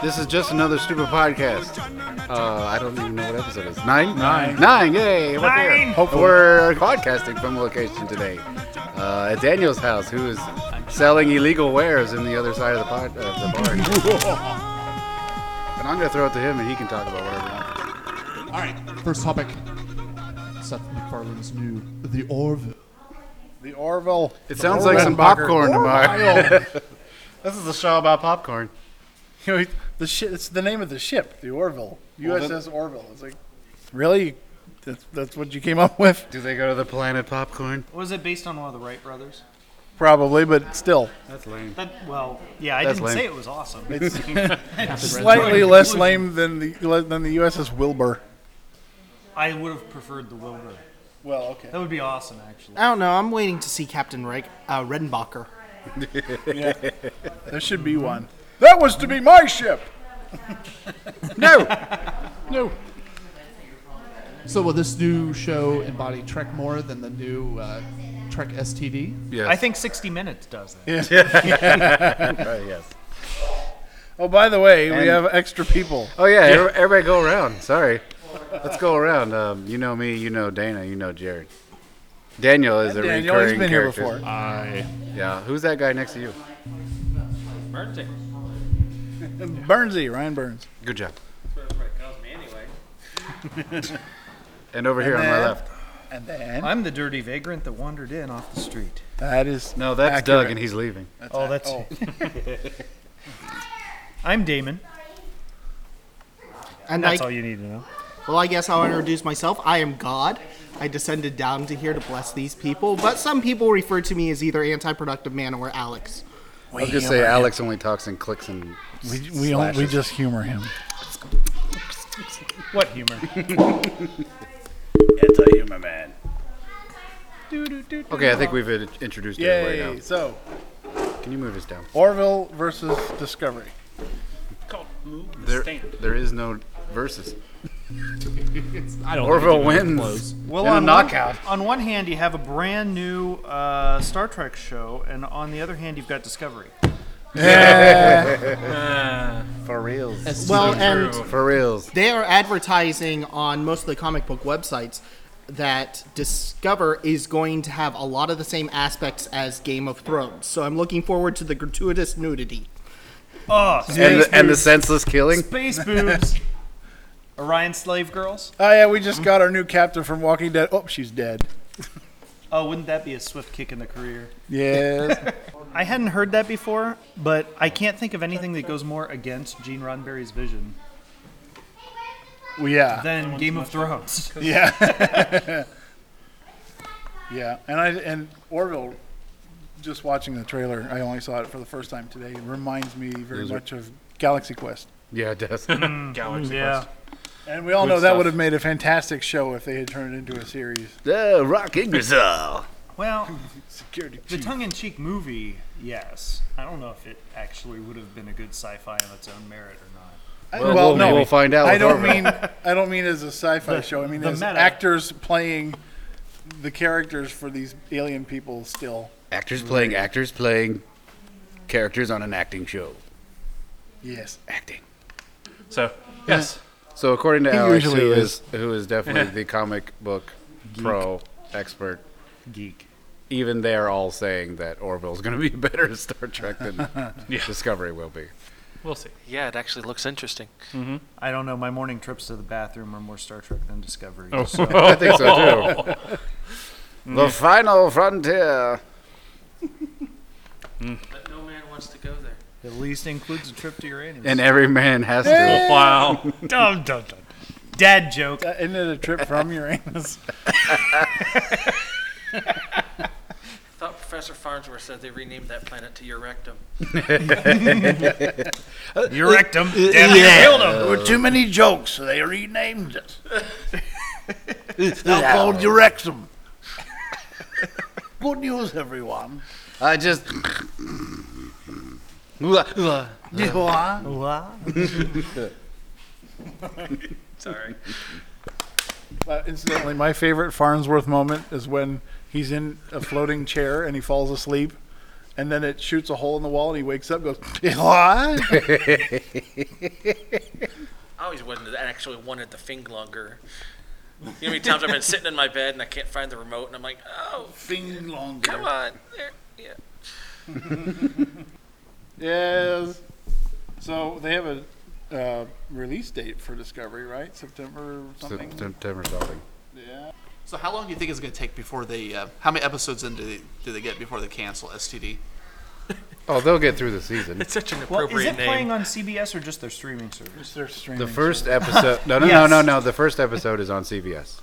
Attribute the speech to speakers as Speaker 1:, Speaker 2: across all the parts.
Speaker 1: This is just another stupid podcast. Uh, I don't even know what episode it is. Nine?
Speaker 2: Nine.
Speaker 1: Nine, yay. We're
Speaker 2: Nine.
Speaker 1: here. Hope we're podcasting from location today. Uh, at Daniel's house, who is selling illegal wares in the other side of the, pod, of the bar. and I'm going to throw it to him and he can talk about whatever. he wants.
Speaker 3: All right. First topic. Seth MacFarlane's new The Orville.
Speaker 4: The Orville.
Speaker 1: It sounds like some popcorn tomorrow. This is a show about popcorn.
Speaker 4: the ship. It's the name of the ship, the Orville.
Speaker 1: Well, then-
Speaker 4: USS Orville. It's like, really? That's, that's what you came up with?
Speaker 1: Do they go to the planet popcorn?
Speaker 5: Was it based on one of the Wright brothers?
Speaker 4: Probably, but still,
Speaker 1: That's lame.
Speaker 5: That well, yeah, I
Speaker 1: That's
Speaker 5: didn't
Speaker 1: lame.
Speaker 5: say it was awesome.
Speaker 4: slightly less lame than the than the USS Wilbur.
Speaker 5: I would have preferred the Wilbur.
Speaker 4: Well, okay.
Speaker 5: That would be awesome, actually.
Speaker 6: I don't know. I'm waiting to see Captain Reich, uh, Redenbacher.
Speaker 4: There should be one. That was to be my ship.
Speaker 3: So will this new show embody Trek more than the new uh, Trek STD?
Speaker 1: Yes.
Speaker 5: I think 60 Minutes does that.
Speaker 1: Uh, yes.
Speaker 4: Oh, by the way, we
Speaker 1: And-
Speaker 4: have extra people.
Speaker 1: Oh yeah, every- everybody go around. Sorry, let's go around. Um, you know me, you know Dana, you know Jared. Daniel is a
Speaker 4: Daniel, he's
Speaker 1: recurring
Speaker 4: been here
Speaker 1: character.
Speaker 4: before.
Speaker 2: I
Speaker 1: Yeah, who's that guy next to you?
Speaker 4: Burnsy, Ryan Burns.
Speaker 1: Good job. And over here on
Speaker 4: then-
Speaker 1: my left.
Speaker 4: And then
Speaker 5: I'm the dirty vagrant that wandered in off the street.
Speaker 4: that is
Speaker 1: No, that's
Speaker 4: accurate.
Speaker 1: Doug, and he's leaving.
Speaker 5: oh, that's. I'm Damon.
Speaker 6: And
Speaker 5: That's
Speaker 6: I,
Speaker 5: all you need to know.
Speaker 6: well, I guess I'll introduce myself. I am God. I descended down to here to bless these people, but some people refer to me as either anti-productive man or Alex.
Speaker 1: I was gonna say Alex only talks in clicks and
Speaker 4: we we, don't- we just humor him.
Speaker 5: What humor?
Speaker 4: Anti-humor man.
Speaker 1: okay. I think we've in- introduced everybody
Speaker 4: Yay!
Speaker 1: now.
Speaker 4: So
Speaker 1: Can you move this down?
Speaker 4: Orville versus Discovery.
Speaker 1: There, there is no verses.
Speaker 2: I don't.
Speaker 1: Orville
Speaker 2: think it even
Speaker 1: wins.
Speaker 2: Close.
Speaker 5: Well,
Speaker 1: In a
Speaker 5: on
Speaker 1: knockout.
Speaker 5: One, on one hand, you have a brand new uh, Star Trek show, and on the other hand, you've got Discovery.
Speaker 1: For reals.
Speaker 6: Well, and
Speaker 1: For reals.
Speaker 6: they are advertising on most of the comic book websites that Discover is going to have a lot of the same aspects as Game of Thrones. So I'm looking forward to the gratuitous nudity.
Speaker 5: Oh, space,
Speaker 1: And the, and the senseless killing.
Speaker 5: space boobs. Orion slave girls.
Speaker 4: Oh yeah, we just got our new captain from Walking Dead. Oh, she's dead.
Speaker 5: Oh, wouldn't that be a swift kick in the career?
Speaker 4: Yes.
Speaker 5: I hadn't heard that before, but I can't think of anything that goes more against Gene Roddenberry's vision
Speaker 4: well, yeah.
Speaker 5: than Game of Thrones.
Speaker 4: Yeah. yeah. And I and Orville, just watching the trailer, I only saw it for the first time today. Reminds me very much of Galaxy Quest.
Speaker 1: Yeah, it does.
Speaker 2: Galaxy
Speaker 5: Mm. Yeah.
Speaker 4: And we all know that
Speaker 2: stuff.
Speaker 4: would have made a fantastic show if they had turned it into a series.
Speaker 1: Yeah, Rock Ingersoll.
Speaker 5: Well,
Speaker 4: Security.
Speaker 5: the tongue-in-cheek movie, yes. I don't know if it actually would have been a good sci-fi on its own merit or not.
Speaker 1: Well, we'll- we'll find out
Speaker 4: I
Speaker 1: with
Speaker 4: don't
Speaker 1: Orville.
Speaker 4: mean I don't mean as a sci-fi show. I mean
Speaker 5: the
Speaker 4: as
Speaker 5: meta.
Speaker 4: actors playing the characters for these alien people still.
Speaker 1: Actors playing actors playing characters on an acting show.
Speaker 4: Yes.
Speaker 1: Acting.
Speaker 2: So yes,
Speaker 1: So according to Alex,
Speaker 4: usually
Speaker 1: who
Speaker 4: is.
Speaker 1: is who is definitely the comic book pro expert,
Speaker 5: Geek.
Speaker 1: even they're all saying that Orville's going to be better at Star Trek than Discovery will be.
Speaker 2: we'll see.
Speaker 7: Yeah, it actually looks interesting.
Speaker 5: I don't know. My morning trips to the bathroom are more Star Trek than Discovery. so-
Speaker 1: Oh. I think so too.
Speaker 7: Mm.
Speaker 1: the final uh, frontier. Hmm.
Speaker 7: But no man wants to go there.
Speaker 5: At least includes a trip to Uranus.
Speaker 1: And every man has to.
Speaker 2: Wow.
Speaker 5: dum dum dum. Dad joke.
Speaker 4: Uh, Isn't it a trip from Uranus?
Speaker 7: I thought Professor Farnsworth said they renamed that planet to Urectum.
Speaker 5: You wrecked him. Damn, you nailed him.
Speaker 4: there were too many jokes, so they renamed it. now called Urexum. Good news, everyone.
Speaker 1: I just.
Speaker 7: Sorry.
Speaker 4: Uh, incidentally, my favorite Farnsworth moment is when he's in a floating chair and he falls asleep, and then it shoots a hole in the wall, and he wakes up, and goes, "Eli?"
Speaker 7: I always wanted, I actually wanted the Finglunker. You know how many times I've been sitting in my bed and I can't find the remote, and I'm like, oh,
Speaker 4: Thing
Speaker 7: come
Speaker 4: longer.
Speaker 7: on. There, yeah.
Speaker 4: Yes. So they have a uh, release date for Discovery, right? September something.
Speaker 1: September something.
Speaker 4: Yeah.
Speaker 3: So how long do you think it's going to take before they? Uh, how many episodes in do they, do they get before they cancel STD?
Speaker 1: Oh, they'll get through the season.
Speaker 7: It's such an
Speaker 5: Well, is
Speaker 7: appropriate
Speaker 5: it playing
Speaker 7: name.
Speaker 5: on CBS or just their streaming service?
Speaker 4: It's their streaming.
Speaker 1: The first episode. No, no,
Speaker 5: Yes.
Speaker 1: no, no, no. The first episode is on CBS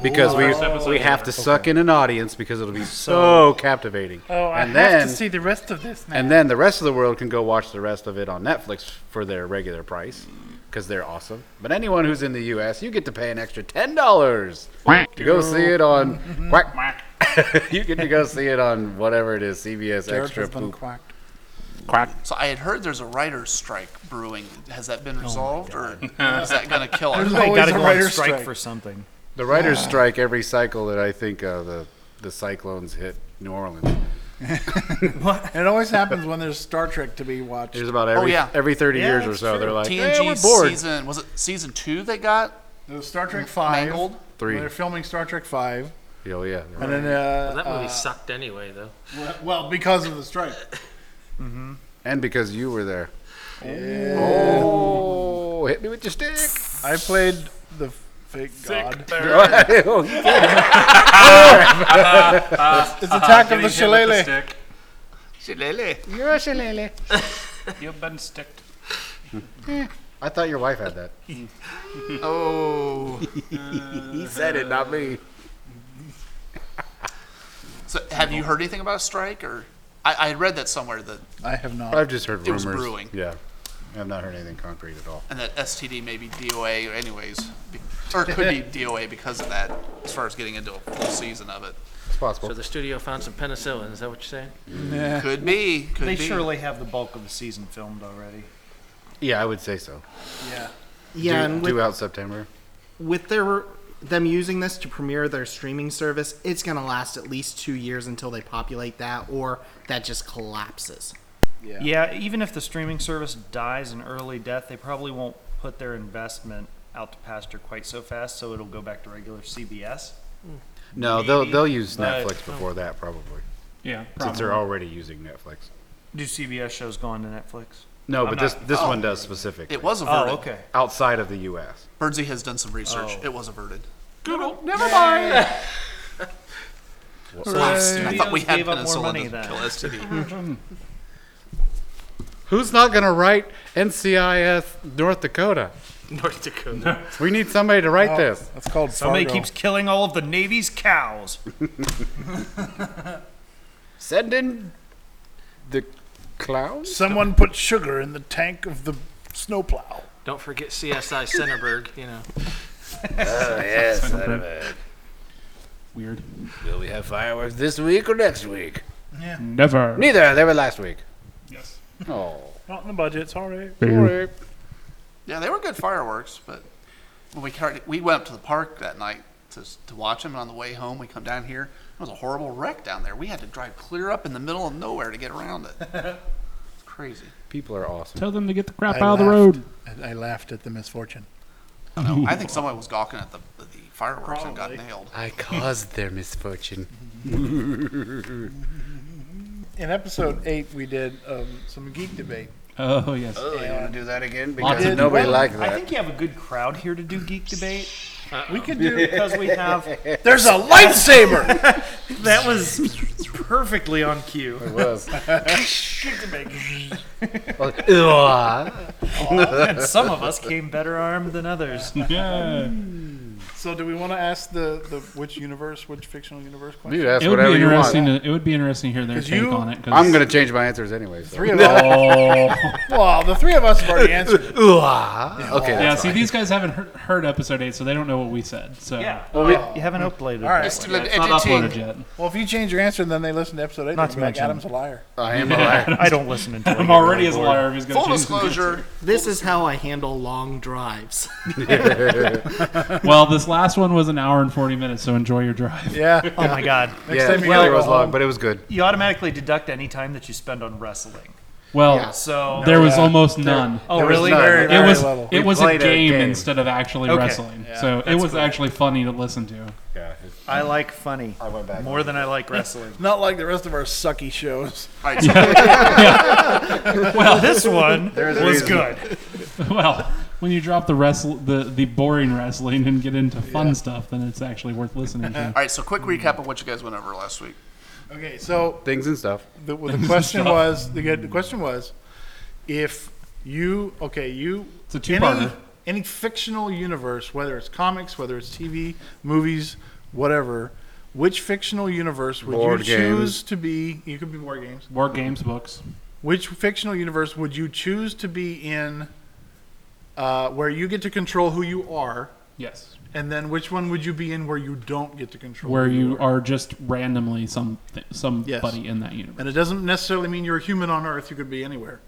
Speaker 1: because
Speaker 2: First episode
Speaker 1: we we
Speaker 2: is
Speaker 1: have
Speaker 2: on.
Speaker 1: to suck in an audience because it'll be so captivating.
Speaker 4: Oh, I
Speaker 1: and
Speaker 4: have
Speaker 1: then,
Speaker 4: to see the rest of this now.
Speaker 1: And then the rest of the world can go watch the rest of it on Netflix for their regular price because they're awesome. But anyone who's in the U.S., you get to pay an extra ten dollars to go see it on Quack. you get to go see it on whatever it is, CBS
Speaker 4: Jared
Speaker 1: Extra
Speaker 4: has been
Speaker 1: Poop.
Speaker 4: quacked.
Speaker 3: So I had heard there's a writer's strike brewing. Has that
Speaker 4: Oh
Speaker 3: been resolved, or is that going to kill us?
Speaker 5: They
Speaker 4: Always
Speaker 5: gotta
Speaker 4: a
Speaker 5: go on
Speaker 4: writer's
Speaker 5: strike,
Speaker 4: strike.
Speaker 5: for something.
Speaker 1: The writers' strike every cycle that I think uh, the the cyclones hit New Orleans.
Speaker 4: It always happens when there's Star Trek to be watched.
Speaker 1: There's about every
Speaker 3: yeah.
Speaker 1: every 30
Speaker 5: Yeah,
Speaker 1: years or
Speaker 5: that's
Speaker 1: so
Speaker 5: true.
Speaker 1: they're like,
Speaker 3: TNG
Speaker 1: "Eh, we're bored.
Speaker 3: season was it season two that got
Speaker 4: There's Star Trek Five.
Speaker 3: Mangled?
Speaker 1: Three.
Speaker 4: They're filming Star Trek Five,
Speaker 1: Oh yeah.
Speaker 4: and then uh,
Speaker 7: That movie sucked anyway, though.
Speaker 4: uh, well, because of the strike. Mm-hmm.
Speaker 1: And because you were there. Oh, hit me with your stick.
Speaker 4: I played the fake god.
Speaker 1: Oh, you did.
Speaker 4: It's Attack of the
Speaker 2: Getting hit with the
Speaker 4: Shillelagh.
Speaker 2: stick.
Speaker 1: You're a shillelagh.
Speaker 5: You've been sticked.
Speaker 1: I thought your wife had that.
Speaker 3: Oh,
Speaker 1: He said it, not me.
Speaker 3: so have you heard anything about a strike? Or I, I had read that somewhere that
Speaker 4: I have not.
Speaker 1: I've just heard
Speaker 3: It
Speaker 1: rumors.
Speaker 3: was brewing.
Speaker 1: Yeah. I've not heard anything concrete at all.
Speaker 3: and that STD may be DOA, anyways, be- or it could be DOA because of that. As far as getting into a full season of it,
Speaker 1: It's possible.
Speaker 7: So the studio found some penicillin. Is that what you're saying?
Speaker 3: could be. Could
Speaker 5: They
Speaker 3: be.
Speaker 5: surely have the bulk of the season filmed already.
Speaker 1: yeah, I would say so.
Speaker 4: Yeah.
Speaker 6: Yeah,
Speaker 1: Due-
Speaker 6: and with,
Speaker 1: due out September.
Speaker 6: with their them using this to premiere their streaming service, it's gonna last at least two years until they populate that, or that just collapses.
Speaker 5: Yeah, even if the streaming service dies an early death, they probably won't put their investment out to pasture quite so fast, so it'll go back to regular CBS.
Speaker 1: Hmm. No, they'll
Speaker 5: Maybe,
Speaker 1: they'll use
Speaker 5: but-
Speaker 1: Netflix before that probably,
Speaker 2: Yeah.
Speaker 1: since they're already using Netflix.
Speaker 5: Do CBS shows go on to Netflix?
Speaker 1: No,
Speaker 5: I'm
Speaker 1: but this
Speaker 5: not-
Speaker 1: this one does specific
Speaker 3: Oh. It was averted.
Speaker 5: Oh, okay.
Speaker 1: outside of the U.S.
Speaker 3: Birdsey has done some research.
Speaker 1: Oh.
Speaker 3: It was averted. I thought we had
Speaker 5: gave up more money
Speaker 3: penicillin to
Speaker 5: then.
Speaker 3: kill STD.
Speaker 1: Who's not going to write NCIS North Dakota?
Speaker 7: North Dakota.
Speaker 1: We need somebody to
Speaker 5: Oh,
Speaker 1: write this.
Speaker 4: That's called
Speaker 5: Somebody
Speaker 4: Fargo.
Speaker 5: keeps killing all of the Navy's cows.
Speaker 1: Send in the clowns.
Speaker 4: Someone put sugar in the tank of the snowplow.
Speaker 7: Don't forget CSI Centerburg, you know.
Speaker 4: Oh,
Speaker 2: Weird.
Speaker 1: Will we have fireworks this week or next week?
Speaker 2: Never.
Speaker 1: Neither. They were last week.
Speaker 2: Yes.
Speaker 1: Oh,
Speaker 4: Not in the budget. Sorry.
Speaker 1: sorry.
Speaker 3: Yeah, they were good fireworks, but when we carried, we went up to the park that night to, s- to watch them. And on the way home, we come down here. It was a horrible wreck down there. We had to drive clear up in the middle of nowhere to get around it. It's crazy.
Speaker 1: People are awesome.
Speaker 2: Tell them to get the crap
Speaker 4: I
Speaker 2: out of the
Speaker 4: laughed.
Speaker 2: road.
Speaker 4: I- I laughed at the misfortune.
Speaker 3: I don't know. I think someone was gawking at the, the fireworks and got nailed.
Speaker 1: I caused their misfortune.
Speaker 4: In episode eight, we did um, some geek debate.
Speaker 2: Oh yes.
Speaker 1: Oh, you want to do that again?
Speaker 4: I
Speaker 1: Because
Speaker 4: did.
Speaker 1: nobody liked
Speaker 5: I
Speaker 1: that.
Speaker 5: think you have a good crowd here to do geek debate
Speaker 4: We could do.
Speaker 5: because we have.
Speaker 4: There's a lightsaber.
Speaker 5: That was perfectly on cue.
Speaker 1: it was.
Speaker 5: Geek debate.
Speaker 1: Ugh.
Speaker 5: And some of us came better armed than others.
Speaker 2: Yeah.
Speaker 4: so, do we want to ask the, the which universe, which fictional universe question?
Speaker 1: you ask
Speaker 2: It would be
Speaker 1: whatever you want.
Speaker 2: interesting. To, it would be interesting to hear their
Speaker 4: 'Cause
Speaker 2: take
Speaker 4: you-
Speaker 2: on it. 'cause-
Speaker 1: I'm gonna change my answers anyway. So.
Speaker 4: Three of us.
Speaker 2: Oh.
Speaker 4: well, the three of us have already answered. it. ah.
Speaker 1: Ugh. Okay.
Speaker 2: yeah.
Speaker 1: That's
Speaker 2: See, these guys haven't heard, heard episode eight, so they don't know what we said. So
Speaker 5: Yeah. you haven't uploaded.
Speaker 4: Oh. right.
Speaker 5: that
Speaker 4: It's
Speaker 5: one.
Speaker 3: Still an
Speaker 2: it's not uploaded
Speaker 3: editing.
Speaker 2: yet.
Speaker 4: Well, if you change your answer and then they listen to episode eight,
Speaker 5: Not
Speaker 4: they'll
Speaker 5: to
Speaker 4: be like,
Speaker 5: mention-
Speaker 4: Adam's a liar.
Speaker 1: I am a liar.
Speaker 5: I don't listen until
Speaker 2: I'm already as a liar if he's gonna
Speaker 3: Full
Speaker 2: change his answer.
Speaker 3: disclosure,
Speaker 6: This is how I handle long drives.
Speaker 2: Well, this last one was an hour and 40 minutes, so enjoy your drive.
Speaker 4: Yeah.
Speaker 5: Oh my God.
Speaker 4: Next
Speaker 1: yeah,
Speaker 4: time you
Speaker 1: well,
Speaker 4: gotta
Speaker 1: it
Speaker 4: go
Speaker 1: was long,
Speaker 4: home.
Speaker 1: but it was good.
Speaker 5: You automatically deduct any time that you spend on wrestling.
Speaker 2: Well,
Speaker 5: So
Speaker 2: there was
Speaker 4: Yeah.
Speaker 2: almost none.
Speaker 5: Oh,
Speaker 1: There was
Speaker 5: really?
Speaker 1: none.
Speaker 4: Very,
Speaker 1: It
Speaker 2: It
Speaker 4: very
Speaker 2: was
Speaker 4: little.
Speaker 2: it
Speaker 1: We
Speaker 2: was a
Speaker 1: played a
Speaker 2: game,
Speaker 1: game.
Speaker 2: instead of actually
Speaker 5: Okay.
Speaker 2: wrestling, so it was actually funny to listen to.
Speaker 1: Yeah,
Speaker 5: I like funny
Speaker 1: I went back.
Speaker 5: more than I like wrestling.
Speaker 4: Not like the rest of our sucky shows.
Speaker 3: All right, so
Speaker 5: well, this one
Speaker 1: There's a
Speaker 5: was
Speaker 1: reason.
Speaker 5: good.
Speaker 2: well, when you drop the wrestle the, the boring wrestling and get into fun stuff, then it's actually worth listening to.
Speaker 3: All right, so quick recap of what you guys went over last week.
Speaker 4: Okay, so
Speaker 1: Things and stuff.
Speaker 4: the, well, the question was the, good- the question was if you okay you
Speaker 2: It's a two-parter.
Speaker 4: any, any fictional universe whether it's comics whether it's TV movies whatever which fictional universe would
Speaker 1: Board
Speaker 4: you
Speaker 1: games.
Speaker 4: choose to be you could be board games
Speaker 2: War games books.
Speaker 4: which fictional universe would you choose to be in uh, where you get to control who you are
Speaker 2: Yes.
Speaker 4: and then which one would you be in where you don't get to control
Speaker 2: Where
Speaker 4: who
Speaker 2: you are just randomly some somebody in that universe.
Speaker 4: and it doesn't necessarily mean you're a human on earth you could be anywhere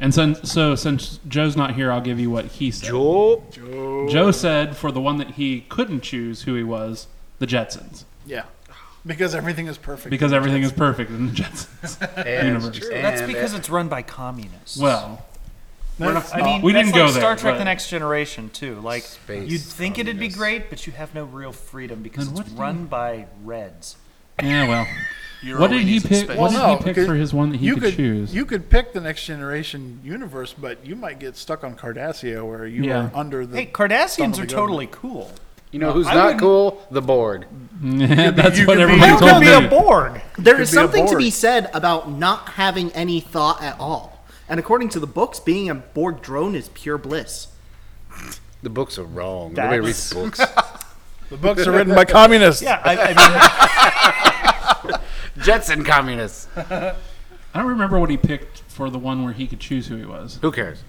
Speaker 2: And since, so since Joe's not here, I'll give you what he said.
Speaker 1: Joel.
Speaker 2: Joe said for the one that he couldn't choose who he was, the Jetsons,
Speaker 4: yeah because everything is perfect
Speaker 2: because everything is perfect in the Jetsons. Universe.
Speaker 5: That's because it's run by communists.
Speaker 2: well,
Speaker 4: We're not-
Speaker 5: I mean,
Speaker 2: We
Speaker 5: that's
Speaker 2: didn't go
Speaker 5: like Star
Speaker 2: there,
Speaker 5: Trek:
Speaker 2: but-
Speaker 5: The Next Generation too. Like,
Speaker 1: Space
Speaker 5: you'd think it'd be
Speaker 1: communists.
Speaker 5: great, but you have no real freedom because
Speaker 2: Then
Speaker 5: it's
Speaker 2: what do
Speaker 5: run by Reds.
Speaker 2: yeah, well.
Speaker 3: You're
Speaker 2: What did he
Speaker 3: always in
Speaker 2: pick?
Speaker 3: space.
Speaker 2: What did
Speaker 4: Well, no,
Speaker 2: he pick
Speaker 4: because
Speaker 2: for his one that he
Speaker 4: you
Speaker 2: could, choose?
Speaker 4: You could pick the next generation universe, but you might get stuck on Cardassia, where you
Speaker 2: Yeah.
Speaker 4: are under the.
Speaker 5: Hey,
Speaker 4: thumb of
Speaker 5: Cardassians
Speaker 4: the
Speaker 5: are totally cool.
Speaker 1: You know who's
Speaker 5: I
Speaker 1: not
Speaker 5: wouldn't-
Speaker 1: cool? The Borg.
Speaker 2: That's
Speaker 4: you
Speaker 2: what
Speaker 4: could be-
Speaker 2: everybody
Speaker 5: How
Speaker 4: Who
Speaker 2: told
Speaker 5: could
Speaker 2: me.
Speaker 5: be a Borg?
Speaker 6: There is
Speaker 4: could be a
Speaker 6: something to
Speaker 4: Borg.
Speaker 6: be said about not having any thought at all. And according to the books, being a Borg drone is pure bliss.
Speaker 1: The books are wrong. Nobody reads
Speaker 5: That's-
Speaker 1: books.
Speaker 4: government. The books are written by communists.
Speaker 5: Yeah, I, I
Speaker 1: Jetson communists.
Speaker 2: I don't remember what he picked for the one where he could choose who he was.
Speaker 1: Who cares?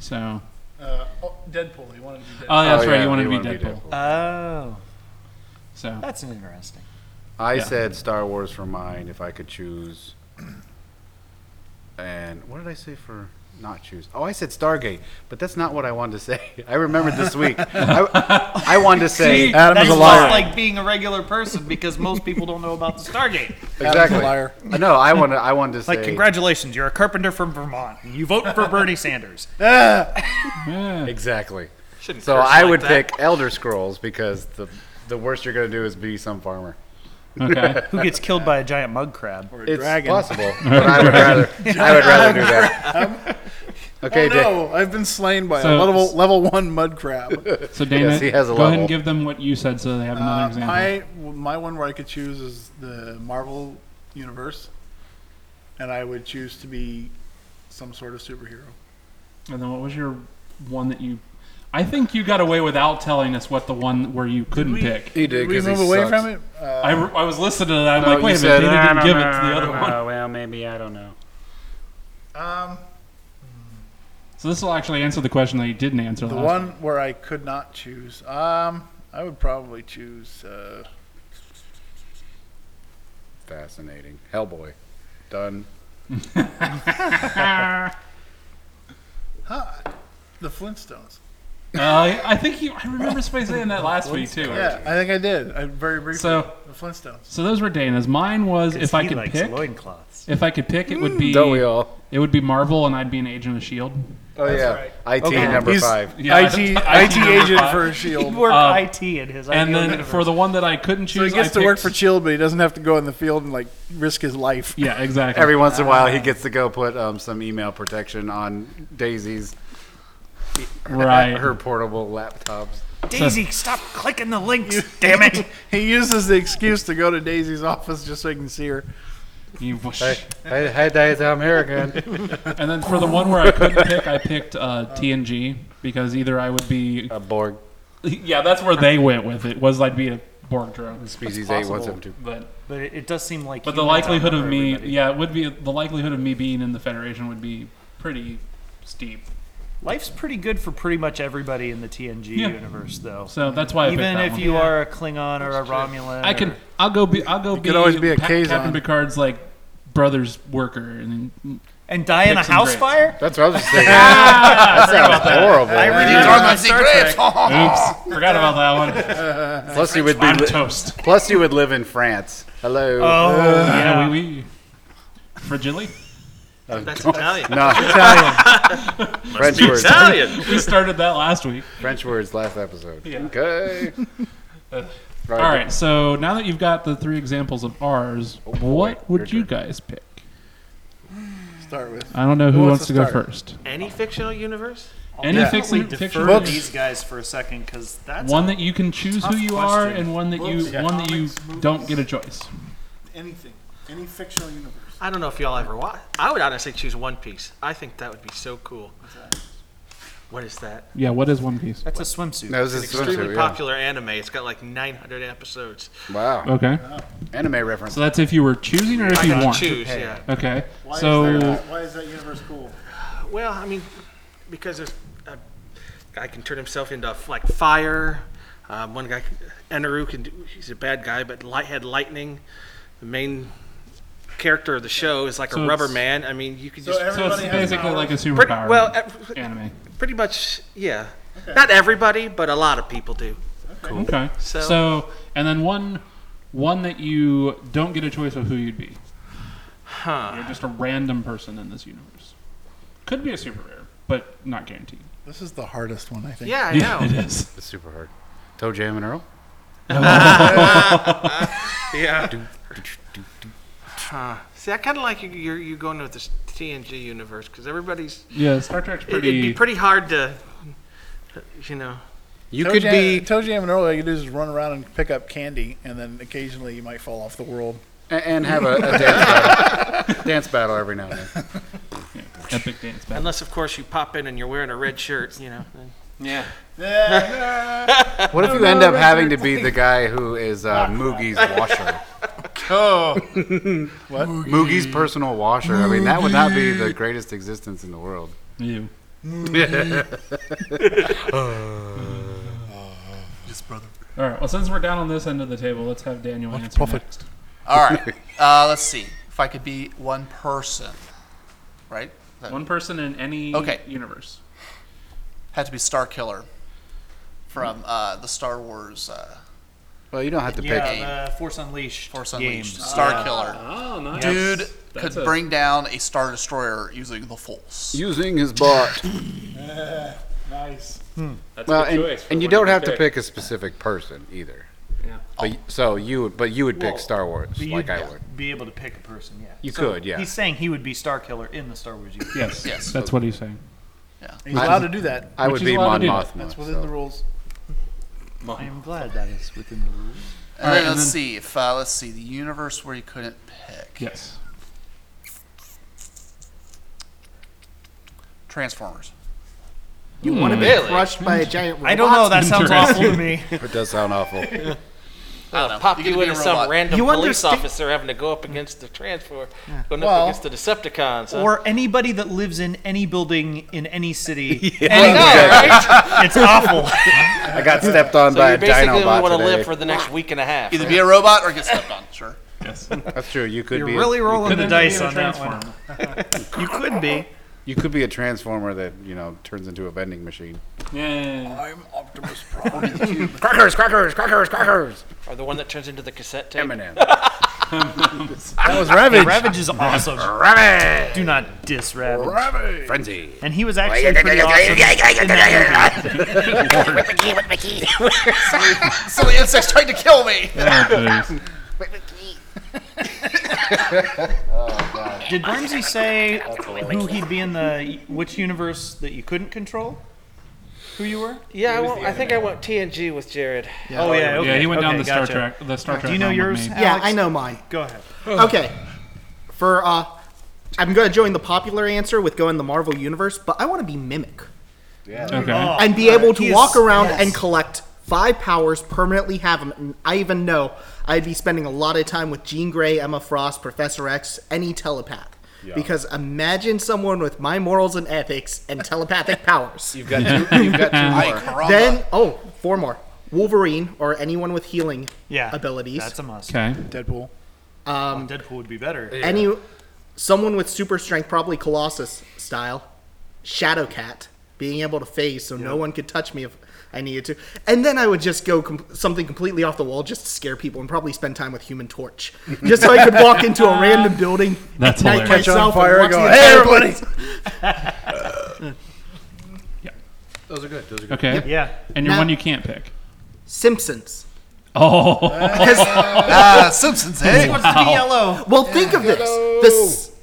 Speaker 2: So,
Speaker 4: Uh, oh, Deadpool. He wanted to be Deadpool.
Speaker 2: oh, that's
Speaker 1: Oh,
Speaker 2: right.
Speaker 1: yeah,
Speaker 2: you wanted
Speaker 1: he
Speaker 2: to be
Speaker 1: wanted to be
Speaker 2: Deadpool.
Speaker 5: mean, oh,
Speaker 2: So,
Speaker 5: that's an interesting.
Speaker 1: I
Speaker 2: Yeah.
Speaker 1: said Star Wars for mine if I could choose. And what did I say for not choose? Oh, I said Stargate, but that's not what I wanted to say. I remembered this week. I, I wanted to say
Speaker 4: Adam
Speaker 5: that's
Speaker 4: is a
Speaker 5: just
Speaker 4: liar.
Speaker 5: like being a regular person because most people don't know about the Stargate.
Speaker 1: exactly. Uh,
Speaker 4: liar.
Speaker 1: No, I wanted. I wanted to say.
Speaker 5: Like, congratulations, you're a carpenter from Vermont. You vote for Bernie Sanders.
Speaker 4: Ah.
Speaker 2: yeah.
Speaker 1: Exactly.
Speaker 7: Shouldn't
Speaker 1: So
Speaker 7: curse
Speaker 1: I
Speaker 7: like
Speaker 1: would
Speaker 7: that.
Speaker 1: pick Elder Scrolls because the the worst you're gonna do is be some farmer.
Speaker 2: okay.
Speaker 5: Who gets killed by a giant mug crab?
Speaker 4: Or a
Speaker 1: It's
Speaker 4: dragon.
Speaker 1: possible, but I would rather I would rather do that.
Speaker 4: Oh
Speaker 1: Okay, Dick.
Speaker 4: no! I've been slain by
Speaker 2: So-
Speaker 4: a level level one mud crab.
Speaker 2: So Dana,
Speaker 1: Yes, he has a
Speaker 2: go ahead
Speaker 1: level.
Speaker 2: and give them what you said, so they have another
Speaker 4: Uh,
Speaker 2: example.
Speaker 4: my my one where I could choose is the Marvel universe, and I would choose to be some sort of superhero.
Speaker 2: And then what was your one that you? I think you got away without telling us what the one where you couldn't
Speaker 4: we-
Speaker 2: pick.
Speaker 1: He did
Speaker 4: Did we
Speaker 1: 'cause he
Speaker 4: move away
Speaker 1: sucks.
Speaker 4: from it? Uh,
Speaker 2: I, re- I was listening to that. I'm
Speaker 1: No,
Speaker 2: like,
Speaker 1: you
Speaker 2: wait a minute,
Speaker 1: said,
Speaker 2: Dana
Speaker 1: "I
Speaker 2: didn't
Speaker 1: don't
Speaker 2: give it
Speaker 1: know,
Speaker 2: to the
Speaker 1: I
Speaker 2: other
Speaker 1: don't
Speaker 2: one.
Speaker 1: know, Well, maybe I don't know.
Speaker 4: um,
Speaker 2: So this will actually answer the question that you didn't answer.
Speaker 4: The
Speaker 2: last
Speaker 4: one where I could not choose. Um, I would probably choose. Uh,
Speaker 1: Fascinating. Hellboy. Done.
Speaker 4: the Flintstones.
Speaker 2: Uh, I I think you. I remember somebody saying that last week too.
Speaker 4: Yeah, I think I did. I very briefly.
Speaker 2: So-
Speaker 4: the Flintstones.
Speaker 2: So those were Dana's. Mine was if I
Speaker 5: He
Speaker 2: could
Speaker 5: likes
Speaker 2: pick.
Speaker 5: loincloths.
Speaker 2: If I could pick, it would be
Speaker 1: Don't we all?
Speaker 2: it would be Marvel, and I'd be an agent of Shield.
Speaker 1: Oh yeah. IT number
Speaker 4: He's
Speaker 1: five.
Speaker 2: E Yeah,
Speaker 4: IT, IT
Speaker 2: number
Speaker 4: agent
Speaker 2: five.
Speaker 4: for a
Speaker 1: E
Speaker 5: He'd
Speaker 4: Shield.
Speaker 5: work
Speaker 2: Um,
Speaker 5: IT in his
Speaker 2: And
Speaker 5: ideal
Speaker 2: then
Speaker 5: universe.
Speaker 2: for the one that I couldn't
Speaker 4: So he
Speaker 2: choose,
Speaker 4: gets
Speaker 2: I
Speaker 4: to work for
Speaker 2: picked-
Speaker 4: Shield, but he doesn't have to go in the field and like risk his life.
Speaker 2: Yeah, exactly.
Speaker 1: Every once in a while, he gets to go put um, some email protection on Daisy's
Speaker 2: right.
Speaker 1: her portable laptops.
Speaker 5: Daisy, stop clicking the links, damn it!
Speaker 4: He uses the excuse to go to Daisy's office just so he can see her.
Speaker 2: You-
Speaker 1: Hey, hey Daisy, I'm here again.
Speaker 2: And then for the one where I couldn't pick, I picked uh, TNG because either I would be.
Speaker 1: A Borg
Speaker 2: Yeah, that's where they went with it. Was I'd be a Borg drone.
Speaker 1: species eight one seven two.
Speaker 2: But
Speaker 5: But it, it does seem like.
Speaker 2: but the
Speaker 5: humans
Speaker 2: likelihood of
Speaker 5: outnumber
Speaker 2: me,
Speaker 5: everybody.
Speaker 2: yeah, it would be the likelihood of me being in the Federation would be pretty steep.
Speaker 5: Life's pretty good for pretty much everybody in the TNG
Speaker 2: Yeah.
Speaker 5: universe, though.
Speaker 2: So that's why I
Speaker 5: Even
Speaker 2: picked that
Speaker 5: if
Speaker 2: one.
Speaker 5: you are a Klingon or a Romulan,
Speaker 2: I can.
Speaker 5: or-
Speaker 2: I'll go be. I'll go be.
Speaker 4: could always be a
Speaker 2: Cap-
Speaker 4: Kazon.
Speaker 2: Captain Picard's like brother's worker, and then
Speaker 5: And die in a
Speaker 2: Mixing
Speaker 5: house
Speaker 2: grits.
Speaker 5: fire?
Speaker 1: That's what I was just thinking. that sounds horrible.
Speaker 5: I really
Speaker 3: These
Speaker 5: don't
Speaker 3: are my
Speaker 5: like Star
Speaker 3: secrets.
Speaker 2: oops, forgot about that one.
Speaker 1: Plus you would be.
Speaker 2: I'm
Speaker 1: li-
Speaker 2: toast.
Speaker 1: plus you would live in France. Hello. Uh,
Speaker 5: Oh,
Speaker 2: Yeah,
Speaker 5: yeah.
Speaker 2: we we frigidly.
Speaker 8: That's Italian.
Speaker 1: No, French words.
Speaker 8: Italian.
Speaker 2: We started that last week.
Speaker 1: French words. Last episode.
Speaker 2: Yeah. Uh,
Speaker 1: Okay.
Speaker 2: All right, so now that you've got the three examples of ours,
Speaker 1: Oh,
Speaker 2: what would
Speaker 1: Your
Speaker 2: you guys pick?
Speaker 4: Start with.
Speaker 2: I don't know who,
Speaker 4: Who
Speaker 2: wants
Speaker 4: wants
Speaker 2: to
Speaker 4: to
Speaker 2: go
Speaker 4: start?
Speaker 2: first.
Speaker 8: Any fictional universe?
Speaker 2: Any
Speaker 4: Yeah.
Speaker 2: fixing
Speaker 5: Definitely
Speaker 2: fiction,
Speaker 5: defer to these guys for a second because that's
Speaker 2: one that you can choose who
Speaker 5: tough
Speaker 2: you
Speaker 5: question.
Speaker 2: are, and one that you
Speaker 4: Books, yeah.
Speaker 2: one that you
Speaker 4: comics,
Speaker 2: don't
Speaker 4: movies.
Speaker 2: get a choice.
Speaker 4: Anything, any fictional universe.
Speaker 8: I don't know if y'all ever watch. I would honestly choose One Piece. I think that would be so cool. What is that?
Speaker 2: Yeah, what is One Piece?
Speaker 5: that's a swimsuit.
Speaker 1: No, this is
Speaker 8: It's an extremely
Speaker 1: swimsuit, yeah.
Speaker 8: popular anime. It's got like 900 episodes.
Speaker 1: Wow.
Speaker 2: Okay,
Speaker 1: Anime reference.
Speaker 2: so that's if you were choosing or if
Speaker 8: I
Speaker 2: you
Speaker 8: gotta
Speaker 2: want.
Speaker 8: choose. Yeah.
Speaker 2: Okay, so
Speaker 4: why is that universe cool?
Speaker 8: Well, I mean, because there's a guy can turn himself into like fire. Um, one guy, Enaru, can do. He's a bad guy, but light had lightning. The main character of the show is like
Speaker 2: So
Speaker 8: a rubber
Speaker 2: it's-
Speaker 8: man. I mean, you could
Speaker 4: So
Speaker 8: just
Speaker 4: every-
Speaker 2: so it's
Speaker 4: Everybody has
Speaker 2: basically like
Speaker 4: powers.
Speaker 2: a
Speaker 8: pretty,
Speaker 2: superpower
Speaker 8: well, ev-
Speaker 2: anime.
Speaker 8: pretty much, yeah. Not everybody, but a lot of people do.
Speaker 2: Okay, so.
Speaker 8: So-
Speaker 2: and then one one that you don't get a choice of who you'd be.
Speaker 8: Huh.
Speaker 2: You're just a random person in this universe. Could be a superhero, but not guaranteed.
Speaker 4: This is the hardest one, I think.
Speaker 8: Yeah, I
Speaker 2: Yeah,
Speaker 8: know.
Speaker 2: it is.
Speaker 1: It's super hard. Toe Jam and Earl.
Speaker 8: yeah. Huh. See, I kind of like you, you're, you going with this TNG universe because everybody's.
Speaker 2: Yeah, Star Trek's
Speaker 8: it-
Speaker 2: pretty.
Speaker 8: It'd be pretty hard to, you know.
Speaker 1: You
Speaker 4: Toe
Speaker 1: could
Speaker 4: Jam-
Speaker 1: be.
Speaker 4: Toe Jam and Earl. All you do is run around and pick up candy, and then occasionally you might fall off the world.
Speaker 1: A- and have a, a dance battle. dance battle every now and then.
Speaker 2: epic dance battle.
Speaker 8: Unless, of course, you pop in and you're wearing a red shirt, you know. then-
Speaker 1: What if you end up having to be the guy who is uh, Moogie's washer?
Speaker 4: Oh,
Speaker 1: Moogie's personal washer. I mean, that would not be the greatest existence in the world.
Speaker 2: You.
Speaker 4: his brother.
Speaker 2: All right. Well, since we're down on this end of the table, let's have Daniel answer
Speaker 4: profit?
Speaker 2: next.
Speaker 3: All right. Uh, let's see. If I could be one person, right? That
Speaker 2: One person in any
Speaker 3: Okay.
Speaker 2: universe.
Speaker 3: had to be Star Killer from uh, the Star Wars uh,
Speaker 1: Well, you don't have to pick.
Speaker 5: yeah, the Force Unleashed.
Speaker 3: Force
Speaker 5: games.
Speaker 3: Unleashed. Star Killer.
Speaker 2: Oh, nice.
Speaker 3: Dude
Speaker 2: That's
Speaker 3: could
Speaker 2: a-
Speaker 3: bring down a Star Destroyer using the Force.
Speaker 1: Using his bot.
Speaker 4: Nice.
Speaker 5: Hmm.
Speaker 2: That's
Speaker 1: Well, and, and you don't have to pick a specific person either.
Speaker 2: Yeah.
Speaker 1: But, y- so you would, but you would pick
Speaker 5: Well,
Speaker 1: Star Wars
Speaker 5: But
Speaker 1: like
Speaker 5: you'd
Speaker 1: I would.
Speaker 5: be able to pick a person, yeah.
Speaker 1: You could, yeah.
Speaker 5: He's saying he would be Star Killer in the Star Wars universe.
Speaker 2: Yes.
Speaker 3: Yes.
Speaker 2: That's what he's saying.
Speaker 4: He's allowed to do that.
Speaker 1: I
Speaker 2: Which
Speaker 1: would
Speaker 2: is
Speaker 1: be
Speaker 2: allowed to
Speaker 1: Mon
Speaker 2: do that.
Speaker 1: Mothma.
Speaker 4: That's within
Speaker 1: so.
Speaker 4: the rules.
Speaker 5: I am glad that is within the rules.
Speaker 3: And
Speaker 2: All right,
Speaker 3: then
Speaker 2: and
Speaker 3: let's
Speaker 2: then-
Speaker 3: see if uh, let's see the universe where you couldn't pick
Speaker 2: Yes.
Speaker 3: Transformers.
Speaker 6: You want to be
Speaker 7: Really?
Speaker 6: crushed by a giant robot?
Speaker 5: Hmm. I don't know. That sounds awful to me.
Speaker 1: It does sound awful.
Speaker 3: know.
Speaker 7: Pop
Speaker 3: You
Speaker 7: you
Speaker 3: could be
Speaker 7: into
Speaker 3: a
Speaker 7: some
Speaker 3: robot.
Speaker 7: random
Speaker 5: You
Speaker 7: police
Speaker 5: understand-
Speaker 7: officer having to go up against the transfer, going
Speaker 4: Well-
Speaker 7: up against the Decepticons. huh?
Speaker 5: Or anybody that lives in any building in any city.
Speaker 7: I
Speaker 5: Any-
Speaker 7: know, right?
Speaker 5: it's awful.
Speaker 1: I got stepped on
Speaker 7: So
Speaker 1: by
Speaker 7: you
Speaker 1: a
Speaker 7: basically
Speaker 1: dino
Speaker 7: want
Speaker 1: bot
Speaker 7: to
Speaker 1: today.
Speaker 7: live for the next week and a half.
Speaker 3: Either be a robot or get stepped on. Sure.
Speaker 2: Yes.
Speaker 1: That's true. You could
Speaker 5: You're
Speaker 1: be a-
Speaker 5: really
Speaker 1: you
Speaker 5: rolling
Speaker 2: Could
Speaker 5: the
Speaker 2: end up
Speaker 5: dice
Speaker 2: being a
Speaker 5: on that one.
Speaker 2: transformer.
Speaker 5: You could be.
Speaker 1: You could be a transformer that you know turns into a vending machine.
Speaker 2: Yeah, yeah, yeah.
Speaker 4: I'm Optimus Prime.
Speaker 1: Crackers, crackers, crackers, crackers.
Speaker 7: Or the one that turns into the cassette tape.
Speaker 1: Eminem.
Speaker 4: that was Ravage.
Speaker 5: Ravage is awesome.
Speaker 1: Rabbit.
Speaker 5: Do not diss Ravage.
Speaker 4: Ravage.
Speaker 1: Frenzy.
Speaker 5: And he was actually pretty awesome. in that movie.
Speaker 3: So the insects tried to kill me.
Speaker 2: Oh, Yeah, please.
Speaker 5: Did Ramsey say who he'd be in the which universe that you couldn't control? Who you were?
Speaker 8: Yeah, I, want, I think I want TNG with Jared.
Speaker 5: Oh yeah. Okay.
Speaker 2: yeah, he went down
Speaker 5: okay,
Speaker 2: the Star
Speaker 5: gotcha. Uh,
Speaker 2: Trek. The Star Trek.
Speaker 5: Do you know
Speaker 2: realm with
Speaker 5: yours?
Speaker 2: me.
Speaker 6: Yeah,
Speaker 5: Alex?
Speaker 6: I know mine.
Speaker 5: Go ahead.
Speaker 6: Okay. For uh, I'm gonna join the popular answer with going the Marvel universe, but I want to be mimic
Speaker 2: Okay.
Speaker 6: and be able to
Speaker 5: He is-
Speaker 6: walk around
Speaker 5: yes.
Speaker 6: and collect five powers, permanently have them. And I even know I'd be spending a lot of time with Jean Grey, Emma Frost, Professor X, any telepath. Because imagine someone with my morals and ethics and telepathic powers.
Speaker 1: You've got two. You've got
Speaker 3: Ay,
Speaker 1: two more.
Speaker 3: caramba.
Speaker 6: Then, oh, four more. Wolverine or anyone with healing
Speaker 5: Yeah.
Speaker 6: abilities.
Speaker 5: That's a must.
Speaker 2: Okay.
Speaker 4: Deadpool.
Speaker 5: Deadpool would be better.
Speaker 6: Any someone with super strength, probably Colossus style, Shadow Cat, being able to phase so no one could touch me if I needed to. And then I would just go com- something completely off the wall just to scare people and probably spend time with Human Torch. Just so I could walk into a random building,
Speaker 2: That's
Speaker 6: ignite
Speaker 2: hilarious.
Speaker 4: Catch on
Speaker 6: myself,
Speaker 4: fire,
Speaker 6: and watch
Speaker 4: go,
Speaker 6: the
Speaker 4: "Hey,
Speaker 6: entire
Speaker 4: everybody!"
Speaker 6: place.
Speaker 1: Those are good. Those are good.
Speaker 2: Okay.
Speaker 5: Yeah.
Speaker 2: And you're
Speaker 6: Now-
Speaker 2: one you can't pick.
Speaker 6: Simpsons.
Speaker 2: Oh,
Speaker 3: Ah, Simpsons, eh?
Speaker 5: What's the yellow?
Speaker 6: Well, think of this.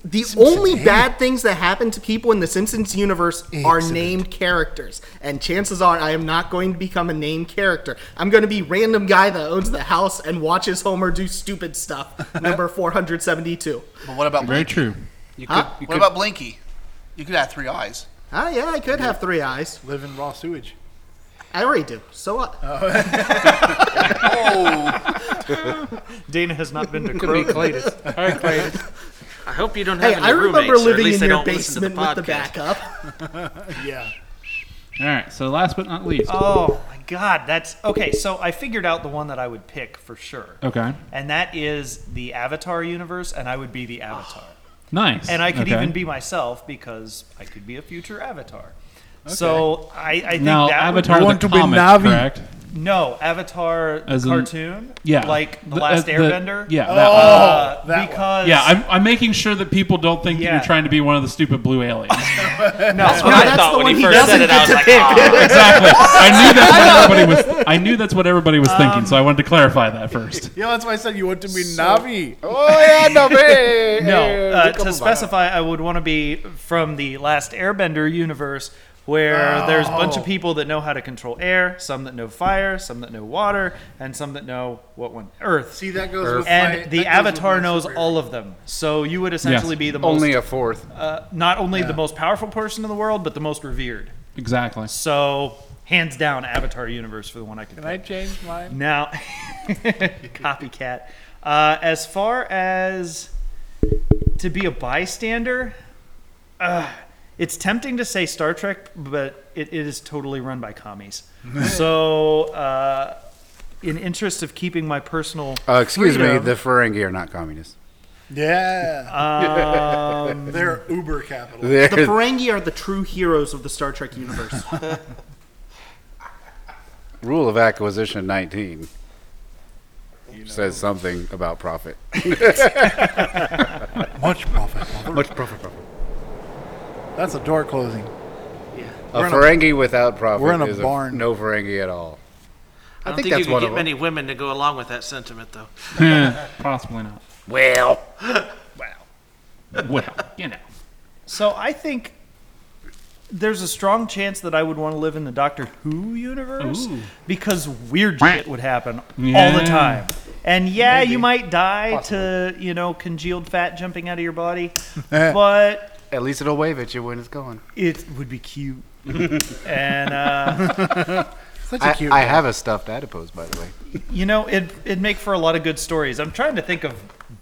Speaker 6: The, s- the only bad things that happen to people in the Simpsons universe are named characters. And chances are I am not going to become a named character. I'm going to be random guy that owns the house and watches Homer do stupid stuff. Number 472.
Speaker 3: But what about
Speaker 2: very
Speaker 3: Blinky?
Speaker 2: true.
Speaker 1: You
Speaker 6: Huh?
Speaker 1: could, you
Speaker 3: What
Speaker 1: could-
Speaker 3: about Blinky? You could have three eyes.
Speaker 6: Ah, yeah, I could have three eyes.
Speaker 4: Live in raw sewage. Oh.
Speaker 6: I already do. So what?
Speaker 5: Dana has not been to
Speaker 7: Could be
Speaker 5: Croton.
Speaker 7: Clayton.
Speaker 8: I hope you don't have
Speaker 6: hey,
Speaker 8: any
Speaker 6: I remember
Speaker 8: roommates, or at
Speaker 6: living
Speaker 8: least
Speaker 6: in
Speaker 8: they
Speaker 6: your
Speaker 8: don't listen
Speaker 6: basement
Speaker 8: to
Speaker 6: with the
Speaker 8: podcast.
Speaker 6: backup.
Speaker 2: All right. So last but not least.
Speaker 5: Oh my god, that's okay. So I figured out the one that I would pick for sure,
Speaker 2: Okay.
Speaker 5: and that is the Avatar universe, and I would be the Avatar,
Speaker 2: Nice.
Speaker 5: and I could
Speaker 2: Okay.
Speaker 5: even be myself because I could be a future Avatar. So I, I think
Speaker 2: now
Speaker 5: that would-
Speaker 2: Avatar
Speaker 4: You
Speaker 2: the
Speaker 4: want to be
Speaker 2: comic,
Speaker 4: Na'vi.
Speaker 2: correct?
Speaker 5: no Avatar the
Speaker 2: As in-
Speaker 5: cartoon,
Speaker 2: Yeah.
Speaker 5: like the,
Speaker 2: uh,
Speaker 5: Last Airbender,
Speaker 2: yeah. That one.
Speaker 5: uh,
Speaker 4: Oh, that one.
Speaker 5: because
Speaker 2: Yeah, I'm, I'm making sure that people don't think that
Speaker 5: Yeah.
Speaker 2: you're trying to be one of the stupid blue aliens.
Speaker 7: That's what I
Speaker 6: that's
Speaker 7: thought
Speaker 6: the
Speaker 7: when
Speaker 6: one
Speaker 7: he
Speaker 6: he
Speaker 7: first said it.
Speaker 6: doesn't
Speaker 7: I
Speaker 6: get
Speaker 7: was
Speaker 6: to
Speaker 7: like,
Speaker 6: pick.
Speaker 7: "Ah."
Speaker 9: "Oh."
Speaker 2: exactly. I knew that's what everybody was. I knew that's what everybody was thinking. So I wanted to clarify
Speaker 9: Um,
Speaker 2: that first.
Speaker 4: Yeah, that's why I said you want to be Navi.
Speaker 1: Oh yeah, no, hey,
Speaker 5: No,
Speaker 1: hey,
Speaker 5: uh,
Speaker 1: come
Speaker 5: to
Speaker 1: on.
Speaker 5: specify, I would want to be from the Last Airbender universe, where there's a bunch
Speaker 4: Oh.
Speaker 5: of people that know how to control air, some that know fire, some that know water, and some that know what one Earth.
Speaker 4: See, that goes with my-
Speaker 5: and
Speaker 4: that
Speaker 5: the
Speaker 4: goes
Speaker 5: Avatar
Speaker 4: with my
Speaker 5: knows
Speaker 4: superhero.
Speaker 5: all of them, so you would essentially
Speaker 2: Yes.
Speaker 5: be the most,
Speaker 1: Only a fourth.
Speaker 5: uh, not only the most powerful person in the world, but the most revered.
Speaker 2: Exactly.
Speaker 5: So, hands down, Avatar universe for the one I could.
Speaker 4: Can I change mine?
Speaker 5: Now, copycat. Uh, as far as to be a bystander, uh, it's tempting to say Star Trek, but it, it is totally run by commies. so, uh, in interest of keeping my personal,
Speaker 1: Uh, excuse me,
Speaker 4: freedom.
Speaker 1: the Ferengi are not communists.
Speaker 4: Yeah.
Speaker 5: um,
Speaker 4: They're uber capital.
Speaker 1: They're,
Speaker 6: The Ferengi are the true heroes of the Star Trek universe.
Speaker 1: rule of acquisition 19 says something about profit.
Speaker 4: Much profit. mother.
Speaker 1: Much profit. profit.
Speaker 5: Uh,
Speaker 4: That's a door closing.
Speaker 1: A Ferengi without profit
Speaker 4: we're in a
Speaker 1: is
Speaker 4: barn.
Speaker 1: no Ferengi at all.
Speaker 8: I don't
Speaker 1: think
Speaker 8: think,
Speaker 1: that's
Speaker 8: you
Speaker 1: one
Speaker 8: can
Speaker 1: of
Speaker 8: get
Speaker 1: 'em.
Speaker 8: many women to go along with that sentiment, though.
Speaker 2: Possibly not.
Speaker 1: Well,
Speaker 2: Well, you know.
Speaker 5: so I think there's a strong chance that I would want to live in the Doctor Who universe
Speaker 2: Ooh.
Speaker 5: because weird shit would happen all
Speaker 2: Yeah.
Speaker 5: the time. And yeah, you might die to, you know, congealed fat jumping out of your body, but
Speaker 1: at least it'll wave at you when it's going.
Speaker 5: it would be cute. and uh,
Speaker 4: Such a
Speaker 1: I,
Speaker 4: cute.
Speaker 1: I have a stuffed adipose, by the way.
Speaker 5: you know, it it'd make for a lot of good stories. I'm trying to think of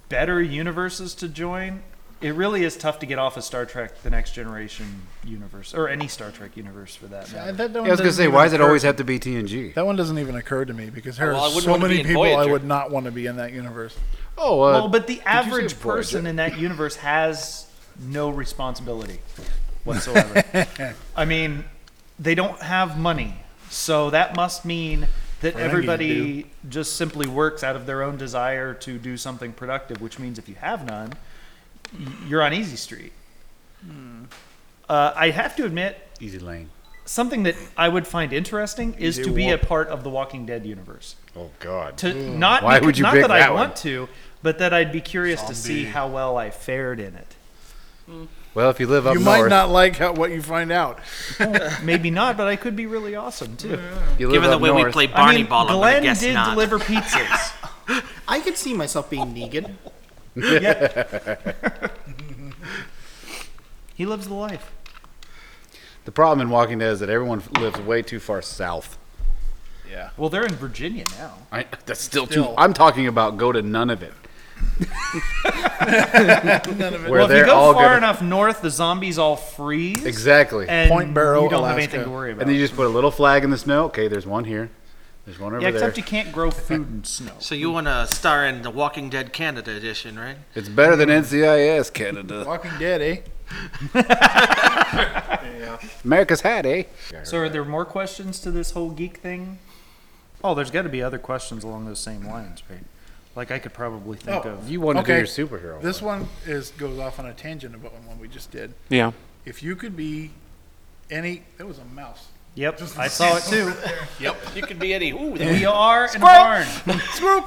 Speaker 5: better universes to join. It really is tough to get off of Star Trek: The Next Generation universe, or any Star Trek universe for that matter.
Speaker 4: Uh, that one
Speaker 1: Yeah, I was gonna
Speaker 4: doesn't
Speaker 1: say,
Speaker 4: even
Speaker 1: why does it
Speaker 4: occur-
Speaker 1: always have to be TNG?
Speaker 4: That one doesn't even occur to me because there
Speaker 7: Well, I
Speaker 4: are
Speaker 7: wouldn't
Speaker 4: so
Speaker 7: want to be
Speaker 4: many
Speaker 7: in
Speaker 4: people I
Speaker 7: Voyager.
Speaker 4: would not want to be in that universe.
Speaker 1: Oh,
Speaker 5: Well,
Speaker 1: uh,
Speaker 5: but the
Speaker 1: say
Speaker 5: average person
Speaker 1: Voyager?
Speaker 5: in that universe has no responsibility whatsoever. I mean, they don't have money, so that must mean that everybody just simply works out of their own desire to do something productive. Which means if you have none, y- you're on easy street. Uh, I have to admit,
Speaker 1: easy lane.
Speaker 5: something that I would find interesting is to be a part of the Walking Dead universe
Speaker 1: Oh God.
Speaker 5: to not
Speaker 1: Why
Speaker 5: becau-
Speaker 1: would you
Speaker 5: not
Speaker 1: pick
Speaker 5: that, I
Speaker 1: that one?
Speaker 5: want to, but that I'd be curious to see how well I fared in it.
Speaker 1: Well, if you live up
Speaker 4: you might
Speaker 1: north,
Speaker 4: not like how, what you find out.
Speaker 5: Maybe not, but I could be really awesome too.
Speaker 1: you live
Speaker 8: Given the
Speaker 1: up
Speaker 8: way we
Speaker 1: north.
Speaker 8: play
Speaker 5: I
Speaker 8: Barney
Speaker 5: mean,
Speaker 8: Ball, I'm going to
Speaker 5: Glenn
Speaker 8: guess
Speaker 5: did
Speaker 8: not.
Speaker 5: deliver pizzas.
Speaker 6: I could see myself being Negan.
Speaker 5: he lives the life.
Speaker 1: The problem in Walking Dead is that everyone lives way too far south.
Speaker 5: Well, they're in Virginia now.
Speaker 1: I, that's still, too. I'm talking about go to none of it. Where
Speaker 5: well, if you
Speaker 1: they're
Speaker 5: go
Speaker 1: all
Speaker 5: far
Speaker 1: gonna-
Speaker 5: enough north, the zombies all freeze.
Speaker 1: exactly.
Speaker 5: And
Speaker 4: Point Barrow,
Speaker 5: you don't have
Speaker 4: Alaska.
Speaker 5: anything to worry about.
Speaker 1: And then you just put a little flag in the snow. Okay, there's one here. There's one over
Speaker 5: Yeah,
Speaker 1: there.
Speaker 5: except you can't grow food in snow.
Speaker 8: So you want to star in the Walking Dead Canada edition, right?
Speaker 1: It's better than NCIS Canada.
Speaker 4: Walking Dead, eh?
Speaker 1: America's hat, eh?
Speaker 5: So are there more questions to this whole geek thing? Oh, there's got to be other questions along those same lines, right? Like I could probably think
Speaker 4: Oh.
Speaker 5: of.
Speaker 1: you want to
Speaker 4: Okay.
Speaker 1: do your superhero?
Speaker 4: This one is goes off on a tangent about one we just did.
Speaker 8: Yeah.
Speaker 4: If you could be any, that was a mouse.
Speaker 5: Yep, I saw it too.
Speaker 3: You could be any. Ooh,
Speaker 5: We are in a barn.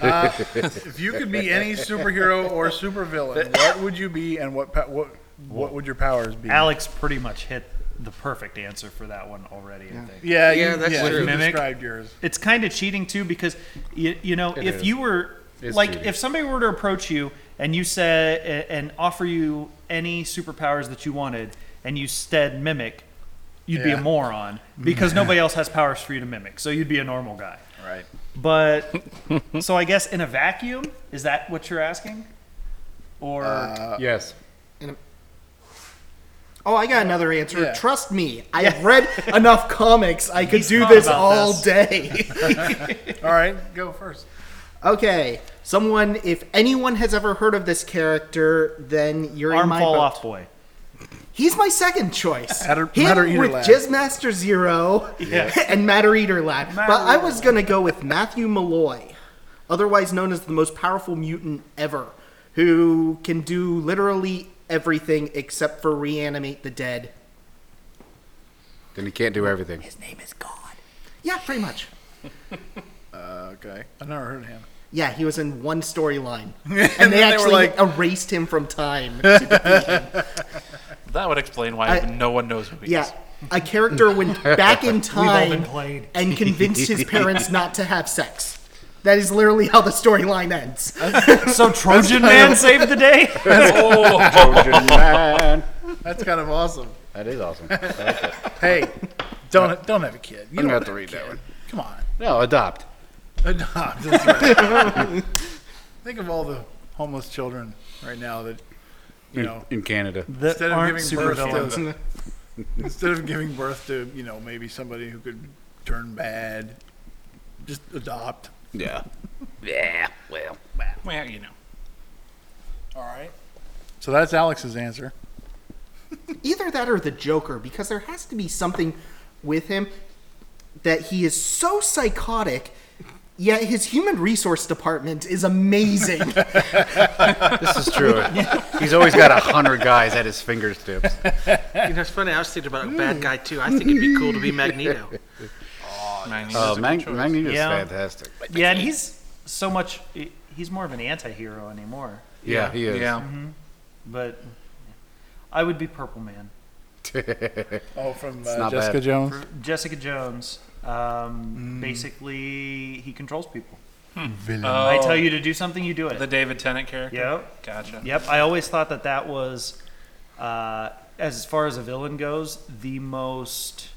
Speaker 4: Uh, If you could be any superhero or supervillain, what would you be, and what pa- what what would your powers be?
Speaker 5: Alex pretty much hit the perfect answer for that one already. I think
Speaker 4: Yeah,
Speaker 8: Yeah,
Speaker 4: you,
Speaker 8: that's
Speaker 4: yeah,
Speaker 8: true.
Speaker 4: you
Speaker 5: Mimic.
Speaker 4: described yours.
Speaker 5: it's kind of cheating too because you, you know if you were
Speaker 1: It's
Speaker 5: like
Speaker 1: cheating.
Speaker 5: if somebody were to approach you and you said a- and offer you any superpowers that you wanted and you said mimic, you'd be
Speaker 4: Yeah. Mm-hmm.
Speaker 5: a moron because nobody else has powers for you to mimic, so you'd be a normal guy.
Speaker 4: Right.
Speaker 5: But so I guess in a vacuum, is that what you're asking? Or
Speaker 4: uh,
Speaker 1: yes.
Speaker 6: Oh, I got another answer.
Speaker 4: Yeah.
Speaker 6: Trust me, I have read enough comics. I could do this
Speaker 5: about
Speaker 6: all
Speaker 5: this.
Speaker 6: day.
Speaker 4: All right, go first.
Speaker 6: okay, someone. If anyone has ever heard of this character, then you're in
Speaker 5: arm
Speaker 6: my
Speaker 5: fall
Speaker 6: boat.
Speaker 5: off boy?
Speaker 6: He's my second choice.
Speaker 4: Matter-
Speaker 6: Him
Speaker 4: Matter Eater
Speaker 6: with
Speaker 4: Lad.
Speaker 6: Jizz Master Zero and Matter Eater Lad. but I was gonna go with Matthew Malloy, otherwise known as the most powerful mutant ever, who can do literally everything except for reanimate the dead.
Speaker 1: Then you can't do everything.
Speaker 6: His name is God. Yeah, pretty much.
Speaker 4: Okay, I've never heard of him.
Speaker 6: Yeah, he was in one storyline, and,
Speaker 4: then
Speaker 6: they
Speaker 4: they were
Speaker 6: actually
Speaker 4: like-
Speaker 6: erased him from time. to defeat him.
Speaker 9: That would explain why
Speaker 6: I-
Speaker 9: no one knows who he
Speaker 6: yeah,
Speaker 9: is.
Speaker 6: a character went back in
Speaker 5: We've all
Speaker 6: time
Speaker 5: been played.
Speaker 6: and convinced his parents not to have sex. That is literally how the storyline ends.
Speaker 5: So Trojan man saved the day.
Speaker 1: Trojan man.
Speaker 4: That's kind of awesome.
Speaker 1: Oh. That is awesome.
Speaker 4: Hey, don't don't have a kid. You
Speaker 1: I'm
Speaker 4: don't
Speaker 1: gonna have to
Speaker 4: a
Speaker 1: read that
Speaker 4: kid.
Speaker 1: one.
Speaker 4: Come on,
Speaker 1: No, adopt.
Speaker 4: adopt. That's Ah, right. Think of all the homeless children right now that you know.
Speaker 1: In Canada.
Speaker 5: That
Speaker 4: Instead of
Speaker 5: aren't
Speaker 4: giving birth
Speaker 5: supervillains.
Speaker 4: to, instead of giving birth to you know maybe somebody who could turn bad, just adopt.
Speaker 1: Yeah. Yeah. Well.
Speaker 9: Well, you know.
Speaker 4: All right. So that's Alex's answer.
Speaker 6: Either that or the Joker, because there has to be something with him that he is so psychotic. Yet his human resource department is amazing.
Speaker 1: This is true. He's always got a hundred guys at his fingertips.
Speaker 8: You know, it's funny. I was thinking about a bad guy too. I think it'd be cool to be Magneto.
Speaker 9: Magneto's a
Speaker 1: Uh,
Speaker 9: good
Speaker 1: Mag-
Speaker 9: choice.
Speaker 1: Magneto's
Speaker 5: Yeah.
Speaker 1: fantastic.
Speaker 5: Yeah, and he's so much. He's more of an anti-hero anymore.
Speaker 1: Yeah, he is.
Speaker 9: Yeah.
Speaker 5: But I would be Purple Man.
Speaker 4: Oh, from
Speaker 1: not
Speaker 4: uh, Jessica
Speaker 1: bad.
Speaker 4: Jones. Mm.
Speaker 5: Jessica Jones. Um, Basically, he controls people.
Speaker 4: Hmm.
Speaker 9: Oh,
Speaker 5: I tell you to do something, you do it.
Speaker 9: the David Tennant character.
Speaker 5: Yep.
Speaker 9: Gotcha.
Speaker 5: Yep. I always thought that that was, uh, as far as a villain goes, the most,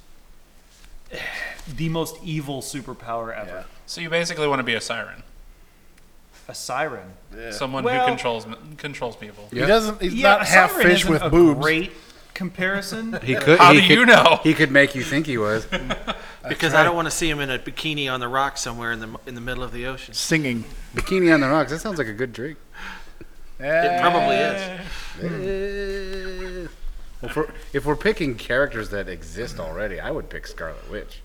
Speaker 5: the most evil superpower ever.
Speaker 9: So you basically want to be a siren,
Speaker 5: A siren.
Speaker 9: someone
Speaker 5: Well-
Speaker 9: who controls controls people.
Speaker 4: He doesn't. He's not
Speaker 5: a
Speaker 4: half
Speaker 5: siren
Speaker 4: fish
Speaker 5: isn't
Speaker 4: with
Speaker 5: a
Speaker 4: boobs.
Speaker 5: Great comparison.
Speaker 1: He could.
Speaker 9: How
Speaker 1: he
Speaker 9: do
Speaker 1: could,
Speaker 9: you know?
Speaker 1: He could make you think he was.
Speaker 8: Because I don't want to see him in a bikini on the rock somewhere in the in the middle of the ocean.
Speaker 4: Singing.
Speaker 1: Bikini on the rocks. That sounds like a good drink.
Speaker 8: It probably is.
Speaker 5: Eh.
Speaker 1: Well, for, if we're picking characters that exist already, I would pick Scarlet Witch.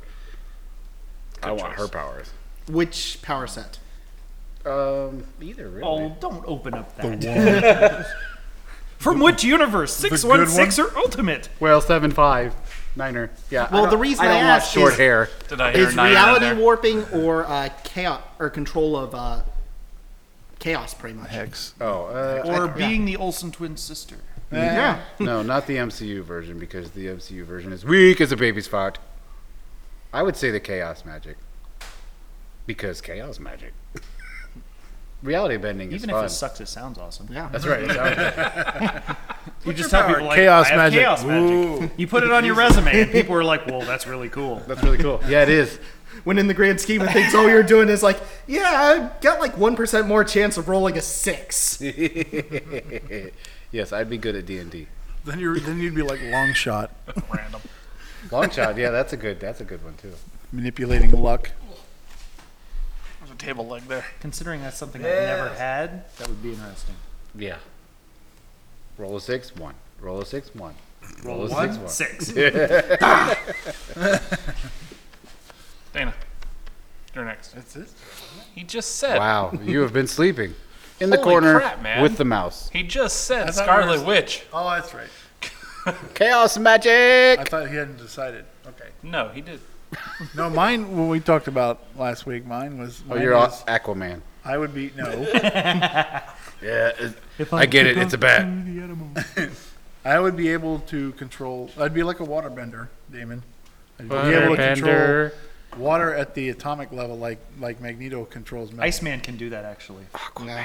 Speaker 1: I want her powers.
Speaker 6: Which power set?
Speaker 1: Um, either really.
Speaker 5: Oh, don't open up that. From which universe? Six one
Speaker 4: good
Speaker 5: six or ultimate?
Speaker 1: Well, seven five, niner. Yeah.
Speaker 6: Well,
Speaker 1: I
Speaker 6: the
Speaker 1: don't-
Speaker 6: reason
Speaker 1: I
Speaker 6: I
Speaker 1: don't want
Speaker 6: ask
Speaker 1: short
Speaker 6: is-
Speaker 1: hair.
Speaker 9: Did I hear
Speaker 6: Is
Speaker 9: nine in
Speaker 6: reality
Speaker 9: there?
Speaker 6: warping or uh, chaos or control of uh, chaos, pretty much?
Speaker 1: Oh, uh,
Speaker 5: Or being the Olsen twin sister?
Speaker 6: Yeah.
Speaker 1: no, not the MCU version because the MCU version is weak as a baby's fart. I would say the chaos magic because chaos magic. Reality bending
Speaker 5: Even
Speaker 1: is
Speaker 5: if
Speaker 1: fun.
Speaker 5: it sucks, it sounds awesome.
Speaker 6: Yeah.
Speaker 1: That's right. it sounds good.
Speaker 5: You just tell people like
Speaker 4: Chaos
Speaker 5: I have
Speaker 4: magic.
Speaker 5: chaos magic. You put it on your resume, and people are like, "Whoa, that's really cool."
Speaker 1: That's really cool. Yeah, it is.
Speaker 6: When in the grand scheme of things, all you're doing is like, yeah, I got like one percent more chance of rolling a six.
Speaker 1: yes, I'd be good at D and D.
Speaker 4: Then you then you'd be like long shot.
Speaker 9: Random.
Speaker 1: Long shot. Yeah, that's a good. That's a good one too.
Speaker 4: manipulating luck.
Speaker 3: There's a table leg there.
Speaker 5: Considering that's something I've never had, that would be interesting.
Speaker 1: Yeah. Roll a six, one. Roll a six, one. Roll, a six, one.
Speaker 5: Six.
Speaker 9: Dana, you're next.
Speaker 4: That's it.
Speaker 9: He just said.
Speaker 1: Wow, you have been sleeping in the
Speaker 9: Holy
Speaker 1: corner
Speaker 9: crap, man.
Speaker 1: with the mouse.
Speaker 9: He just said
Speaker 4: thought we were
Speaker 9: Scarlet
Speaker 4: s-
Speaker 9: Witch.
Speaker 4: Oh, that's right.
Speaker 1: Chaos
Speaker 4: I
Speaker 1: magic.
Speaker 4: thought he hadn't decided. Okay.
Speaker 9: No, he did.
Speaker 4: No, mine. What we talked about last week. Mine was.
Speaker 1: Oh,
Speaker 4: mine
Speaker 1: you're all
Speaker 4: was,
Speaker 1: Aquaman.
Speaker 4: I would be no.
Speaker 1: Yeah, I get it. It's a bat.
Speaker 4: I would be able to control. I'd be like a waterbender, Damon. I'd be able to control water at the atomic level, like like Magneto controls metal.
Speaker 5: Iceman can do that actually.
Speaker 1: Oh,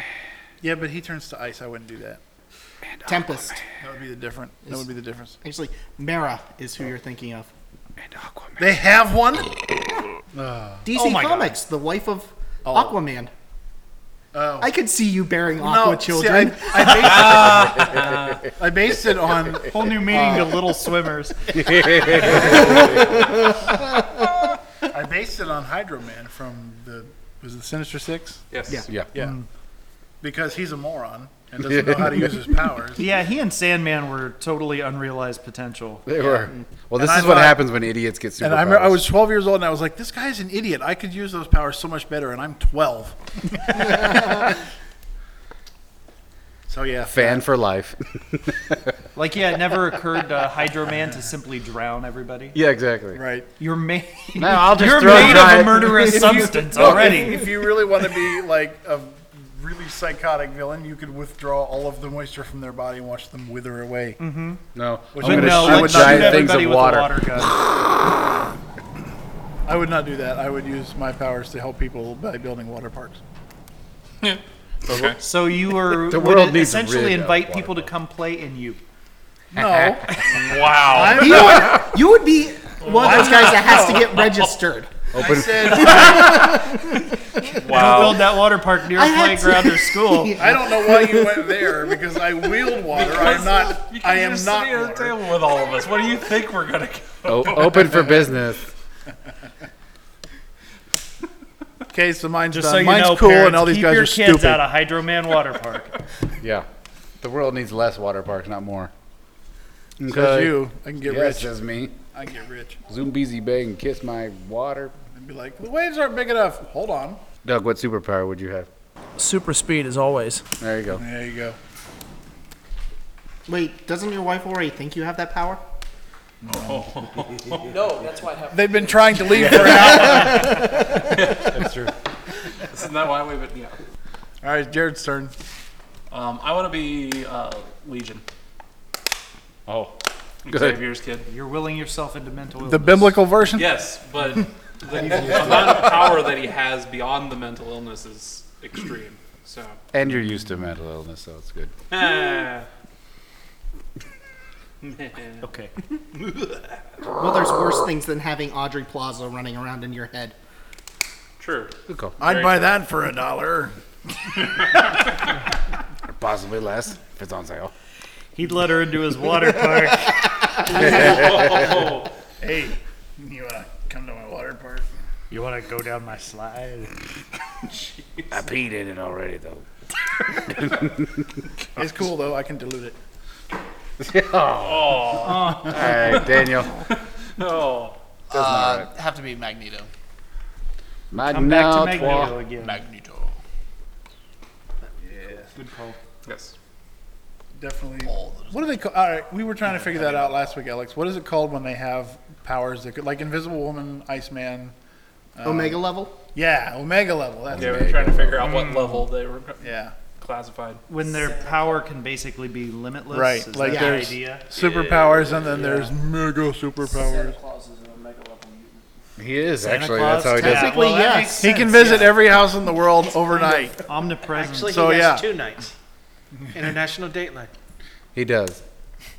Speaker 4: Yeah, but he turns to ice. I wouldn't do that.
Speaker 6: Tempest.
Speaker 4: That would be the different. That would be the difference.
Speaker 6: Actually, Mara is who you're thinking of.
Speaker 4: They have one.
Speaker 6: DC
Speaker 5: my God.
Speaker 6: Comics, the wife of Aquaman.
Speaker 4: Oh.
Speaker 6: I could see you bearing Aqua
Speaker 4: see,
Speaker 6: children.
Speaker 4: I, I, based it, I based it on Uh,
Speaker 5: Whole new meaning to Little Swimmers.
Speaker 4: I based it on Hydro Man from the was it the Sinister Six
Speaker 9: Yes.
Speaker 6: Yeah.
Speaker 1: Yeah. Mm.
Speaker 4: Yeah. because he's a moron and doesn't know how to use his powers.
Speaker 5: Yeah, he and Sandman were totally unrealized potential.
Speaker 1: They were. Well, this
Speaker 4: And I
Speaker 1: is what
Speaker 4: thought-
Speaker 1: happens when idiots get superpowers.
Speaker 4: And I, remember, I was 12 years old, and I was like, "This guy's an idiot. I could use those powers so much better." And I'm 12. so yeah,
Speaker 1: fan for life.
Speaker 5: Like, yeah, it never occurred to Hydro Man to simply drown everybody.
Speaker 1: yeah, exactly.
Speaker 4: right.
Speaker 5: You're made.
Speaker 1: No, I'll just
Speaker 5: You're
Speaker 1: throw
Speaker 5: made of
Speaker 1: dry-
Speaker 5: a murderous substance already.
Speaker 4: If you really want to be like a really psychotic villain, you could withdraww all of the moisture from their body and watch them wither away.
Speaker 5: Mm-hmm.
Speaker 1: No, I'm
Speaker 4: But
Speaker 1: gonna
Speaker 4: no,
Speaker 1: shoot
Speaker 4: I would not
Speaker 1: giant
Speaker 4: do that.
Speaker 1: things of water.
Speaker 5: gun.
Speaker 4: I would not do that. I would use my powers to help people by building water parks.
Speaker 9: Okay.
Speaker 5: So you were
Speaker 1: The
Speaker 5: would
Speaker 1: world
Speaker 5: it
Speaker 1: needs
Speaker 5: essentially
Speaker 1: rid of
Speaker 5: invite
Speaker 1: water
Speaker 5: people to come play in you.
Speaker 4: No,
Speaker 9: Wow.
Speaker 6: You would, you would be one of those guys that has to get registered.
Speaker 1: Open.
Speaker 5: Build that water park near a
Speaker 6: I had to-
Speaker 5: playground or school.
Speaker 4: I don't know why you went there because I wield water. I'm not. I am not.
Speaker 9: sitting at the
Speaker 4: Water.
Speaker 9: table with all of us. What do you think we're gonna?
Speaker 1: o- open for business.
Speaker 4: Okay, so mine's
Speaker 5: Just
Speaker 4: done.
Speaker 5: so you
Speaker 4: mine's
Speaker 5: know,
Speaker 4: cool,
Speaker 5: parents,
Speaker 4: and all these
Speaker 5: keep
Speaker 4: guys
Speaker 5: your
Speaker 4: are
Speaker 5: kids
Speaker 4: stupid.
Speaker 5: out of Hydro Man water park.
Speaker 1: Yeah, the world needs less water parks, not more.
Speaker 4: Because you, I can get
Speaker 1: yes,
Speaker 4: rich.
Speaker 1: says me.
Speaker 4: I can get rich.
Speaker 1: Zumbizi Bay and kiss my water.
Speaker 4: And be like, the waves aren't big enough. Hold on.
Speaker 1: Doug, what superpower would you have?
Speaker 10: Super speed as always.
Speaker 1: There you go.
Speaker 4: There you go.
Speaker 6: Wait, doesn't your wife already think you have that power?
Speaker 10: No, that's why I have.
Speaker 4: They've been trying to leave for hours.
Speaker 9: Isn't that why we? But yeah.
Speaker 4: All right, Jared's turn.
Speaker 9: Um, I want to be uh, Legion. Oh,
Speaker 1: Good.
Speaker 9: Xavier's kid.
Speaker 5: You're willing yourself into mental illness.
Speaker 4: The biblical version.
Speaker 9: Yes, but the amount of power that he has beyond the mental illness is extreme. So.
Speaker 1: And you're used to mental illness, so it's good.
Speaker 9: Ah.
Speaker 5: Okay.
Speaker 6: Well, there's worse things than having Audrey Plaza running around in your head.
Speaker 9: True.
Speaker 1: Good call.
Speaker 4: I'd buy that for a dollar.
Speaker 1: Possibly less if it's on sale.
Speaker 5: He'd let her into his water park.
Speaker 9: Oh,
Speaker 4: Hey, you wanna come to my water park?
Speaker 5: You want to go down my slide?
Speaker 1: I peed in it already, though.
Speaker 4: It's cool though. I can dilute it.
Speaker 1: All right, Daniel.
Speaker 9: no.
Speaker 3: Uh, Have to be Magneto.
Speaker 1: My
Speaker 5: I'm back
Speaker 1: now
Speaker 5: to Magneto again.
Speaker 3: Magneto.
Speaker 9: Yes.
Speaker 4: Definitely. What are they called? All right, we were trying to figure that out last week, Alex. What is it called when they have powers that could, like Invisible Woman, Iceman? um,
Speaker 6: Omega level?
Speaker 4: Yeah, Omega level. That's
Speaker 9: Yeah,
Speaker 4: yeah.
Speaker 9: we were trying to figure out what level they were
Speaker 4: yeah.
Speaker 9: classified.
Speaker 5: Mm. When their power can basically be limitless.
Speaker 4: Right,
Speaker 5: Is
Speaker 4: like
Speaker 5: that
Speaker 4: there's-
Speaker 5: the idea?
Speaker 4: Superpowers, and then there's mega superpowers.
Speaker 1: He is, actually.
Speaker 5: Claus?
Speaker 1: That's how he does
Speaker 5: Yeah,
Speaker 1: it.
Speaker 5: well,
Speaker 6: Technically,
Speaker 5: that
Speaker 6: yes.
Speaker 4: He can visit every house in the world overnight.
Speaker 5: Omnipresent.
Speaker 8: Actually,
Speaker 4: So,
Speaker 8: he has
Speaker 4: yeah.
Speaker 8: two nights. International date night.
Speaker 1: He does.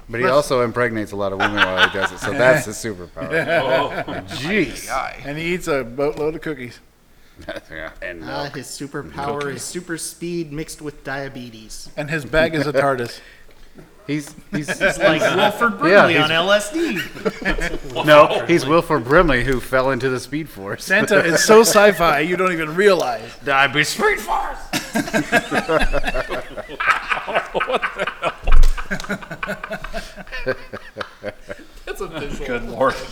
Speaker 1: But he also impregnates a lot of women while he does it, so that's his superpower.
Speaker 9: Oh,
Speaker 1: Jeez.
Speaker 3: Guy.
Speaker 4: And he eats a boatload of cookies.
Speaker 1: yeah, and
Speaker 6: Uh,
Speaker 1: milk.
Speaker 6: his superpower is super speed mixed with diabetes.
Speaker 4: And his bag is a TARDIS.
Speaker 1: He's he's,
Speaker 5: It's like Wilford Brimley on LSD.
Speaker 1: no, he's Wilford Brimley who fell into the Speed Force.
Speaker 4: Santa is so sci-fi you don't even realize.
Speaker 1: I be Speed
Speaker 4: Force.
Speaker 9: what the hell? That's a visual. Good lord.
Speaker 2: Oh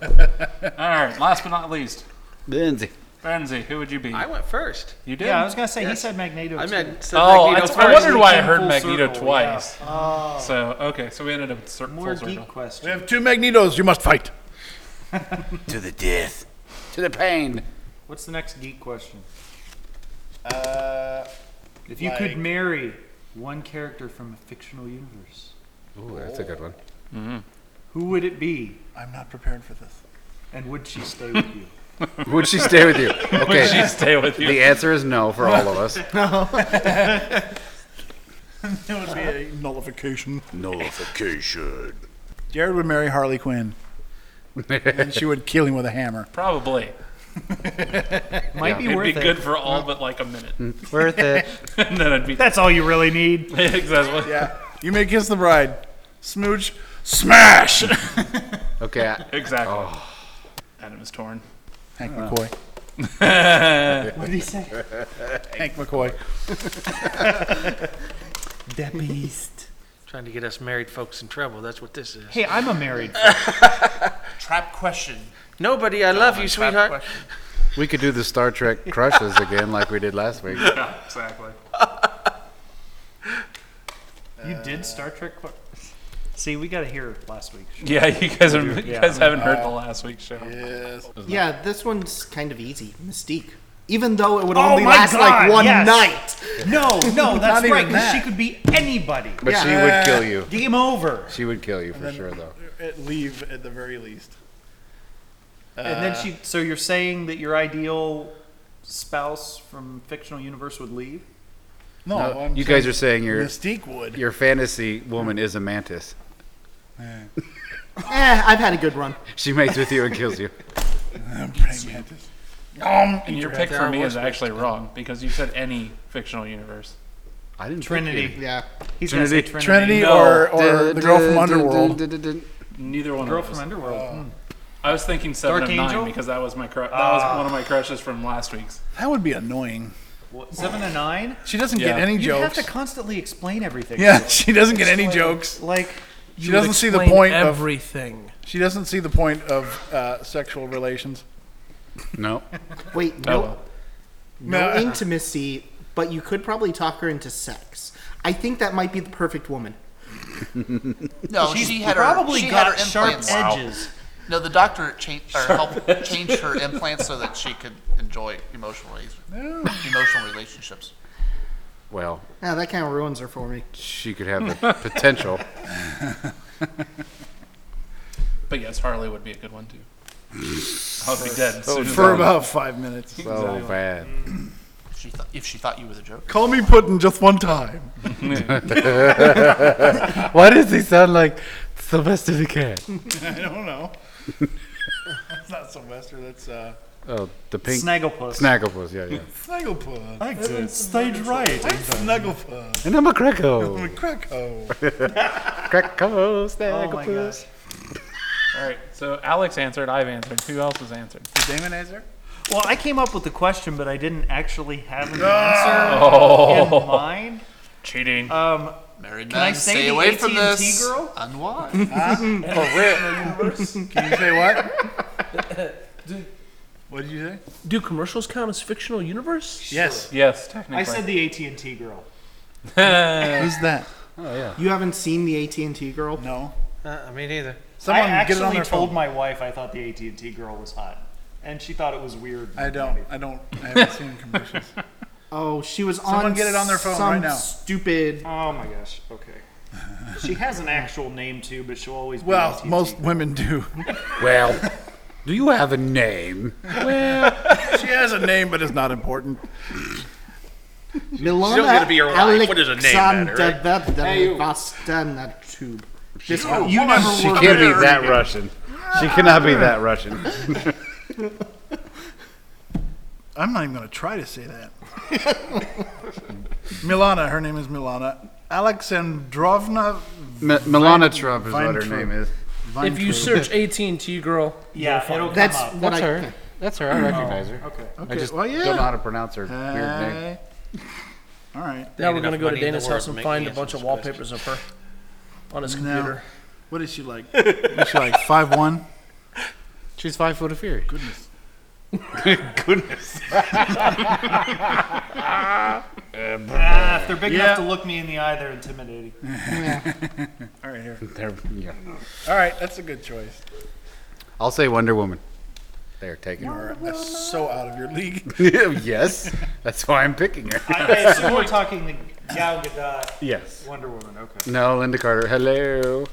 Speaker 2: my gosh. All right, last but not least.
Speaker 1: Lindsay.
Speaker 2: Benzie, who would you be?
Speaker 8: I went first.
Speaker 2: You did?
Speaker 5: Yeah, I was gonna say he said Magneto.
Speaker 8: I
Speaker 5: too.
Speaker 8: meant said
Speaker 2: Oh,
Speaker 8: Magneto
Speaker 2: that's- I
Speaker 8: first.
Speaker 2: wondered why I
Speaker 8: Came
Speaker 2: heard
Speaker 8: full
Speaker 2: Magneto
Speaker 8: circle,
Speaker 2: twice.
Speaker 8: yeah.
Speaker 5: Oh.
Speaker 2: So okay, so we ended up with cir-
Speaker 5: More
Speaker 2: full circle.
Speaker 5: geek question.
Speaker 4: We have two Magnetos. You must fight.
Speaker 1: to the death. To the pain.
Speaker 5: What's the next geek question? Uh, if you
Speaker 4: like-
Speaker 5: could marry one character from a fictional universe,
Speaker 1: Ooh, that's a good one.
Speaker 2: Mm-hmm.
Speaker 5: who would it be,
Speaker 4: I'm not prepared for this.
Speaker 5: and would she stay with you?
Speaker 1: Would she stay with you? Okay.
Speaker 9: she stay with you?
Speaker 1: The answer is no for all of us.
Speaker 4: That would be a nullification.
Speaker 1: Nullification.
Speaker 4: Jared would marry Harley Quinn, and she would kill him with a hammer.
Speaker 9: Probably.
Speaker 5: Might be
Speaker 9: It'd
Speaker 5: worth
Speaker 9: be
Speaker 5: it.
Speaker 9: good for all but like a minute.
Speaker 6: Worth it.
Speaker 9: and then I'd be
Speaker 5: That's all you really need.
Speaker 9: exactly.
Speaker 4: Yeah, you may kiss the bride, smooch, smash.
Speaker 1: Okay. I- Oh.
Speaker 9: Exactly. Adam is torn.
Speaker 4: Hank McCoy.
Speaker 5: What did he say?
Speaker 4: Hank McCoy.
Speaker 5: The beast.
Speaker 8: Trying to get us married folks in trouble. That's what this is.
Speaker 5: Hey, I'm a married.
Speaker 3: Trap question.
Speaker 8: Nobody, I love you, sweetheart.
Speaker 1: We could do the Star Trek crushes again like we did last week.
Speaker 9: Exactly.
Speaker 5: you
Speaker 8: Uh,
Speaker 5: did Star Trek. qu- See, we got to hear last week.
Speaker 9: Yeah, you guys are, you
Speaker 5: Yeah.
Speaker 9: guys haven't
Speaker 8: Uh,
Speaker 9: heard the last week's show.
Speaker 4: Yes.
Speaker 6: Yeah, this one's kind of easy. Mystique. Even though it would
Speaker 5: Oh
Speaker 6: only
Speaker 5: my
Speaker 6: last like
Speaker 5: God,
Speaker 6: one
Speaker 5: yes.
Speaker 6: night.
Speaker 5: No, no, that's
Speaker 4: even
Speaker 5: right. 'cause
Speaker 4: that.
Speaker 5: she could be anybody.
Speaker 1: But she would kill you.
Speaker 5: Game over.
Speaker 1: She would kill you for sure, though.
Speaker 4: At leave at the very least. Uh,
Speaker 5: and then she. So you're saying that your ideal spouse from fictional universe would leave?
Speaker 4: No,
Speaker 1: No,
Speaker 4: Oh, I'm
Speaker 1: you guys
Speaker 4: saying
Speaker 1: are saying your
Speaker 4: Mystique would.
Speaker 1: your fantasy woman is a mantis.
Speaker 6: Eh, I've had a good run.
Speaker 1: She mates with you and kills you.
Speaker 9: Um, And your pick for me is actually wrong because you said any fictional universe.
Speaker 1: I didn't. pick
Speaker 5: Trinity.
Speaker 6: Yeah.
Speaker 5: He's gonna say Trinity.
Speaker 4: Trinity
Speaker 9: No.
Speaker 4: or,
Speaker 1: you.
Speaker 4: or the girl from Underworld.
Speaker 9: Neither one
Speaker 5: Girl
Speaker 9: of those. Uh,
Speaker 5: from Underworld. Hmm.
Speaker 9: I was thinking Seven
Speaker 5: Dark
Speaker 9: of Nine
Speaker 5: Angel? Ah.
Speaker 9: because that was my cru- that was one of my crushes from last week's.
Speaker 4: That would be annoying.
Speaker 5: What, seven and nine.
Speaker 4: She doesn't
Speaker 9: Yeah.
Speaker 4: get any
Speaker 5: You have
Speaker 4: jokes.
Speaker 5: to constantly explain everything.
Speaker 4: yeah, she doesn't get any jokes.
Speaker 5: Like
Speaker 4: She doesn't see the
Speaker 10: Explain
Speaker 4: point of
Speaker 10: everything.
Speaker 4: she doesn't see the point of uh, sexual relations.
Speaker 1: No.
Speaker 6: Wait,
Speaker 9: Oh,
Speaker 6: no,
Speaker 9: well.
Speaker 6: no
Speaker 4: No.
Speaker 6: intimacy, but you could probably talk her into sex. I think that might be the perfect woman.
Speaker 3: No,
Speaker 5: she's
Speaker 3: she had
Speaker 5: probably
Speaker 3: her, she
Speaker 5: got
Speaker 3: had her
Speaker 5: sharp
Speaker 3: implants.
Speaker 5: edges.
Speaker 3: No, the doctor changed or helped change her implants so that she could enjoy emotional rela- emotional relationships.
Speaker 1: Well,
Speaker 6: Yeah, that kind of ruins her for me.
Speaker 1: she could have the potential.
Speaker 9: But yes, Harley would be a good one too. I would be dead as
Speaker 1: Oh,
Speaker 9: soon as
Speaker 4: For
Speaker 9: I-
Speaker 4: about five minutes.
Speaker 1: So bad.
Speaker 3: If she, th- if she thought you were the joke.
Speaker 4: Call me Putin just one time.
Speaker 1: Why does he sound like Sylvester the Cat?
Speaker 4: I don't know. that's not Sylvester. That's uh,
Speaker 1: Oh, the pink
Speaker 5: Snagglepuss.
Speaker 1: Snagglepuss. Yeah, yeah.
Speaker 4: Snagglepuss.
Speaker 5: Stage right.
Speaker 4: Snagglepuss.
Speaker 1: and I'm a Greco.
Speaker 4: Uh, I'm a Krakow.
Speaker 1: Oh. Greco
Speaker 5: Oh my
Speaker 1: Snagglepuss.
Speaker 5: gosh.
Speaker 9: All right, so Alex answered. I've answered. Who else has answered?
Speaker 4: Damon Azer?
Speaker 5: Well, I came up with the question, but I didn't actually have an
Speaker 4: Ah.
Speaker 5: answer
Speaker 1: Oh.
Speaker 5: in mind.
Speaker 9: Cheating.
Speaker 5: Um,
Speaker 3: Married
Speaker 5: Can
Speaker 3: men,
Speaker 5: I say
Speaker 3: stay
Speaker 5: the
Speaker 3: away from
Speaker 5: AT&T
Speaker 3: this.
Speaker 5: girl?
Speaker 3: Unwise.
Speaker 4: Can you say what? what did you say?
Speaker 10: Do commercials count as fictional universe?
Speaker 4: Yes.
Speaker 9: yes, technically.
Speaker 5: I said the AT and T girl.
Speaker 4: Who's that?
Speaker 6: You haven't seen the AT and T girl?
Speaker 4: No.
Speaker 8: Uh, me neither.
Speaker 4: Someone
Speaker 5: I
Speaker 4: get it on
Speaker 5: actually
Speaker 4: their
Speaker 5: told
Speaker 4: phone.
Speaker 5: my wife I thought the AT and T girl was hot, and she thought it was weird.
Speaker 4: I don't. I don't. I haven't seen commercials.
Speaker 6: Oh, she was
Speaker 4: Someone
Speaker 6: on.
Speaker 4: get it on their phone
Speaker 6: some
Speaker 4: right now.
Speaker 6: Stupid.
Speaker 5: Oh my gosh. Okay. she has an actual name too, but she'll always be
Speaker 4: Well,
Speaker 5: AT&T.
Speaker 4: most women do.
Speaker 1: Well, do you have a name?
Speaker 4: She has a name, but it's not important.
Speaker 6: Milana
Speaker 7: still gonna be your wife. What does a name matter, right?
Speaker 6: Alexander This one,
Speaker 4: You never
Speaker 1: She can't be that Russian. She cannot be that Russian.
Speaker 4: I'm not even going to try to say that. Milana. Her name is Milana Alexandrovna
Speaker 1: M- Milana Trump is what her
Speaker 4: Weintraub.
Speaker 1: name is.
Speaker 10: If you
Speaker 4: Weintraub.
Speaker 10: search AT&T girl,
Speaker 5: Yeah, it'll come
Speaker 6: That's
Speaker 5: up.
Speaker 6: what I-
Speaker 1: That's her. That's her. I recognize her.
Speaker 5: Okay.
Speaker 1: I
Speaker 4: Okay,
Speaker 1: just
Speaker 4: well,
Speaker 1: don't know how
Speaker 4: yeah.
Speaker 1: to pronounce her weird name.
Speaker 4: Hey. All right.
Speaker 10: now
Speaker 8: Ain't
Speaker 10: we're gonna
Speaker 8: enough
Speaker 10: go to
Speaker 8: money in the
Speaker 10: Dana's
Speaker 8: world
Speaker 10: house
Speaker 8: to
Speaker 10: and
Speaker 8: make
Speaker 10: find
Speaker 8: me
Speaker 10: a bunch
Speaker 8: answer
Speaker 10: of
Speaker 8: this
Speaker 10: wallpapers of her on his
Speaker 4: No.
Speaker 10: computer.
Speaker 4: What is she like? is she like five one?
Speaker 1: She's five foot of fury.
Speaker 4: Goodness.
Speaker 5: Ah, if they're big
Speaker 4: Yeah.
Speaker 5: enough to look me in the eye, they're intimidating.
Speaker 4: All right, here.
Speaker 1: There, yeah.
Speaker 4: All right, that's a good choice.
Speaker 1: I'll say Wonder Woman. There, take
Speaker 4: All right, that's so out of your league.
Speaker 1: it. yes, that's why I'm picking her.
Speaker 5: I, I assume we're talking the Gal Gadot
Speaker 1: Yes.
Speaker 5: Wonder Woman. Okay.
Speaker 1: No, Linda Carter. Hello,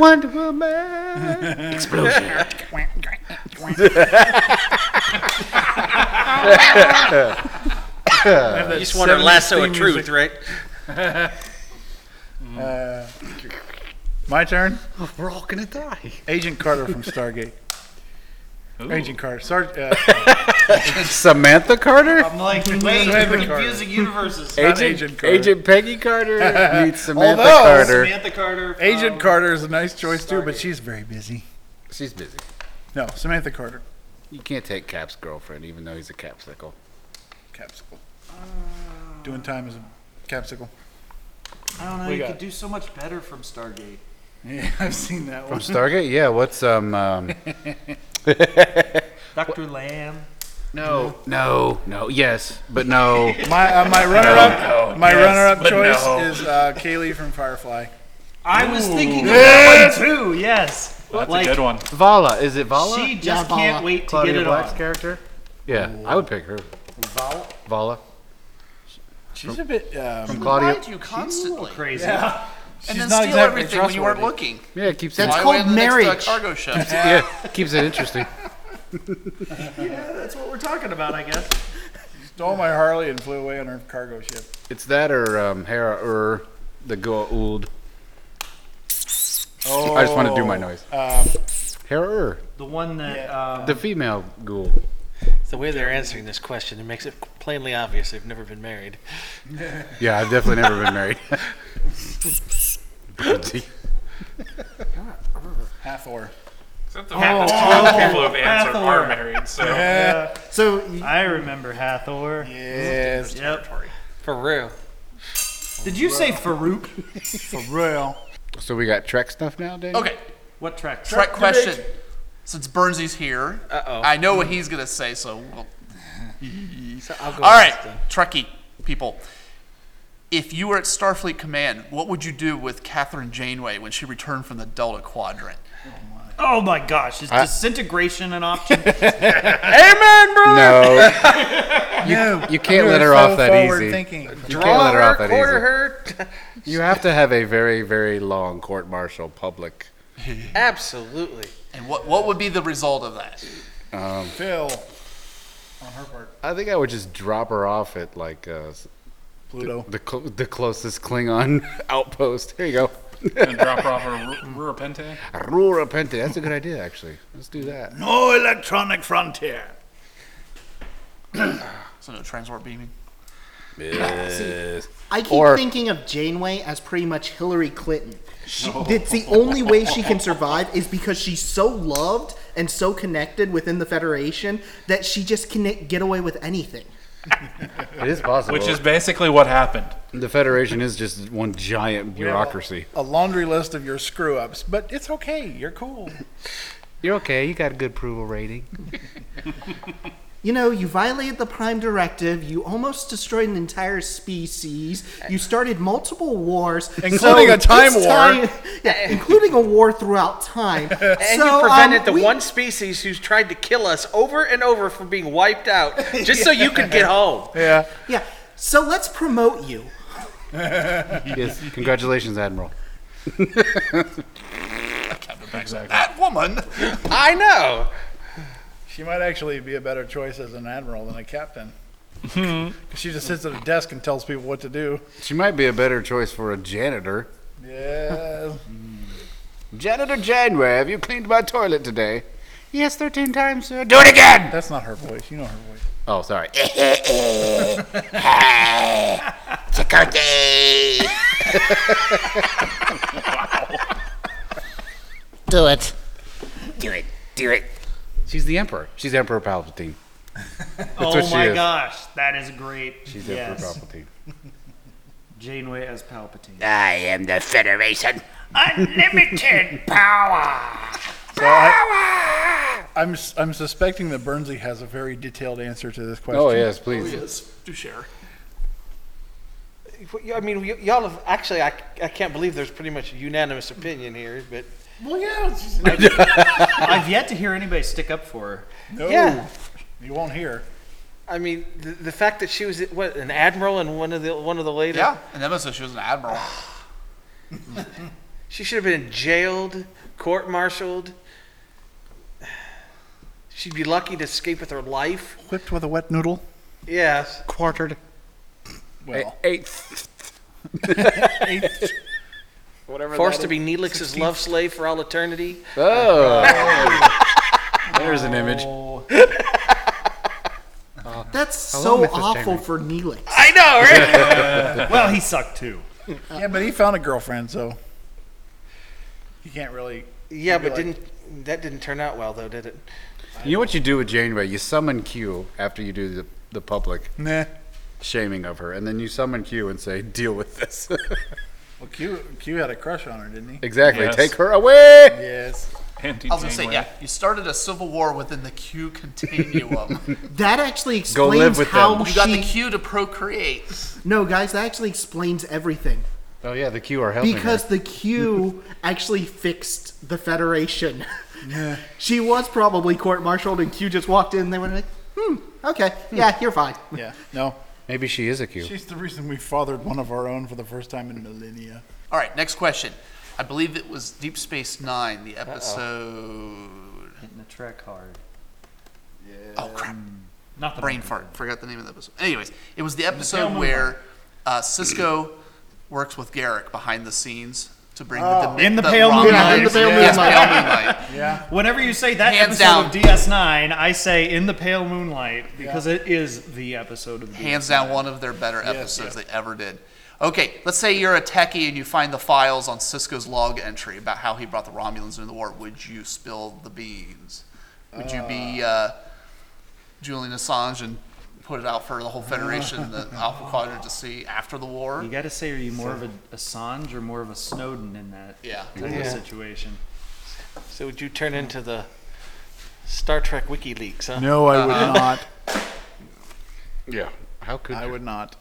Speaker 1: Wonder Woman.
Speaker 7: You just want to lasso of truth, right?
Speaker 4: Uh, my turn.
Speaker 1: Oh, We're all gonna die.
Speaker 4: Agent Carter from Stargate. Agent Carter. Sarge, uh,
Speaker 1: Samantha Carter.
Speaker 5: I'm like, wait, you're
Speaker 4: Samantha Carter.
Speaker 5: confusing universes.
Speaker 4: not Agent Carter.
Speaker 1: Agent Peggy Carter meets Samantha
Speaker 4: Although-
Speaker 1: Carter.
Speaker 5: Oh, Samantha Carter. from-
Speaker 4: Agent Carter is a nice choice too, but she's very busy.
Speaker 1: She's busy.
Speaker 4: No, Samantha Carter.
Speaker 1: You can't take Cap's girlfriend, even though he's a capsicle.
Speaker 4: Capsicle. Doing time as a capsicle.
Speaker 5: I don't know.
Speaker 4: We
Speaker 5: You
Speaker 4: got-
Speaker 5: could do so much better from Stargate.
Speaker 4: Yeah, I've seen that
Speaker 1: From
Speaker 4: one.
Speaker 1: Stargate, yeah. What's um, um
Speaker 5: Dr. Lamb.
Speaker 1: no, no, no, yes, but no.
Speaker 4: My uh, my runner up, my
Speaker 1: Yes,
Speaker 4: runner up
Speaker 1: but
Speaker 4: choice
Speaker 1: no.
Speaker 4: is uh, Kaylee from Firefly.
Speaker 5: I was thinking of that one too. Yes.
Speaker 9: That's
Speaker 5: like,
Speaker 9: a good one.
Speaker 1: Vala, is it Vala?
Speaker 5: She just
Speaker 6: Yeah, Vala.
Speaker 5: can't wait to
Speaker 1: Claudia
Speaker 5: get it
Speaker 1: Black's
Speaker 5: on.
Speaker 1: character. Yeah, I would pick her. Vala. Vala
Speaker 4: She's a bit. Um,
Speaker 1: from Claudia.
Speaker 3: Lied to you constantly,
Speaker 5: Crazy.
Speaker 4: she's
Speaker 3: and then
Speaker 4: not
Speaker 3: steal
Speaker 4: exactly
Speaker 3: everything when you weren't
Speaker 4: trustworthy.
Speaker 3: looking.
Speaker 1: Yeah, keeps it.
Speaker 6: That's
Speaker 3: Fly
Speaker 6: called
Speaker 3: away on the next, uh,
Speaker 6: marriage.
Speaker 3: cargo ship.
Speaker 1: Yeah, keeps it interesting.
Speaker 5: Yeah, that's what we're talking about, I guess.
Speaker 4: Stole my Harley and flew away on her cargo ship.
Speaker 1: It's that or um, Hera or the Goa'uld.
Speaker 4: Oh,
Speaker 1: I just want to do my noise.
Speaker 4: Um,
Speaker 1: Hera or
Speaker 5: The one that um,
Speaker 1: the female ghoul.
Speaker 8: The way they're answering this question, it makes it plainly obvious they've never been married.
Speaker 1: Yeah, I've definitely never been married. Brody.
Speaker 4: Hathor.
Speaker 9: Except the fact that two other people who've answered
Speaker 5: Hathor.
Speaker 9: are married, so
Speaker 4: Yeah.
Speaker 6: So
Speaker 5: I remember Hathor.
Speaker 4: Yes.
Speaker 5: Yep.
Speaker 8: For real.
Speaker 5: Did you say Farouk?
Speaker 4: For real.
Speaker 1: So we got Trek stuff now, Dave?
Speaker 3: Okay,
Speaker 5: What track?
Speaker 3: Trek question. Since Burnsy's here,
Speaker 1: Oh.
Speaker 8: Uh-oh.
Speaker 3: I know what he's gonna say. So, we'll,
Speaker 8: So I'll go
Speaker 3: all right,
Speaker 8: next then.
Speaker 3: Trekkie people, if you were at Starfleet Command, what would you do with Catherine Janeway when she returned from the Delta Quadrant?
Speaker 5: Oh my gosh, is disintegration an option?
Speaker 1: No,
Speaker 4: No.
Speaker 1: you can't let her off that easy.
Speaker 4: Thinking.
Speaker 1: You can't let her off that
Speaker 8: quarter
Speaker 1: easy.
Speaker 8: her.
Speaker 1: You have to have a very, very long court martial public.
Speaker 8: Absolutely.
Speaker 3: And what what would be the result of that?
Speaker 4: Phil. On her
Speaker 1: um,
Speaker 4: part.
Speaker 1: I think I would just drop her off at like uh, s-
Speaker 4: Pluto.
Speaker 1: the cl- the closest Klingon outpost. Here you go.
Speaker 9: and drop her off a Ru- Rurapente.
Speaker 1: Aurora Pente. That's a good idea, actually. Let's do that.
Speaker 4: No electronic frontier.
Speaker 3: So no transport beaming.
Speaker 6: I keep
Speaker 1: Or-
Speaker 6: thinking of Janeway as pretty much Hillary Clinton. She, That's the only way she can survive is because she's so loved and so connected within the Federation that she just can get away with anything.
Speaker 1: It is possible.
Speaker 9: Which is basically what happened.
Speaker 1: the Federation is just one giant bureaucracy.
Speaker 4: A laundry list of your screw ups, but it's okay. You're cool.
Speaker 1: You're okay. You got a good approval rating.
Speaker 6: You know, you violated the Prime Directive. You almost destroyed an entire species. You started multiple wars,
Speaker 4: Including a time
Speaker 6: it's yeah, including a war throughout time.
Speaker 8: Eh. And
Speaker 6: So,
Speaker 8: you prevented
Speaker 6: um,
Speaker 8: the
Speaker 6: we-
Speaker 8: one species who's tried to kill us over and over from being wiped out just so you could get home.
Speaker 4: Yeah.
Speaker 6: Yeah. So let's promote you.
Speaker 1: yes. Congratulations, Admiral.
Speaker 3: That woman.
Speaker 8: I know.
Speaker 4: She might actually be a better choice as an admiral than a captain. 'Cause she just sits at a desk and tells people what to do.
Speaker 1: She might be a better choice for a janitor. Hmm.
Speaker 4: Yeah.
Speaker 1: Janitor Janeway, have you cleaned my toilet today? Yes, 13 times, sir. Do it again!
Speaker 4: That's not her voice. You know her voice.
Speaker 1: Oh, sorry. Do it. Do it. Do it. She's the emperor. She's Emperor Palpatine. That's
Speaker 5: oh
Speaker 1: she
Speaker 5: my
Speaker 1: is.
Speaker 5: gosh, that is great.
Speaker 1: She's
Speaker 5: yes.
Speaker 1: Emperor Palpatine.
Speaker 5: Janeway as Palpatine.
Speaker 1: I am the Federation.
Speaker 5: Unlimited power.
Speaker 4: So I, I'm s- I'm suspecting that Burnsley has a very detailed answer to this question.
Speaker 1: Oh yes, please.
Speaker 3: Yes, do share.
Speaker 8: I mean, y- y'all have actually. I, I can't believe there's pretty much unanimous opinion here, but
Speaker 4: Well, yeah. It's just,
Speaker 5: I've yet to hear anybody stick up for her.
Speaker 4: no,
Speaker 8: Yeah.
Speaker 4: you won't hear.
Speaker 8: I mean, the, the fact that she was what an admiral and one of the one of the later.
Speaker 3: Yeah, and Emma said she was an admiral.
Speaker 8: She should have been jailed, court-martialed. She'd be lucky to escape with her life.
Speaker 4: Whipped with a wet noodle.
Speaker 8: Yes.
Speaker 3: Quartered.
Speaker 4: Well,
Speaker 1: Eighth. Whatever.
Speaker 8: Forced to be Neelix's love slave for all eternity.
Speaker 1: Oh. There's an image.
Speaker 9: Uh,
Speaker 6: That's
Speaker 1: Hello,
Speaker 6: so
Speaker 1: Mrs.
Speaker 6: awful
Speaker 1: Chamberlain.
Speaker 6: for Neelix.
Speaker 8: I know, right?
Speaker 5: Well, he sucked too.
Speaker 4: yeah, but he found a girlfriend, so he can't really.
Speaker 8: Yeah,
Speaker 4: You'd be
Speaker 8: but
Speaker 4: like-
Speaker 8: didn't that didn't turn out well though, did it?
Speaker 1: You know what you do with Janeway? You summon Q after you do the, the public
Speaker 4: Nah.
Speaker 1: shaming of her, and then you summon Q and say, "Deal with this."
Speaker 4: Well, Q Q had a crush on her, didn't he?
Speaker 1: exactly.
Speaker 9: Yes.
Speaker 1: Take her away.
Speaker 4: Yes.
Speaker 9: Anti
Speaker 3: I was gonna say, yeah, you started a civil war within the Q continuum.
Speaker 6: That actually explains
Speaker 1: Go live with
Speaker 6: how
Speaker 1: them.
Speaker 3: you got the
Speaker 6: she.
Speaker 3: Q to procreate.
Speaker 6: no, guys, that actually explains everything
Speaker 1: Oh yeah, the Q are helping.
Speaker 6: because the Q actually fixed the Federation. she was probably court-martialed, and Q just walked in. and They were like, "Hmm, okay, yeah, you're fine."
Speaker 4: Yeah. No.
Speaker 1: her. maybe she is a Q.
Speaker 4: She's the reason we fathered one of our own for the first time in millennia.
Speaker 3: All right, next question. I believe it was Deep Space Nine, the episode.
Speaker 5: Hitting the track hard.
Speaker 3: Oh crap!
Speaker 5: Not the
Speaker 3: Brain fart. Forgot the name of the episode. Anyways, it was the episode where uh, Cisco works with Garrick behind the scenes to bring the demi-
Speaker 5: Oh. In the pale
Speaker 3: rocket-
Speaker 5: moonlight. Yeah, in the
Speaker 6: pale
Speaker 3: Yes,
Speaker 6: moonlight.
Speaker 3: pale moonlight.
Speaker 5: Whenever you say that
Speaker 3: Hands
Speaker 5: episode
Speaker 3: down.
Speaker 5: of DS9, I say in the pale moonlight because it is the episode of the
Speaker 3: Hands down, one of their better episodes they ever did. Okay, let's say you're a techie and you find the files on Cisco's log entry about how he brought the Romulans into the war. Would you spill the beans? Would you be uh, Julian Assange and put it out for the whole Federation, the Alpha Quadrant to see after the war?
Speaker 5: You got to say, are you more of a Assange or more of a Snowden in that
Speaker 3: Yeah.
Speaker 5: type of situation?
Speaker 8: So would you turn into the Star Trek WikiLeaks, huh?
Speaker 4: No, I would
Speaker 11: Uh-huh. Uh-uh.
Speaker 4: not.
Speaker 1: Yeah. How could
Speaker 4: I
Speaker 1: you?
Speaker 4: would not.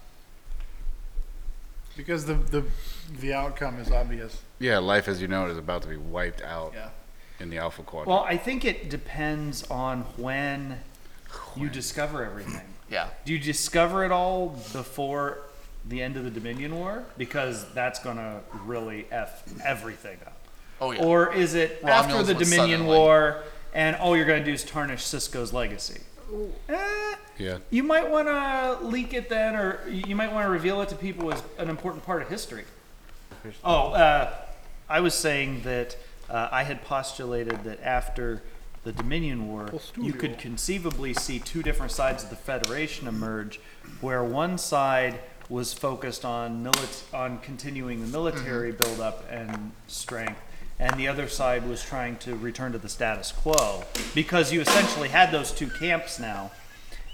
Speaker 4: Because the the the outcome is obvious.
Speaker 1: Yeah, life as you know it is about to be wiped out
Speaker 4: Yeah.
Speaker 1: in the Alpha Quadrant.
Speaker 5: Well, I think it depends on when you discover everything.
Speaker 3: Yeah.
Speaker 5: Do you discover it all before the end of the Dominion War? Because that's going to really F everything up.
Speaker 3: Oh, yeah.
Speaker 5: Or is it
Speaker 3: Romulans
Speaker 5: after the
Speaker 3: would
Speaker 5: Dominion
Speaker 3: suddenly-
Speaker 5: War and all you're going to do is tarnish Cisco's legacy? Eh,
Speaker 1: yeah.
Speaker 5: you might want to leak it then, or you might want to reveal it to people as an important part of history. Oh, uh, I was saying that uh, I had postulated that after the Dominion War, you could conceivably see two different sides of the Federation emerge, where one side was focused on milit- on continuing the military buildup and strength, and the other side was trying to return to the status quo, because you essentially had those two camps now.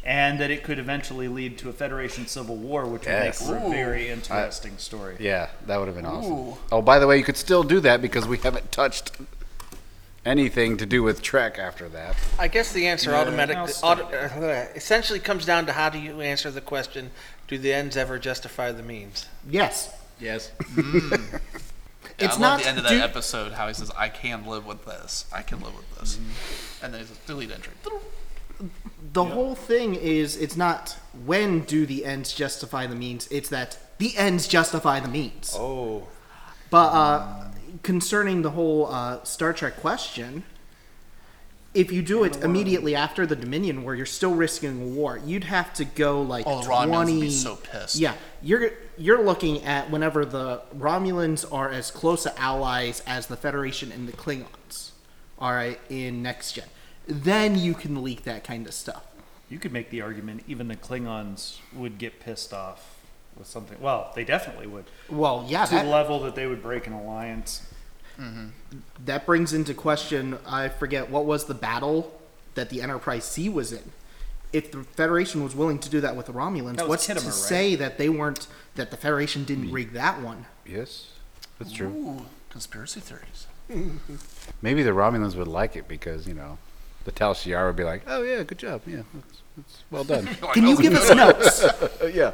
Speaker 5: And that it could eventually lead to a Federation civil war, which
Speaker 1: Yes.
Speaker 5: would make for a very interesting story.
Speaker 1: Yeah, that would have been awesome.
Speaker 3: Ooh.
Speaker 1: Oh, by the way, you could still do that because we haven't touched anything to do with Trek after that.
Speaker 8: I guess the answer automatic
Speaker 5: I'll
Speaker 8: auto, uh, essentially comes down to how do you answer the question, do the ends ever justify the means?
Speaker 6: Yes,
Speaker 1: Yes.
Speaker 3: Yeah,
Speaker 6: It's
Speaker 3: Hmm. I love
Speaker 6: not-
Speaker 3: the end of that
Speaker 6: do-
Speaker 3: episode how he says, "I can live with this. I can live with this,"
Speaker 6: Mm-hmm.
Speaker 3: and then he says, "Delete entry."
Speaker 6: the whole thing is it's not when do the ends justify the means; it's that the ends justify the means.
Speaker 8: Oh.
Speaker 6: But uh, concerning the whole uh, Star Trek question, if you do it immediately after the Dominion War, you're still risking a war. You'd have to go like
Speaker 3: Oh, the Romulans would
Speaker 6: twenty.
Speaker 3: be so pissed.
Speaker 6: Yeah, you're you're looking at whenever the Romulans are as close to allies as the Federation and the Klingons. All right, in next gen, then you can leak that kind of stuff.
Speaker 5: You could make the argument even the Klingons would get pissed off with something. Well, they definitely would.
Speaker 6: Well, yeah,
Speaker 5: to the
Speaker 6: that- Mm-hmm.
Speaker 5: level that they would break an alliance.
Speaker 6: that brings into question i forget what was the battle that the enterprise c was in if the federation was willing to do that with the romulans
Speaker 5: That was
Speaker 6: what's
Speaker 5: Kittimer,
Speaker 6: to
Speaker 5: right?
Speaker 6: say that they weren't that the federation didn't rig that one
Speaker 1: Yes, that's true.
Speaker 3: Ooh, conspiracy theories.
Speaker 1: Maybe the Romulans would like it because you know, the Tal Shiar would be like, "Oh yeah, good job. Yeah, that's, that's well done.
Speaker 6: can you give us notes
Speaker 1: yeah,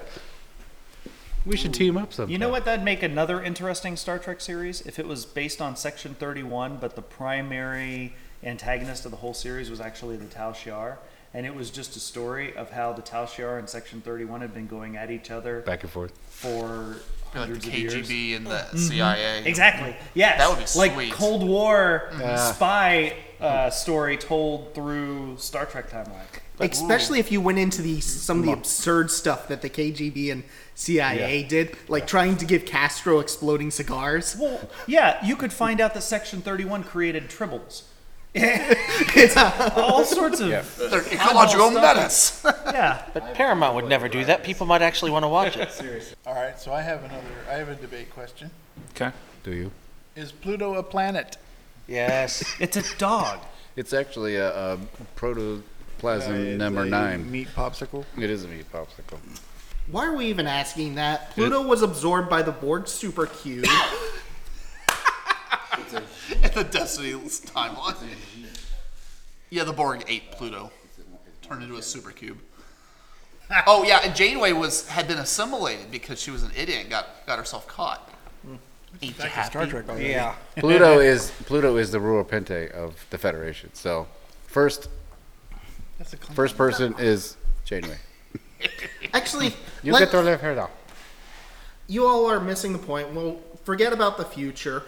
Speaker 1: we should team up sometime."
Speaker 5: You know what? That'd make another interesting Star Trek series if it was based on Section 31, but the primary antagonist of the whole series was actually the Tal Shiar, and it was just a story of how the Tal Shiar and Section 31 had been going at each other
Speaker 1: Back and forth.
Speaker 5: for
Speaker 3: Be like the
Speaker 5: hundreds of years. Mm-hmm.
Speaker 3: KGB and the CIA.
Speaker 5: Exactly. Yes.
Speaker 3: That would be
Speaker 5: like
Speaker 3: sweet.
Speaker 5: Cold War
Speaker 1: Yeah.
Speaker 5: spy uh, story told through Star Trek timeline.
Speaker 6: especially if you went into the some of the absurd stuff that the kgb and cia did like trying to give castro exploding cigars
Speaker 5: Well, yeah, you could find out that Section 31 created tribbles. All sorts of
Speaker 3: They're ecological menace.
Speaker 5: yeah.
Speaker 8: But Paramount would never do that. People might actually want to watch it.
Speaker 4: All right, so I have another. I have a debate question.
Speaker 9: Okay.
Speaker 1: Do you?
Speaker 4: Is Pluto a planet?
Speaker 8: Yes.
Speaker 5: It's a dog.
Speaker 1: It's actually a, a protoplasm
Speaker 4: It's
Speaker 1: number
Speaker 4: a
Speaker 1: nine.
Speaker 4: Meat popsicle.
Speaker 1: It is a meat popsicle.
Speaker 6: why are we even asking that pluto was absorbed by the borg supercube
Speaker 3: At the Destiny timeline. Yeah, the Borg ate Pluto, turned into a supercube. Oh yeah, and Janeway was had been assimilated because she was an idiot and got, got herself caught. Ain't you happy?
Speaker 4: Hmm. Star Trek. Already.
Speaker 8: Yeah.
Speaker 1: Pluto is Pluto is the ruler pente of the Federation. So, first
Speaker 4: That's a clump.
Speaker 1: first person is Janeway.
Speaker 6: actually
Speaker 1: You
Speaker 6: let-
Speaker 1: get to live here now.
Speaker 6: you all are missing the point. Well, forget about the future.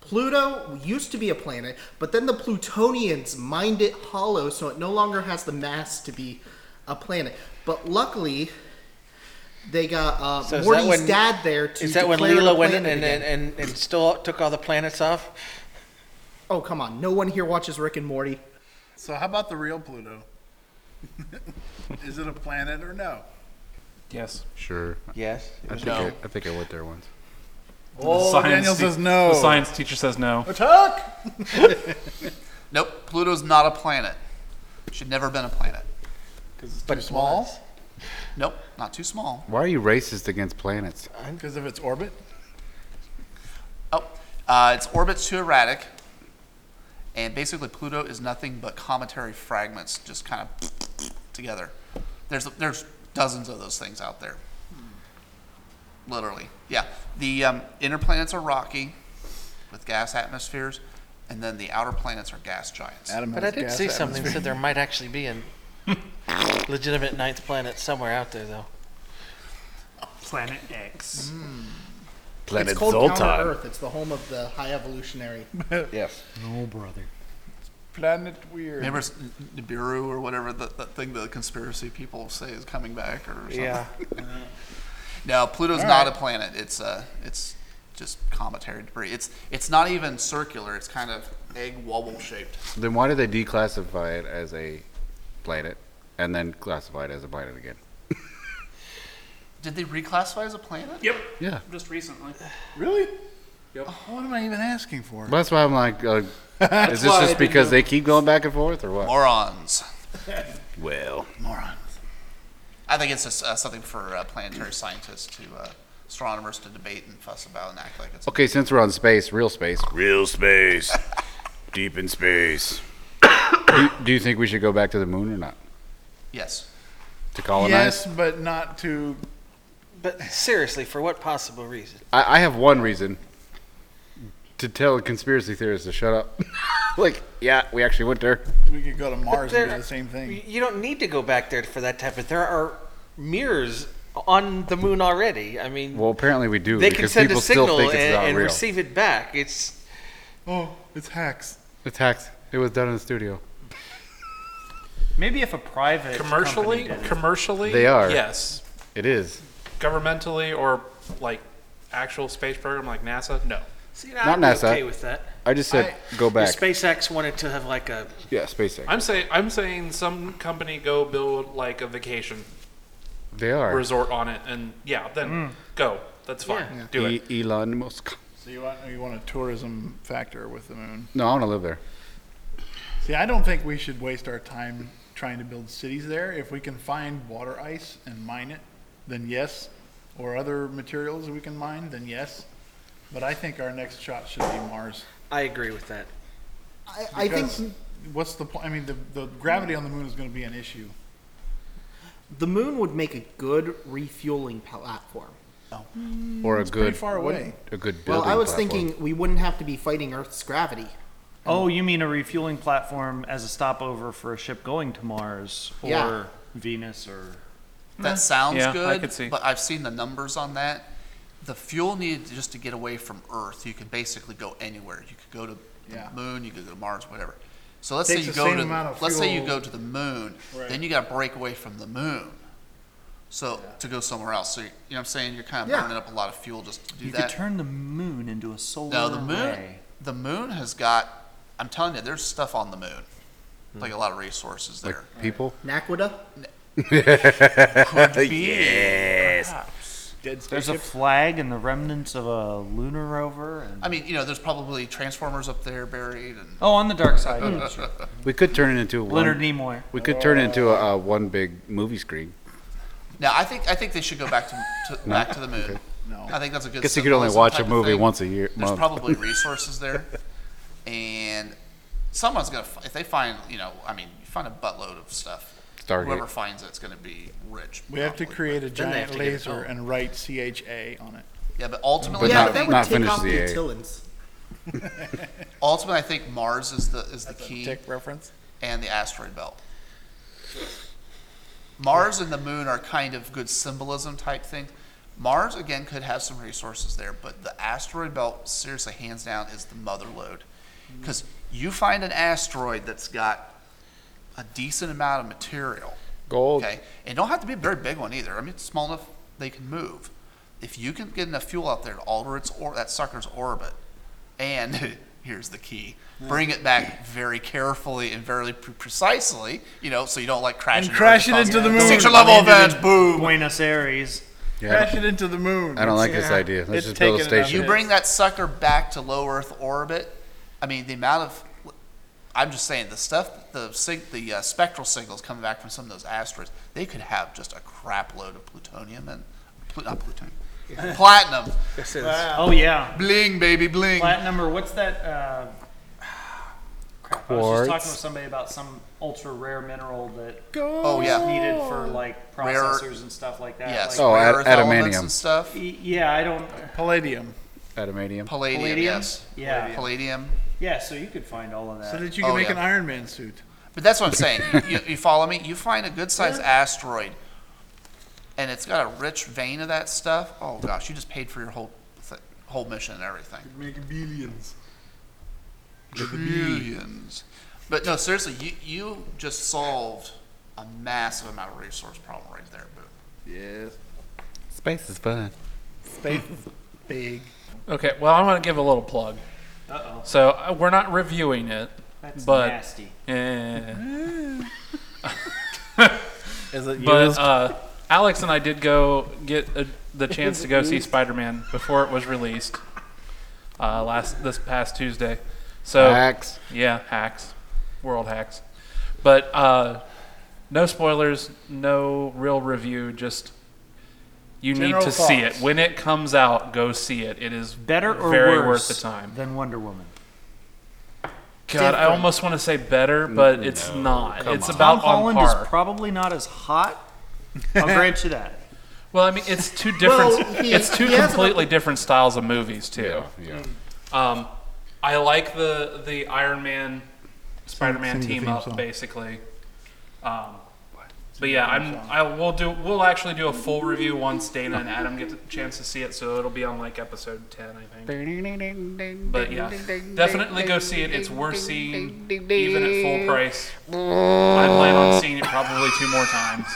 Speaker 6: Pluto used to be a planet, but then the Plutonians mined it hollow, so it no longer has the mass to be a planet. But luckily, they got uh,
Speaker 8: So is that
Speaker 6: Morty's
Speaker 8: when-
Speaker 6: dad there to.
Speaker 8: Is that when
Speaker 6: declare the
Speaker 8: Leela went in
Speaker 6: planet again.
Speaker 8: and, and, and, and still took all the planets off?
Speaker 6: oh come on, no one here watches Rick and Morty.
Speaker 4: So how about the real Pluto? Is it a planet or no?
Speaker 9: Yes.
Speaker 1: Sure.
Speaker 8: Yes.
Speaker 1: I think I, I think I went there once.
Speaker 4: Oh, Daniel
Speaker 9: te-
Speaker 4: says no.
Speaker 9: The science teacher says no.
Speaker 4: Attack!
Speaker 3: Nope, Pluto's not a planet. Should never been a planet.
Speaker 4: But small
Speaker 3: Nope, not too small.
Speaker 1: Why are you racist against planets?
Speaker 4: because of its orbit.
Speaker 3: Oh, uh, its orbit's too erratic, and basically Pluto is nothing but cometary fragments, just kind of together. There's there's dozens of those things out there. Literally, yeah. The um, inner planets are rocky, with gas atmospheres, and then the outer planets are gas giants.
Speaker 4: Adam
Speaker 8: But I
Speaker 4: has
Speaker 8: did
Speaker 4: gas
Speaker 8: see something that
Speaker 4: atmosphere.
Speaker 8: said there might actually be a legitimate ninth planet somewhere out there, though.
Speaker 5: Planet X.
Speaker 1: Planet
Speaker 6: it's called Counter Earth. It's the home of the High Evolutionary.
Speaker 1: Yes.
Speaker 4: Planet weird.
Speaker 3: Remember s- Nibiru or whatever that, that thing the conspiracy people say is coming back or something? No, Pluto's not a planet. It's uh, it's just cometary debris. It's it's not even circular. It's kind of egg wobble shaped.
Speaker 1: Then why did they declassify it as a planet and then classify it as a planet again?
Speaker 3: Did they reclassify as a planet?
Speaker 9: Yep.
Speaker 1: Yeah.
Speaker 9: Just recently.
Speaker 4: Really?
Speaker 9: Yep.
Speaker 4: What am I even asking for?
Speaker 1: Well, that's why I'm like, uh, is this
Speaker 4: why I
Speaker 1: just
Speaker 4: didn't
Speaker 1: because they keep going back and forth or what?
Speaker 3: Morons.
Speaker 1: Well,
Speaker 3: Morons. I think it's just uh, something for uh, planetary scientists to uh, astronomers to debate and fuss about and act like it's.
Speaker 1: okay. Since we're on space, real space, real space, deep in space. do, do you think we should go back to the moon or not
Speaker 3: Yes.
Speaker 1: to colonize?
Speaker 4: yes, but not to.
Speaker 8: But seriously, for what possible reason?
Speaker 1: I, I have one reason to tell conspiracy theorists to shut up. like, yeah, we actually went there.
Speaker 4: We could go to Mars and do the same
Speaker 8: You
Speaker 4: thing.
Speaker 8: you don't need to go back there for that type of. There are mirrors on the moon already. I mean,
Speaker 1: Well, apparently we do
Speaker 8: they can
Speaker 1: because
Speaker 8: send a
Speaker 1: people still
Speaker 8: signal
Speaker 1: think
Speaker 8: and,
Speaker 1: it's not
Speaker 8: and
Speaker 1: real.
Speaker 8: receive it back. It's
Speaker 4: Oh, it's hacks.
Speaker 1: It's hacked. It was done in the studio.
Speaker 5: Maybe if a private
Speaker 9: Commercially,
Speaker 5: company did it.
Speaker 9: commercially,
Speaker 1: They are.
Speaker 9: Yes.
Speaker 1: It is.
Speaker 9: Governmentally or like actual space program like NASA, no.
Speaker 8: see,
Speaker 1: Not
Speaker 8: I'm
Speaker 1: I'd be NASA. okay
Speaker 8: okay
Speaker 1: with
Speaker 8: with that.
Speaker 1: I just said go back.
Speaker 8: SpaceX wanted to have like a
Speaker 1: yeah, SpaceX.
Speaker 9: I'm saying I'm saying some company go build like a vacation
Speaker 1: They are.
Speaker 9: resort on it, and yeah, then go. That's fine.
Speaker 8: Yeah.
Speaker 9: Do it.
Speaker 1: E- Elon Musk.
Speaker 4: So you want you want a tourism factor with the moon?
Speaker 1: No, I want to live there.
Speaker 4: See, I don't think we should waste our time trying to build cities there. If we can find water ice and mine it, then yes. Or other materials we can mine, then yes. But I think our next shot should be Mars.
Speaker 8: I agree with that.
Speaker 6: I, I think
Speaker 4: Because what's the point? I mean, the, the gravity on the moon is going to be an issue.
Speaker 6: the moon would make a good refueling uh, platform.
Speaker 4: Oh.
Speaker 1: Or a
Speaker 4: Pretty
Speaker 1: good
Speaker 4: far away.
Speaker 1: a good
Speaker 6: Well,
Speaker 1: building.
Speaker 6: I was
Speaker 1: platform.
Speaker 6: thinking we wouldn't have to be fighting Earth's gravity.
Speaker 5: Oh, you mean a refueling platform as a stopover for a ship going to Mars or
Speaker 6: Yeah.
Speaker 5: Venus or?
Speaker 3: That sounds
Speaker 9: Hmm. Yeah, I
Speaker 3: good,
Speaker 9: could see.
Speaker 3: but I've seen the numbers on that. The fuel needed just to get away from Earth, you can basically go anywhere. You could go to the
Speaker 4: Yeah.
Speaker 3: moon, you could go to Mars, whatever. So let's
Speaker 4: Takes
Speaker 3: say you
Speaker 4: the
Speaker 3: go
Speaker 4: same
Speaker 3: to
Speaker 4: amount of
Speaker 3: let's say you
Speaker 4: fuel.
Speaker 3: go to the moon,
Speaker 4: Right.
Speaker 3: then you got to break away from the moon. So to go somewhere else, so you, you know what I'm saying you're kind of
Speaker 6: Yeah.
Speaker 3: burning up a lot of fuel just to do
Speaker 5: You
Speaker 3: that.
Speaker 5: could turn the moon into a solar
Speaker 3: no, the moon,
Speaker 5: array.
Speaker 3: the moon has got. I'm telling you, there's stuff on the moon, like a lot of resources there.
Speaker 1: like people.
Speaker 6: Nakwada?
Speaker 3: Could be, perhaps.
Speaker 4: Dead
Speaker 5: There's a
Speaker 4: spaceship.
Speaker 5: flag and the remnants of a lunar rover. And...
Speaker 3: I mean, you know, there's probably transformers up there buried, and
Speaker 5: Oh, on the dark side. yeah, sure.
Speaker 1: We could turn it into a
Speaker 5: Leonard
Speaker 1: one,
Speaker 5: Nimoy.
Speaker 1: we could turn it into a, a one big movie screen.
Speaker 3: now I think I think they should go back to, to back to the moon. No, I think that's a good.
Speaker 1: Guess you could only
Speaker 3: symbolism
Speaker 1: watch a
Speaker 3: type of
Speaker 1: movie
Speaker 3: thing.
Speaker 1: once a year.
Speaker 3: There's
Speaker 1: month.
Speaker 3: probably resources there, and someone's gonna fi- if they find you know I mean you find a buttload of stuff.
Speaker 1: Stargate.
Speaker 3: Whoever finds it's gonna be rich.
Speaker 4: We have to
Speaker 3: probably.
Speaker 4: create a
Speaker 6: Then they have
Speaker 4: giant
Speaker 6: to get it
Speaker 4: laser
Speaker 6: out.
Speaker 4: and write CHA on it.
Speaker 3: Yeah, but ultimately,
Speaker 1: But
Speaker 6: yeah,
Speaker 3: I
Speaker 6: but that
Speaker 1: not-
Speaker 3: think,
Speaker 6: would
Speaker 1: not
Speaker 6: take
Speaker 1: finish
Speaker 6: off the
Speaker 1: the A.
Speaker 6: utilins.
Speaker 3: ultimately I think Mars is the is the key
Speaker 4: Tech reference.
Speaker 3: and the asteroid belt. Mars and the moon are kind of good symbolism type things. Mars again could have some resources there, but the asteroid belt, seriously, hands down, is the mother load. Because you find an asteroid that's got a decent amount of material,
Speaker 1: gold.
Speaker 3: okay, and don't have to be a very big one either. I mean, it's small enough they can move. If you can get enough fuel out there to alter its or that sucker's orbit, and here's the key: bring it back very carefully and very pre- precisely. You know, so you don't like crash
Speaker 4: And
Speaker 3: into
Speaker 4: crash
Speaker 3: Earth
Speaker 4: it
Speaker 3: and cause
Speaker 4: into the moon.
Speaker 3: Signature level
Speaker 5: Landed
Speaker 3: event.
Speaker 5: in
Speaker 3: Boom.
Speaker 5: Buenos Aires.
Speaker 1: Yeah, I
Speaker 4: Crash
Speaker 1: don't-
Speaker 4: it into the moon.
Speaker 1: I don't like this
Speaker 4: Yeah.
Speaker 1: idea. Let's
Speaker 4: It's
Speaker 1: just build a
Speaker 4: taking it out.
Speaker 1: station.
Speaker 3: You bring that sucker back to low Earth orbit. I mean, the amount of I'm just saying the stuff, the sig- the uh, spectral signals coming back from some of those asteroids. They could have just a crap load of plutonium and plu- not plutonium, platinum,
Speaker 8: This is
Speaker 5: Oh yeah,
Speaker 3: bling baby bling.
Speaker 5: platinum or what's that? Uh, crap. I was just talking
Speaker 1: Quartz.
Speaker 5: with somebody about some ultra rare mineral that
Speaker 3: Oh yeah,
Speaker 5: needed for like
Speaker 3: Rare-
Speaker 5: processors and stuff like that.
Speaker 3: yes.
Speaker 5: Like,
Speaker 1: Oh,
Speaker 3: rare
Speaker 1: ad-
Speaker 3: earth elements
Speaker 1: adamantium.
Speaker 3: and stuff.
Speaker 5: y- yeah, I don't.
Speaker 4: Palladium.
Speaker 1: Adamantium.
Speaker 3: Palladium,
Speaker 5: Palladium?
Speaker 3: yes.
Speaker 5: Yeah.
Speaker 3: Palladium.
Speaker 5: Yeah, so you could find all of that.
Speaker 4: So that you can
Speaker 3: Oh,
Speaker 4: make
Speaker 3: yeah.
Speaker 4: an Iron Man suit.
Speaker 3: But that's what I'm saying. You, you, you follow me? You find a good sized asteroid, and it's got a rich vein of that stuff. Oh gosh, you just paid for your whole th- whole mission and everything.
Speaker 4: Make billions.
Speaker 3: Trillions. But no, seriously, you you just solved a massive amount of resource problem right there. Boom.
Speaker 4: Yes.
Speaker 1: Space is fun.
Speaker 4: Space is big.
Speaker 2: Okay, well, I want to give a little plug.
Speaker 5: Uh oh,
Speaker 2: So uh, we're not reviewing it,
Speaker 5: that's
Speaker 2: but
Speaker 5: nasty.
Speaker 2: eh.
Speaker 4: Is it
Speaker 2: but
Speaker 4: used?
Speaker 2: uh, Alex and I did go get a, the chance to go see Spider-Man before it was released uh, last this past Tuesday. So
Speaker 1: Hacks.
Speaker 2: Yeah, hacks, world hacks. But uh, no spoilers, no real review. Just you
Speaker 4: General
Speaker 2: need to see it
Speaker 4: thoughts.
Speaker 2: when it comes out. Go see it. It is
Speaker 5: Better or
Speaker 2: very
Speaker 5: worse
Speaker 2: worth the time.
Speaker 5: than Wonder Woman?
Speaker 2: God, I
Speaker 6: different.
Speaker 2: almost want to say better, but it's not.
Speaker 1: Mm, come
Speaker 2: It's
Speaker 1: on.
Speaker 2: about
Speaker 5: Tom
Speaker 2: on
Speaker 5: Holland
Speaker 2: par.
Speaker 5: is probably not as hot. I'll grant you that.
Speaker 2: well, I mean, it's two different.
Speaker 6: Well, he-
Speaker 2: it's two
Speaker 6: he has about-
Speaker 2: completely different styles of movies too.
Speaker 1: Yeah.
Speaker 2: Um, I like the the Iron Man, Spider Man
Speaker 4: sing the
Speaker 2: team
Speaker 4: theme
Speaker 2: up
Speaker 4: song.
Speaker 2: basically. Um, but yeah, I'm I will do we'll actually do a full review once Dana and Adam get the chance to see it, so it'll be on like episode ten, I think. But yeah, definitely go see it. It's worth seeing, even at full price. I plan on seeing it probably two more times.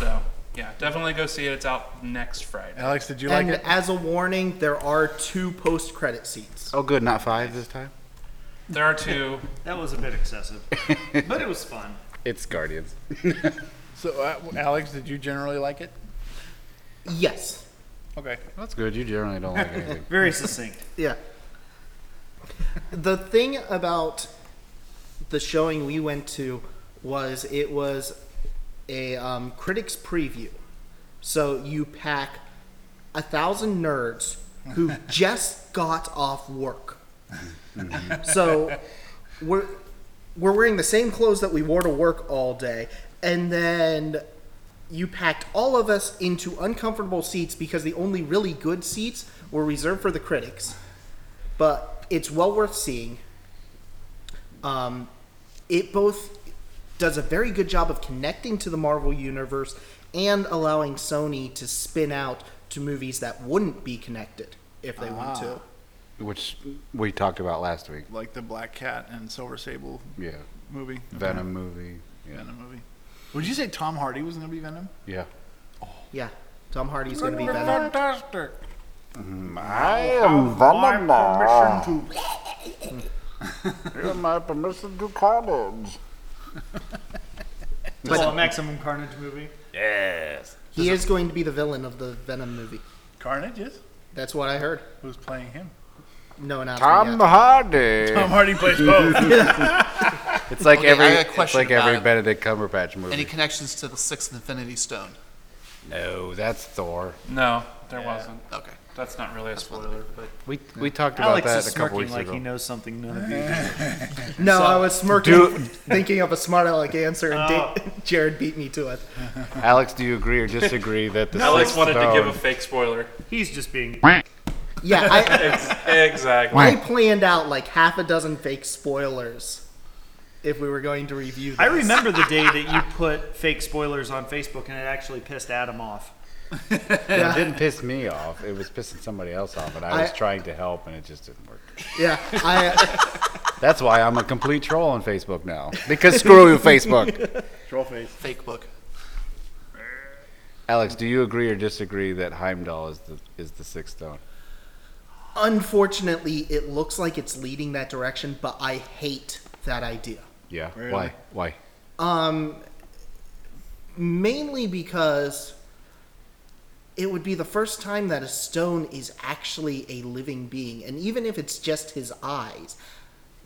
Speaker 2: So yeah, definitely go see it. It's out next Friday.
Speaker 4: Alex, did you like
Speaker 6: And
Speaker 4: it?
Speaker 6: as a warning, there are two post-credit scenes.
Speaker 1: Oh, good. Not five this time.
Speaker 2: There are two.
Speaker 5: That was a bit excessive, but it was fun.
Speaker 1: It's Guardians.
Speaker 4: So, uh, Alex, did you generally like it?
Speaker 6: Yes.
Speaker 4: Okay.
Speaker 1: That's good. You generally don't like anything.
Speaker 5: Very succinct.
Speaker 6: Yeah. The thing about the showing we went to was it was a um, critics preview. So you pack a thousand nerds who just got off work. so we're we're wearing the same clothes that we wore to work all day, and then you packed all of us into uncomfortable seats because the only really good seats were reserved for the critics. But it's well worth seeing. Um, it both does a very good job of connecting to the Marvel universe and allowing Sony to spin out to movies that wouldn't be connected if they want to.
Speaker 5: Ah.
Speaker 4: Ah.
Speaker 1: Which we talked about last week.
Speaker 4: Like the Black Cat and Silver Sable
Speaker 1: Yeah.
Speaker 4: movie?
Speaker 1: Venom movie. Yeah.
Speaker 4: Venom movie. Would you say Tom Hardy was going to be Venom?
Speaker 1: Yeah.
Speaker 6: Yeah, Tom Hardy's going to be Venom.
Speaker 4: Fantastic.
Speaker 1: I am Venom. Permission to. my permission to college.
Speaker 5: Well, a Maximum Carnage movie.
Speaker 1: Yes.
Speaker 6: He is going to be the villain of the Venom movie.
Speaker 4: Carnage is?
Speaker 6: That's what I heard.
Speaker 4: Who's playing him?
Speaker 6: No announcement
Speaker 1: Tom
Speaker 6: yet.
Speaker 1: Hardy.
Speaker 4: Tom Hardy plays both.
Speaker 1: It's like
Speaker 3: Okay, I
Speaker 1: every
Speaker 3: got a
Speaker 1: it's
Speaker 3: question
Speaker 1: like
Speaker 3: about
Speaker 1: every
Speaker 3: it.
Speaker 1: Benedict Cumberbatch movie.
Speaker 3: Any connections to the sixth Infinity Stone?
Speaker 1: no, Oh, that's Thor.
Speaker 10: No, there wasn't.
Speaker 3: Okay.
Speaker 10: That's not really a spoiler, but
Speaker 1: We we talked about
Speaker 5: Alex
Speaker 1: that
Speaker 5: is
Speaker 1: a
Speaker 5: smirking
Speaker 1: couple weeks
Speaker 5: like
Speaker 1: ago.
Speaker 5: he knows something none of you.
Speaker 6: No, I was smirking,
Speaker 1: Do-
Speaker 6: thinking of a smart aleck answer, and Da- Jared beat me to it.
Speaker 1: Alex, do you agree or disagree that the
Speaker 10: Alex
Speaker 1: Sixth
Speaker 10: wanted to give a
Speaker 1: Stone-
Speaker 10: fake spoiler.
Speaker 5: He's just being.
Speaker 6: Yeah, I,
Speaker 10: Ex- exactly.
Speaker 6: I planned out like half a dozen fake spoilers if we were going to review. This.
Speaker 5: I remember the day that you put fake spoilers on Facebook, and it actually pissed Adam off.
Speaker 1: It didn't piss me off. It was pissing somebody else off, and I was trying to help, and it just didn't work.
Speaker 6: Yeah, I uh,
Speaker 1: That's why I'm a complete troll on Facebook now. Because screw you, Facebook.
Speaker 4: Troll face.
Speaker 3: Fake book.
Speaker 1: Alex, do you agree or disagree that Heimdall is the is the sixth stone?
Speaker 6: unfortunately it looks like it's leading that direction, but I hate that idea.
Speaker 1: Yeah.
Speaker 4: Really?
Speaker 1: Why? Why?
Speaker 6: Um, mainly because it would be the first time that a stone is actually a living being, and even if it's just his eyes,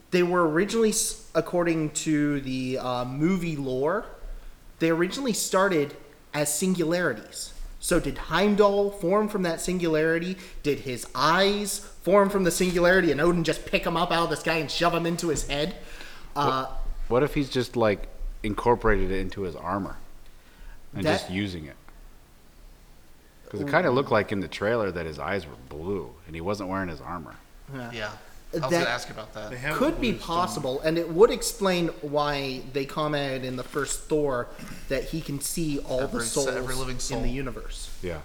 Speaker 6: they were originally, s- according to the uh, movie lore, they originally started as singularities. So did Heimdall form from that singularity? Did his eyes form from the singularity, and Odin just pick them up out of the sky and shove them into his head? Uh,
Speaker 1: What if he's just like incorporated it into his armor and
Speaker 6: That-
Speaker 1: just using it? Because it kind of looked like in the trailer that his eyes were blue and he wasn't wearing his armor.
Speaker 3: Yeah. I was
Speaker 6: Uh, That-
Speaker 3: gonna ask about that.
Speaker 4: They have
Speaker 6: could
Speaker 4: the
Speaker 6: be
Speaker 4: blue stone.
Speaker 6: possible, and it would explain why they commented in the first Thor that he can see all
Speaker 3: Every-
Speaker 6: the souls
Speaker 3: every living soul.
Speaker 6: in the universe.
Speaker 1: Yeah.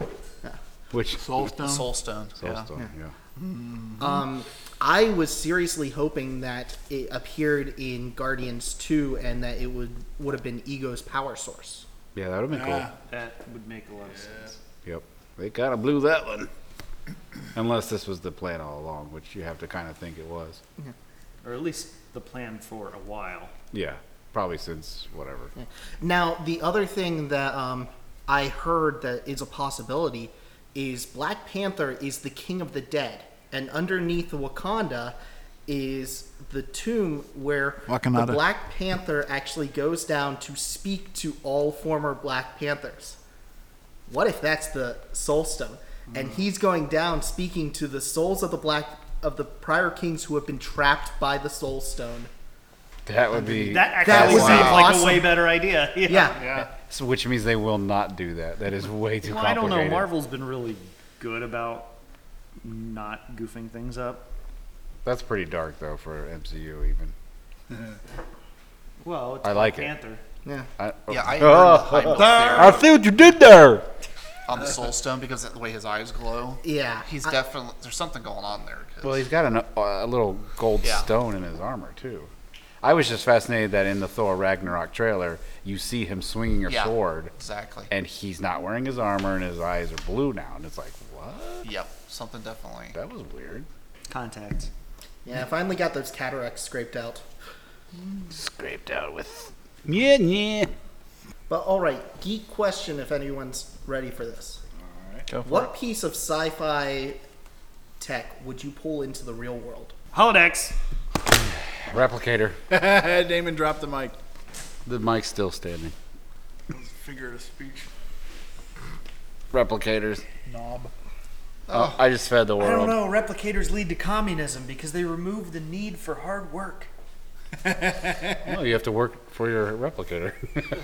Speaker 1: Which
Speaker 4: Soul stone.
Speaker 3: Soul Stone.
Speaker 1: Soul
Speaker 3: yeah.
Speaker 1: Stone, yeah.
Speaker 6: Um, I was seriously hoping that it appeared in Guardians Two, and that it would would have been Ego's power source.
Speaker 1: Yeah, that would have been cool.
Speaker 4: Ah.
Speaker 5: That would make a lot of sense.
Speaker 1: Yep. They kind of blew that one. Unless this was the plan all along, which you have to kind of think it was.
Speaker 5: Or at least the plan for a while.
Speaker 1: Yeah. Probably since whatever.
Speaker 6: Now, the other thing that um, I heard that is a possibility is Black Panther is the king of the dead, and underneath Wakanda is the tomb where
Speaker 4: Wakanada.
Speaker 6: the Black Panther actually goes down to speak to all former Black Panthers. What if that's the Soul Stone, and he's going down speaking to the souls of the black of the prior kings who have been trapped by the Soul Stone?
Speaker 1: That would be.
Speaker 5: That
Speaker 6: That
Speaker 5: actually
Speaker 6: would be
Speaker 5: seems like
Speaker 6: awesome.
Speaker 5: a way better idea. Yeah.
Speaker 6: Yeah,
Speaker 1: So which means they will not do that. That is way too
Speaker 5: Well, I don't
Speaker 1: complicated.
Speaker 5: know. Marvel's been really good about not goofing things up.
Speaker 1: That's pretty dark, though, for MCU, even.
Speaker 5: Well, it's
Speaker 1: I
Speaker 5: Black
Speaker 1: like it.
Speaker 5: Panther.
Speaker 6: yeah.
Speaker 1: I,
Speaker 3: Yeah, I
Speaker 1: Oh.
Speaker 3: heard the Heimdall theory
Speaker 1: see what you did there.
Speaker 3: on the Soul Stone because of the way his eyes glow.
Speaker 6: Yeah,
Speaker 3: He's
Speaker 6: I-
Speaker 3: definitely there's something going on there. 'cause-
Speaker 1: Well, he's got an, uh, a little gold
Speaker 3: Yeah.
Speaker 1: stone in his armor too. I was just fascinated that in the Thor Ragnarok trailer, you see him swinging a
Speaker 3: Yeah.
Speaker 1: sword,
Speaker 3: exactly.
Speaker 1: and he's not wearing his armor, and his eyes are blue now, and it's like, what?
Speaker 3: Yep. Something definitely.
Speaker 1: That was weird.
Speaker 5: Contact.
Speaker 6: Yeah, I finally got those cataracts scraped out.
Speaker 1: Scraped out with. Yeah, yeah.
Speaker 6: But all right, geek question if anyone's ready for this.
Speaker 5: Go for
Speaker 6: What piece of sci-fi tech would you pull into the real world?
Speaker 5: Holodex.
Speaker 1: Replicator.
Speaker 4: Damon dropped the mic.
Speaker 1: The mic's still standing.
Speaker 4: Figure of speech.
Speaker 1: Replicators.
Speaker 4: Knob.
Speaker 1: Oh, I just fed the
Speaker 5: I don't
Speaker 1: world.
Speaker 5: know. Replicators lead to communism because they remove the need for hard work.
Speaker 1: No, you have to work for your replicator.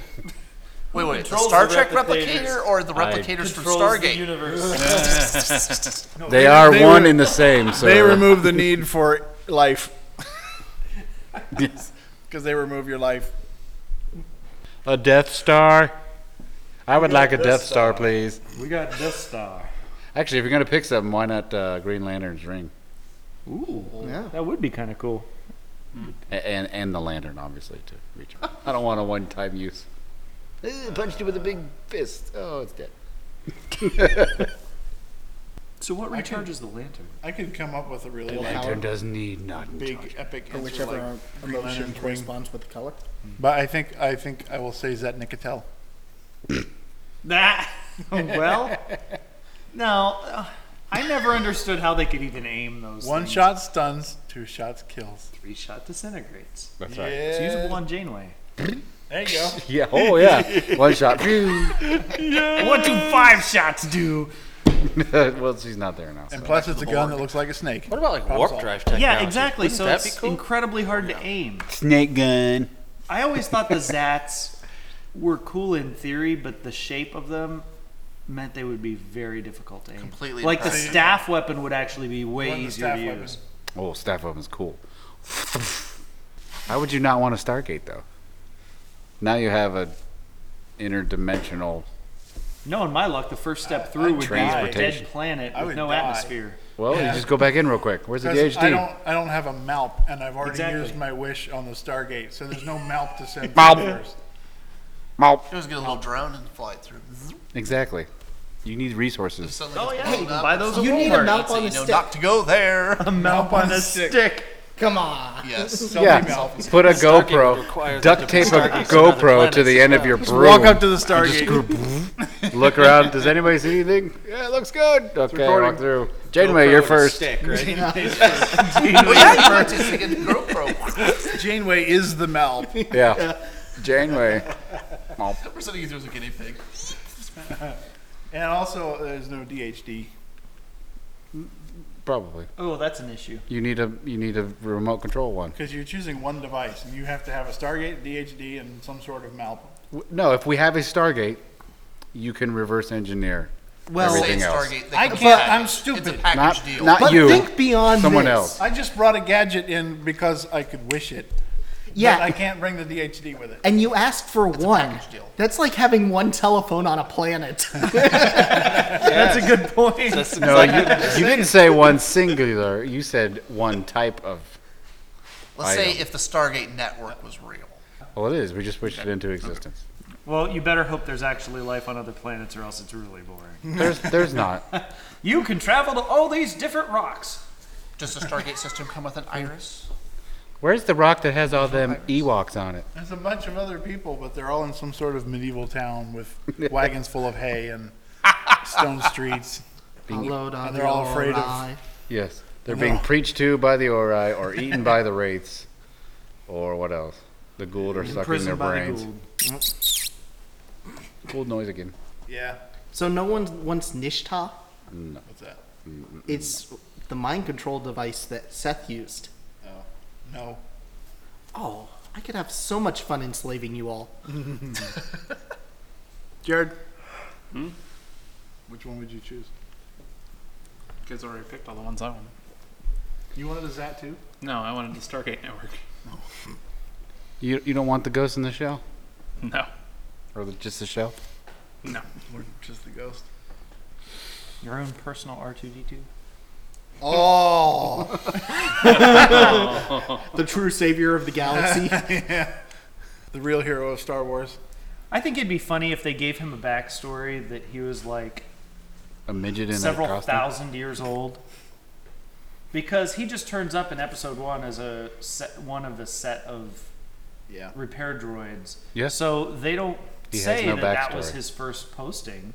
Speaker 3: Wait, wait, the
Speaker 12: controls
Speaker 3: Star
Speaker 12: the
Speaker 3: Trek
Speaker 12: replicators?
Speaker 3: replicator or the
Speaker 1: I-
Speaker 3: replicators from
Speaker 12: Controls the
Speaker 3: Stargate?
Speaker 12: universe.
Speaker 1: they are
Speaker 4: they
Speaker 1: one
Speaker 4: were-
Speaker 1: and the same. So
Speaker 4: They remove the need for life. Because they remove your life.
Speaker 1: a Death Star. I would like a Death Star,
Speaker 3: uh,
Speaker 1: please.
Speaker 12: we got Death Star.
Speaker 1: Actually, if you're gonna pick something, why not uh, Green Lantern's ring
Speaker 5: Ooh,
Speaker 6: Yeah.
Speaker 5: that would be kind of cool.
Speaker 1: A- and and the lantern, obviously, to reach. Him. I don't want a one-time use. Eh, Punched you with a big fist. Oh, it's dead.
Speaker 12: So what recharges the lantern?
Speaker 4: I could come up with a really
Speaker 6: Well,
Speaker 4: like,
Speaker 6: how-
Speaker 1: Lantern doesn't need nothing.
Speaker 4: big epic
Speaker 6: Or
Speaker 4: answer
Speaker 6: whichever
Speaker 4: like Green
Speaker 6: emotion
Speaker 4: Lantern's ring.
Speaker 6: corresponds with the color.
Speaker 4: But I think I think I will say Zet Nicotel.
Speaker 5: That oh, well, no, uh, I never understood how they could even aim those.
Speaker 4: One
Speaker 5: things.
Speaker 4: shot stuns, two shots kills.
Speaker 5: three shot disintegrates.
Speaker 1: That's right.
Speaker 5: It's usable on Janeway.
Speaker 4: There you go.
Speaker 1: Yeah. Oh, yeah. One shot. Phew.
Speaker 5: One, two, five shots do.
Speaker 1: well, she's not there now. so.
Speaker 4: And plus, it's a gun that looks like a snake.
Speaker 12: What about like warp drive technology?
Speaker 5: Yeah, exactly.
Speaker 12: Wouldn't
Speaker 5: So
Speaker 12: that be
Speaker 5: it's
Speaker 12: cool?
Speaker 5: incredibly hard to aim.
Speaker 1: Snake gun.
Speaker 5: I always thought the Zats were cool in theory, but the shape of them meant they would be very difficult to aim.
Speaker 3: Completely
Speaker 5: Like the
Speaker 3: impractical.
Speaker 5: staff weapon would actually be way
Speaker 4: One of the
Speaker 5: easier to
Speaker 4: staff
Speaker 5: use.
Speaker 1: Oh, staff weapon's cool. How would you not want a Stargate though? Now you have a interdimensional.
Speaker 5: No, in my luck, the first step through would be a
Speaker 1: Transportation.
Speaker 5: dead planet
Speaker 4: I
Speaker 5: with
Speaker 4: would
Speaker 5: no
Speaker 4: die.
Speaker 5: atmosphere.
Speaker 1: Well, you
Speaker 4: Yeah.
Speaker 1: just go back in real quick. Where's the
Speaker 4: Because I
Speaker 1: DHD?
Speaker 4: don't, I don't have a malp, and I've already
Speaker 5: Exactly.
Speaker 4: used my wish on the Stargate, so there's no malp to send.
Speaker 1: Malp.
Speaker 4: through first.
Speaker 1: Mop.
Speaker 3: It was get a little drone and fly it through.
Speaker 1: Exactly. You need resources.
Speaker 3: oh yeah,
Speaker 5: Buy those
Speaker 6: You
Speaker 5: at
Speaker 6: need a
Speaker 5: Walmart.
Speaker 6: mouth on a
Speaker 3: You know
Speaker 6: stick.
Speaker 3: not to go there.
Speaker 5: Malp on a stick.
Speaker 6: Come on.
Speaker 3: yes.
Speaker 1: Yeah.
Speaker 3: Selfie
Speaker 1: Put a
Speaker 12: Stargate would
Speaker 1: GoPro.
Speaker 12: require
Speaker 1: Duct
Speaker 12: them to
Speaker 1: tape a
Speaker 12: Stargate's another
Speaker 1: GoPro to
Speaker 12: planets
Speaker 1: the
Speaker 12: as
Speaker 1: end of
Speaker 12: well.
Speaker 1: your broom.
Speaker 4: Walk up to the Stargate.
Speaker 1: Hmm? Look around. Does anybody see anything? Yeah, it looks good. Okay, walk
Speaker 4: recording.
Speaker 1: through. Janeway,
Speaker 12: GoPro
Speaker 1: you're
Speaker 12: with a
Speaker 1: first.
Speaker 12: Stick, right?
Speaker 5: Oh,
Speaker 3: well, yeah, you went to see the GoPro.
Speaker 4: Janeway is the malp.
Speaker 1: Yeah. Janeway.
Speaker 3: We're sending you through as a guinea pig.
Speaker 4: And also, there's no DHD.
Speaker 1: Probably.
Speaker 5: Oh, that's an issue.
Speaker 1: You need a you need a remote control one.
Speaker 4: Because you're choosing one device, and you have to have a Stargate, DHD, and some sort of malp.
Speaker 1: W- No, if we have a Stargate, you can reverse engineer.
Speaker 5: Well,
Speaker 1: Everything
Speaker 3: Say
Speaker 1: else.
Speaker 3: Stargate, they
Speaker 4: I
Speaker 3: come
Speaker 4: can't-
Speaker 3: back.
Speaker 4: I'm
Speaker 3: It's a
Speaker 4: stupid.
Speaker 3: package
Speaker 1: Not,
Speaker 3: deal.
Speaker 1: not
Speaker 6: But
Speaker 1: you.
Speaker 6: think beyond
Speaker 1: someone
Speaker 6: this.
Speaker 1: else.
Speaker 4: I just brought a gadget in because I could wish it.
Speaker 6: Yeah.
Speaker 4: But I can't bring the DHD with it.
Speaker 6: and you asked for one.
Speaker 3: package deal.
Speaker 6: That's like having one telephone on a planet.
Speaker 5: That's a good point.
Speaker 1: No, you, you didn't say one singular. You said one type of.
Speaker 3: Let's
Speaker 1: I
Speaker 3: say
Speaker 1: know.
Speaker 3: if the Stargate network was real.
Speaker 1: Well, it is. We just pushed it into existence.
Speaker 5: well, you better hope there's actually life on other planets, or else it's really boring.
Speaker 1: There's, there's not.
Speaker 5: you can travel to all these different rocks.
Speaker 3: Does the Stargate system come with an iris?
Speaker 1: Where's the rock that has all them Ewoks on it?
Speaker 4: There's a bunch of other people, but they're all in some sort of medieval town with wagons full of hay and stone streets.
Speaker 6: Load on
Speaker 4: And they're all
Speaker 6: your
Speaker 4: afraid of-
Speaker 6: eye.
Speaker 1: Yes, they're being preached to by the Ori or eaten by the wraiths, or what else? The Gould are sucking their
Speaker 5: Imprisoned by the
Speaker 1: brains.
Speaker 5: Gould.
Speaker 1: Gould noise again.
Speaker 4: Yeah.
Speaker 6: So no one wants Nishta.
Speaker 4: What's that?
Speaker 6: It's the mind control device that Seth used.
Speaker 4: No.
Speaker 6: Oh, I could have so much fun enslaving you all.
Speaker 4: Jared. Which one would you choose?
Speaker 10: Kids already picked all the ones I wanted.
Speaker 4: You wanted a Zat too?
Speaker 10: No, I wanted the Stargate Network.
Speaker 1: You, you don't want the ghost in the shell,
Speaker 10: No,
Speaker 1: or the, just the shell?
Speaker 10: no.
Speaker 4: Or just the ghost?
Speaker 5: Your own personal R2D2.
Speaker 4: Oh!
Speaker 6: The true savior of the galaxy.
Speaker 4: the real hero of Star Wars.
Speaker 5: I think it'd be funny if they gave him a backstory that he was like
Speaker 1: A midget in a
Speaker 5: several
Speaker 1: costume.
Speaker 5: thousand years old. Because he just turns up in episode one as a set, one of the set of
Speaker 4: Yeah.
Speaker 5: repair droids.
Speaker 1: Yeah.
Speaker 5: So they don't
Speaker 1: He has
Speaker 5: say
Speaker 1: no
Speaker 5: that that was
Speaker 1: backstory.
Speaker 5: his first posting.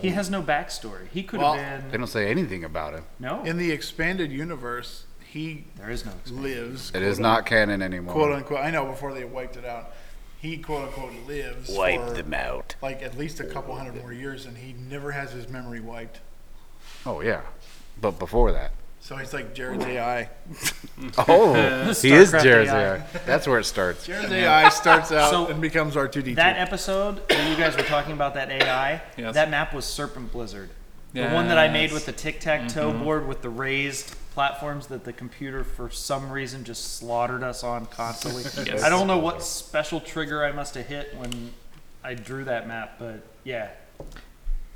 Speaker 5: He has no backstory. He could
Speaker 4: Well-
Speaker 5: have
Speaker 1: They
Speaker 5: been.
Speaker 1: don't say anything about him.
Speaker 5: No.
Speaker 4: In the expanded universe, he
Speaker 5: There is no.
Speaker 4: lives.
Speaker 1: It is
Speaker 4: quote
Speaker 1: not canon anymore.
Speaker 4: quote unquote. I know before they wiped it out, he quote unquote lives.
Speaker 1: Wipe
Speaker 4: for,
Speaker 1: them out.
Speaker 4: Like at least a couple hundred more years, and he never has his memory wiped.
Speaker 1: Oh yeah, but before that.
Speaker 4: So he's like Jared's AI.
Speaker 1: Oh, he is Jared's AI. That's where it starts.
Speaker 4: Jared's AI starts out
Speaker 5: So-
Speaker 4: and becomes R two D two.
Speaker 5: That episode that you guys were talking about, that AI,
Speaker 10: Yes.
Speaker 5: that map was Serpent Blizzard. The one that I made
Speaker 10: Yes.
Speaker 5: with the tic tac toe
Speaker 4: Mm-hmm.
Speaker 5: board with the raised platforms that the computer, for some reason, just slaughtered us on constantly.
Speaker 10: Yes.
Speaker 5: I don't know what special trigger I must have hit when I drew that map, but yeah.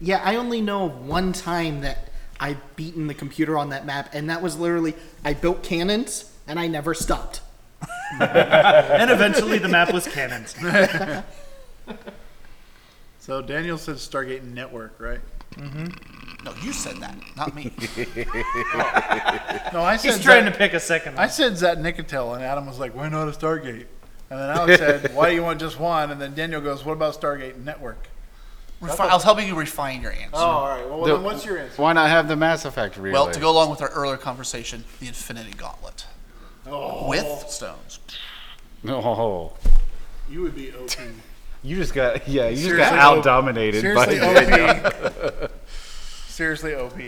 Speaker 6: Yeah, I only know of one time that I beaten the computer on that map, and that was literally I built cannons and I never stopped.
Speaker 5: And eventually the map was cannons.
Speaker 4: So Daniel said Stargate Network, right?
Speaker 1: Mm-hmm.
Speaker 3: No, you said that, not me.
Speaker 4: No, I said
Speaker 5: He's trying
Speaker 4: Zat-
Speaker 5: to pick a second
Speaker 4: I
Speaker 5: one.
Speaker 4: said Zat Nicotel, and Adam was like, "Why not a Stargate?" And then Alex said, "Why do you want just one?" And then Daniel goes, "What about Stargate Network?" Oh,
Speaker 3: Refi- I was helping you refine your answer.
Speaker 4: all right. Well,
Speaker 1: The-
Speaker 4: then what's your answer?
Speaker 1: Why not have the Mass Effect relay?
Speaker 3: well, to go along with our earlier conversation, the Infinity Gauntlet
Speaker 5: Oh.
Speaker 3: with stones.
Speaker 1: No,
Speaker 4: You would be OP.
Speaker 1: you just got yeah, you just got
Speaker 4: Seriously,
Speaker 1: out dominated by
Speaker 4: Seriously, OP. Seriously, OP.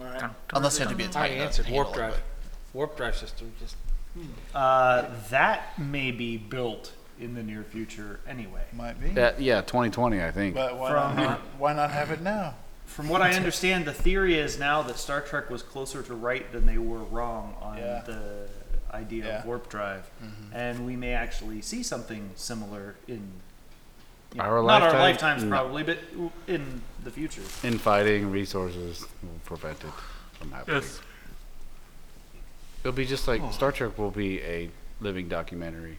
Speaker 4: All right.
Speaker 3: Unless you have to be a
Speaker 8: Oh, I
Speaker 3: Titan. to
Speaker 8: answered
Speaker 3: handle
Speaker 8: warp
Speaker 3: it,
Speaker 8: drive. Warp drive system just
Speaker 5: Uh, that may be built in the near future anyway.
Speaker 4: Might be.
Speaker 1: Uh, yeah, 2020, I think.
Speaker 4: But why,
Speaker 5: From-
Speaker 4: not, why not have it now?
Speaker 5: From what I understand, the theory is now that Star Trek was closer to right than they were wrong on
Speaker 4: Yeah.
Speaker 5: the idea
Speaker 4: Yeah. Mm-hmm.
Speaker 5: of warp drive, and we may actually see something similar in you
Speaker 1: Our
Speaker 5: not
Speaker 1: lifetime? Mm.
Speaker 5: our lifetimes
Speaker 1: No.
Speaker 5: probably, but w- in the future.
Speaker 1: Infighting resources will prevent it from happening.
Speaker 10: Yes.
Speaker 1: It'll be just like Star Trek will be a living documentary.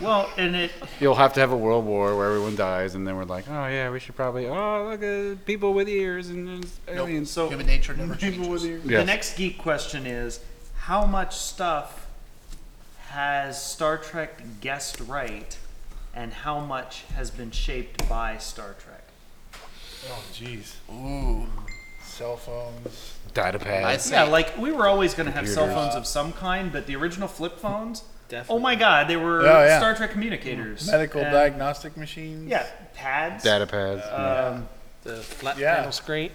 Speaker 5: well, and it
Speaker 1: You'll have to have a world war where everyone dies, and then we're like, oh yeah, we should probably oh look at people with ears and there's aliens.
Speaker 5: so
Speaker 3: Human nature never changes.
Speaker 5: The next geek question is how much stuff has Star Trek guessed right and how much has been shaped by Star Trek?
Speaker 4: Oh, jeez.
Speaker 3: Ooh,
Speaker 4: Cell phones.
Speaker 1: Data pad.
Speaker 3: I say
Speaker 5: Yeah, like we were always going to have cell phones
Speaker 1: Computers.
Speaker 5: of some kind, but the original flip phones,
Speaker 8: definitely.
Speaker 5: oh my god, they were
Speaker 4: Oh, yeah.
Speaker 5: Star Trek communicators.
Speaker 4: Medical
Speaker 5: And-
Speaker 4: diagnostic machines.
Speaker 5: Yeah, pads.
Speaker 1: Data pads.
Speaker 5: Um,
Speaker 8: the flat
Speaker 4: Yeah.
Speaker 8: panel screen.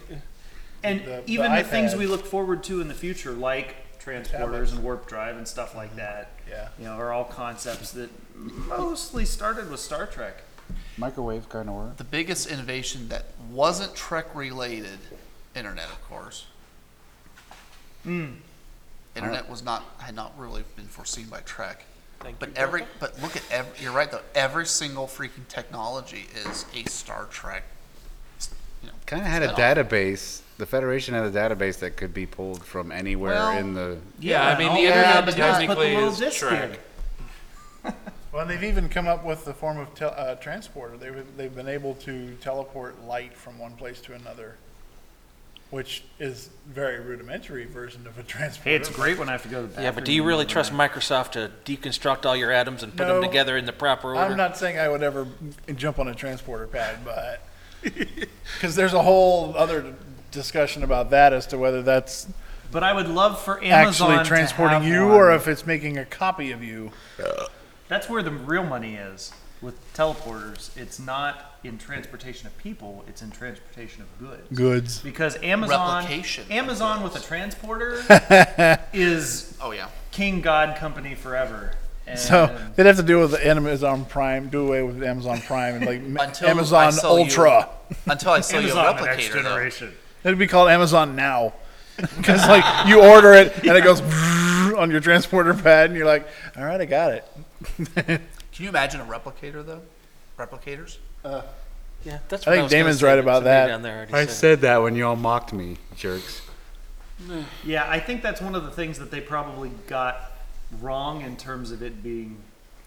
Speaker 5: and
Speaker 4: The- the
Speaker 5: even the, things we
Speaker 4: iPads.
Speaker 5: look forward to in the future, like transporters
Speaker 4: Tablets.
Speaker 5: and warp drive and stuff like that,
Speaker 4: Mm-hmm. Yeah.
Speaker 5: you know, are all concepts that mostly started with Star Trek.
Speaker 1: Microwave kind of work.
Speaker 3: the biggest innovation that wasn't Trek related, internet, of course.
Speaker 5: Mm.
Speaker 3: Internet was not had not really been foreseen by Trek.
Speaker 8: Thank
Speaker 3: But
Speaker 8: you,
Speaker 3: every
Speaker 8: Delta.
Speaker 3: but look at every you're right though every single freaking technology is a Star Trek. You know,
Speaker 1: Kind of had a database. The Federation had a database that could be pulled from anywhere
Speaker 3: Well,
Speaker 1: in the.
Speaker 10: Yeah, I mean, the
Speaker 5: Yeah,
Speaker 10: internet
Speaker 5: but just put the
Speaker 10: technically
Speaker 5: little
Speaker 10: is
Speaker 5: disc
Speaker 10: Shrek.
Speaker 5: in.
Speaker 4: Well, and they've even come up with the form of tel- uh, transporter. They've, they've been able to teleport light from one place to another, which is very rudimentary version of a transporter.
Speaker 5: Hey, it's great when I have to go to the bathroom.
Speaker 8: Yeah, but do you really trust Microsoft to deconstruct all your atoms and put
Speaker 4: No.
Speaker 8: them together in the proper order?
Speaker 4: I'm not saying I would ever jump on a transporter pad, but because there's a whole other discussion about that as to whether that's
Speaker 5: But I would love for Amazon
Speaker 4: actually transporting
Speaker 5: to have
Speaker 4: you
Speaker 5: one.
Speaker 4: or if it's making a copy of you.
Speaker 5: that's where the real money is with teleporters. It's not in transportation of people; it's in transportation of goods.
Speaker 4: Goods.
Speaker 5: Because Amazon,
Speaker 3: Replication of
Speaker 5: Amazon with
Speaker 3: goods.
Speaker 5: a transporter is
Speaker 3: Oh yeah.
Speaker 5: king god company forever. And
Speaker 4: So they'd have to deal with Amazon Prime, do away with Amazon Prime, and like ma-
Speaker 3: Until I
Speaker 4: Amazon
Speaker 3: sell you-
Speaker 4: Ultra.
Speaker 3: Until I sell you a
Speaker 5: Amazon, the next
Speaker 3: replicator, though.
Speaker 5: generation.
Speaker 4: It'd be called Amazon Now. Because like you order it and it goes on your transporter pad and you're like, all right, I got it.
Speaker 3: Can you imagine a replicator though? Replicators.
Speaker 5: Uh,
Speaker 8: yeah, that's
Speaker 4: I
Speaker 8: what
Speaker 4: think
Speaker 8: was gonna
Speaker 4: Damon's
Speaker 8: say,
Speaker 4: right
Speaker 8: but
Speaker 4: about
Speaker 8: somebody
Speaker 4: that.
Speaker 8: Down there already
Speaker 1: I
Speaker 8: said it.
Speaker 1: said that when y'all mocked me, jerks.
Speaker 5: Yeah, I think that's one of the things that they probably got wrong in terms of it being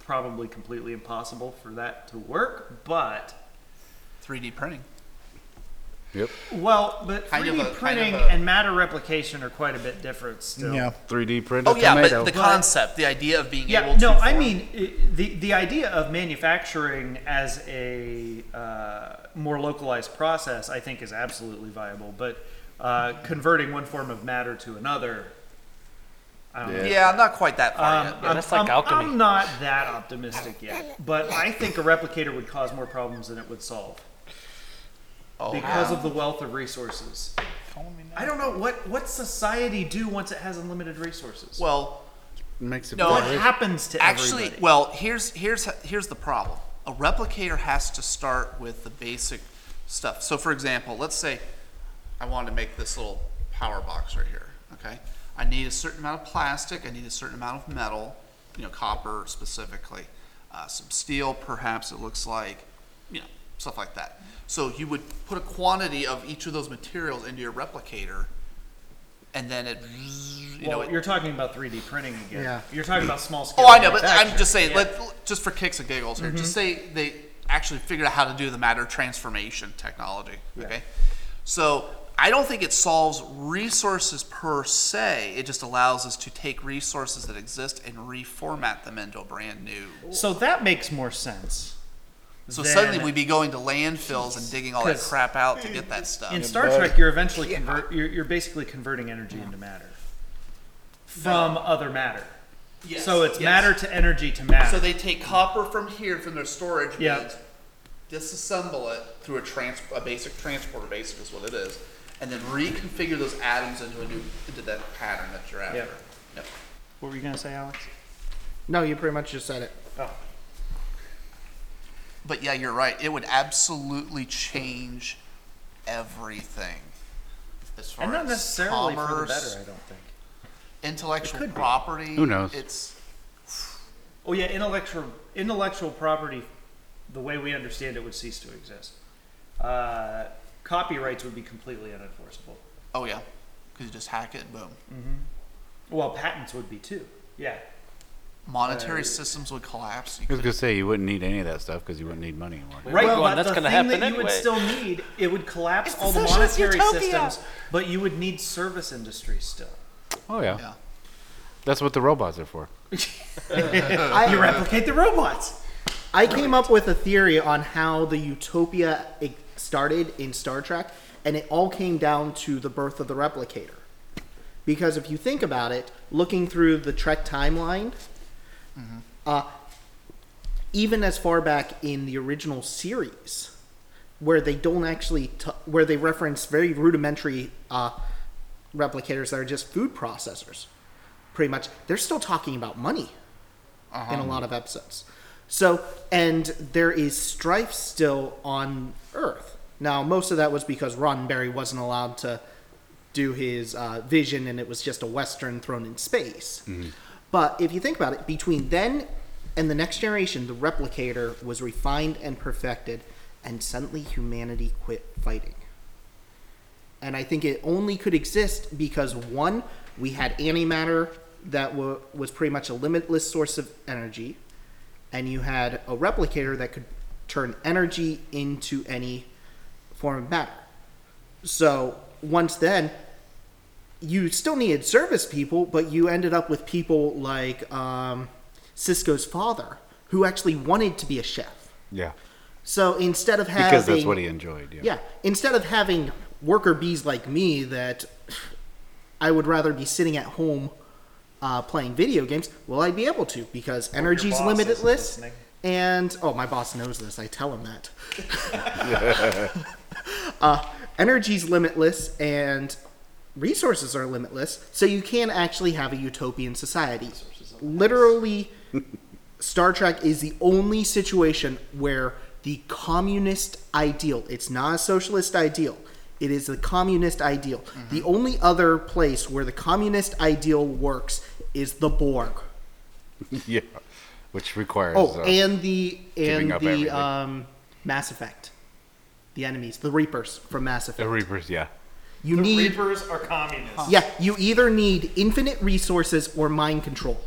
Speaker 5: probably completely impossible for that to work. But
Speaker 3: 3D printing.
Speaker 1: Yep.
Speaker 5: Well, but
Speaker 3: Kind of
Speaker 5: 3D
Speaker 3: a- kind
Speaker 5: printing
Speaker 3: of a-
Speaker 5: and matter replication are quite a bit different still.
Speaker 1: 3D printed
Speaker 3: Oh yeah,
Speaker 1: tomato.
Speaker 3: but the concept, the idea of being
Speaker 5: Yeah,
Speaker 3: able to.
Speaker 5: no, I
Speaker 3: form-
Speaker 5: mean i- the the idea of manufacturing as a uh, more localized process, I think, is absolutely viable. But uh, converting one form of matter to another, I don't know.
Speaker 3: Yeah, I'm not quite that far
Speaker 5: Um,
Speaker 3: yet.
Speaker 5: I'm, I'm- I'm not that optimistic yet, but I think a replicator would cause more problems than it would solve because
Speaker 3: yeah.
Speaker 5: of the wealth of resources. I don't know what what society do once it has unlimited resources.
Speaker 3: Well,
Speaker 1: Makes it
Speaker 3: No,
Speaker 5: what
Speaker 3: it-
Speaker 5: happens to
Speaker 3: actually,
Speaker 5: everybody?
Speaker 3: well, here's here's here's the problem. A replicator has to start with the basic stuff. So, for example, let's say I wanted to make this little power box right here. Okay, I need a certain amount of plastic. I need a certain amount of metal, you know, copper specifically, uh, some steel, perhaps it looks like, you know, stuff like that. So you would put a quantity of each of those materials into your replicator, and then it, you know,
Speaker 5: Well,
Speaker 3: it,
Speaker 5: you're talking about 3D printing again.
Speaker 6: Yeah.
Speaker 5: You're talking about small scale.
Speaker 3: Oh, I know, but I'm
Speaker 5: manufacturing.
Speaker 3: just saying,
Speaker 5: Yeah. Mm-hmm.
Speaker 3: let, just for kicks and giggles here, just say they actually figured out how to do the matter transformation technology. Okay, so I don't think it solves resources per se. It just allows us to take resources that exist and reformat them into a brand new.
Speaker 5: So that makes more sense.
Speaker 3: So
Speaker 5: Then-
Speaker 3: suddenly we'd be going to landfills and digging all that
Speaker 5: 'Cause-
Speaker 3: crap out to get that stuff.
Speaker 5: in Star Trek, you're eventually convert. You're, you're basically converting energy into matter from other matter.
Speaker 3: Yes,
Speaker 5: So it's
Speaker 3: yes.
Speaker 5: matter to energy to matter.
Speaker 3: So they take copper from here from their storage
Speaker 5: Yeah.
Speaker 3: bins, disassemble it through a trans a basic transporter, basic is what it is, and then reconfigure those atoms into a new into that pattern that you're after.
Speaker 5: Yeah.
Speaker 3: Yep.
Speaker 5: what were you gonna say, Alex?
Speaker 6: No, you pretty much just said it.
Speaker 3: But yeah, you're right. It would absolutely change everything as far
Speaker 5: And not
Speaker 3: as
Speaker 5: necessarily
Speaker 3: commerce,
Speaker 5: for the better. I don't think.
Speaker 3: intellectual property. Who
Speaker 1: knows?
Speaker 3: It's
Speaker 5: Oh yeah, intellectual intellectual property, the way we understand it, would cease to exist. Uh, copyrights would be completely unenforceable.
Speaker 3: oh yeah, because you just hack it, boom.
Speaker 5: Mm-hmm. Well, patents would be too. Uh, Yeah.
Speaker 3: Monetary systems would collapse. You
Speaker 1: I was gonna say you wouldn't need any of that stuff because you wouldn't need money anymore.
Speaker 5: Right,
Speaker 12: Well,
Speaker 5: but
Speaker 12: that's
Speaker 5: the
Speaker 12: gonna
Speaker 5: thing
Speaker 12: happen
Speaker 5: that you would
Speaker 12: anyway.
Speaker 5: still need, it would collapse all the
Speaker 3: socialist
Speaker 5: monetary
Speaker 3: utopia.
Speaker 5: systems, but you would need service industries still.
Speaker 1: Oh yeah.
Speaker 3: Yeah.
Speaker 1: That's what the robots are for.
Speaker 5: Oh. you replicate the robots.
Speaker 6: I came up with a theory on how the utopia it started in Star Trek, and it all came down to the birth of the replicator. Because if you think about it, looking through the Trek timeline, uh, even as far back in the original series, where they don't actually, t- where they reference very rudimentary uh, replicators that are just food processors, pretty much, they're still talking about money in a lot of episodes. So, and there is strife still on Earth. Now, most of that was because Roddenberry wasn't allowed to do his uh, vision, and it was just a Western thrown in space.
Speaker 1: Mm-hmm.
Speaker 6: But if you think about it, between then and the next generation, the replicator was refined and perfected, and suddenly humanity quit fighting. And I think it only could exist because one, we had antimatter that wa was pretty much a limitless source of energy, and you had a replicator that could turn energy into any form of matter. So once then, you still needed service people, but you ended up with people like um, Cisco's father, who actually wanted to be a chef.
Speaker 1: Yeah.
Speaker 6: So instead of having
Speaker 1: Because that's what he enjoyed. Yeah.
Speaker 6: yeah. Instead of having worker bees like me that I would rather be sitting at home uh, playing video games, well, I'd be able to because energy's
Speaker 5: boss isn't
Speaker 6: limitless.
Speaker 5: listening.
Speaker 6: And oh, my boss knows this. I tell him that. uh, energy's limitless and resources are limitless, so you can actually have a utopian society. Literally, Star Trek is the only situation where the communist ideal, it's not a socialist ideal, it is the communist ideal. The only other place where the communist ideal works is the Borg.
Speaker 1: Yeah. Which requires.
Speaker 6: Oh,
Speaker 1: uh,
Speaker 6: and the and
Speaker 1: giving up
Speaker 6: the
Speaker 1: everything.
Speaker 6: um, Mass Effect. The enemies, the Reapers from Mass Effect.
Speaker 1: the Reapers. Yeah.
Speaker 6: you need
Speaker 5: Reapers are communists.
Speaker 6: Yeah, you either need infinite resources or mind control.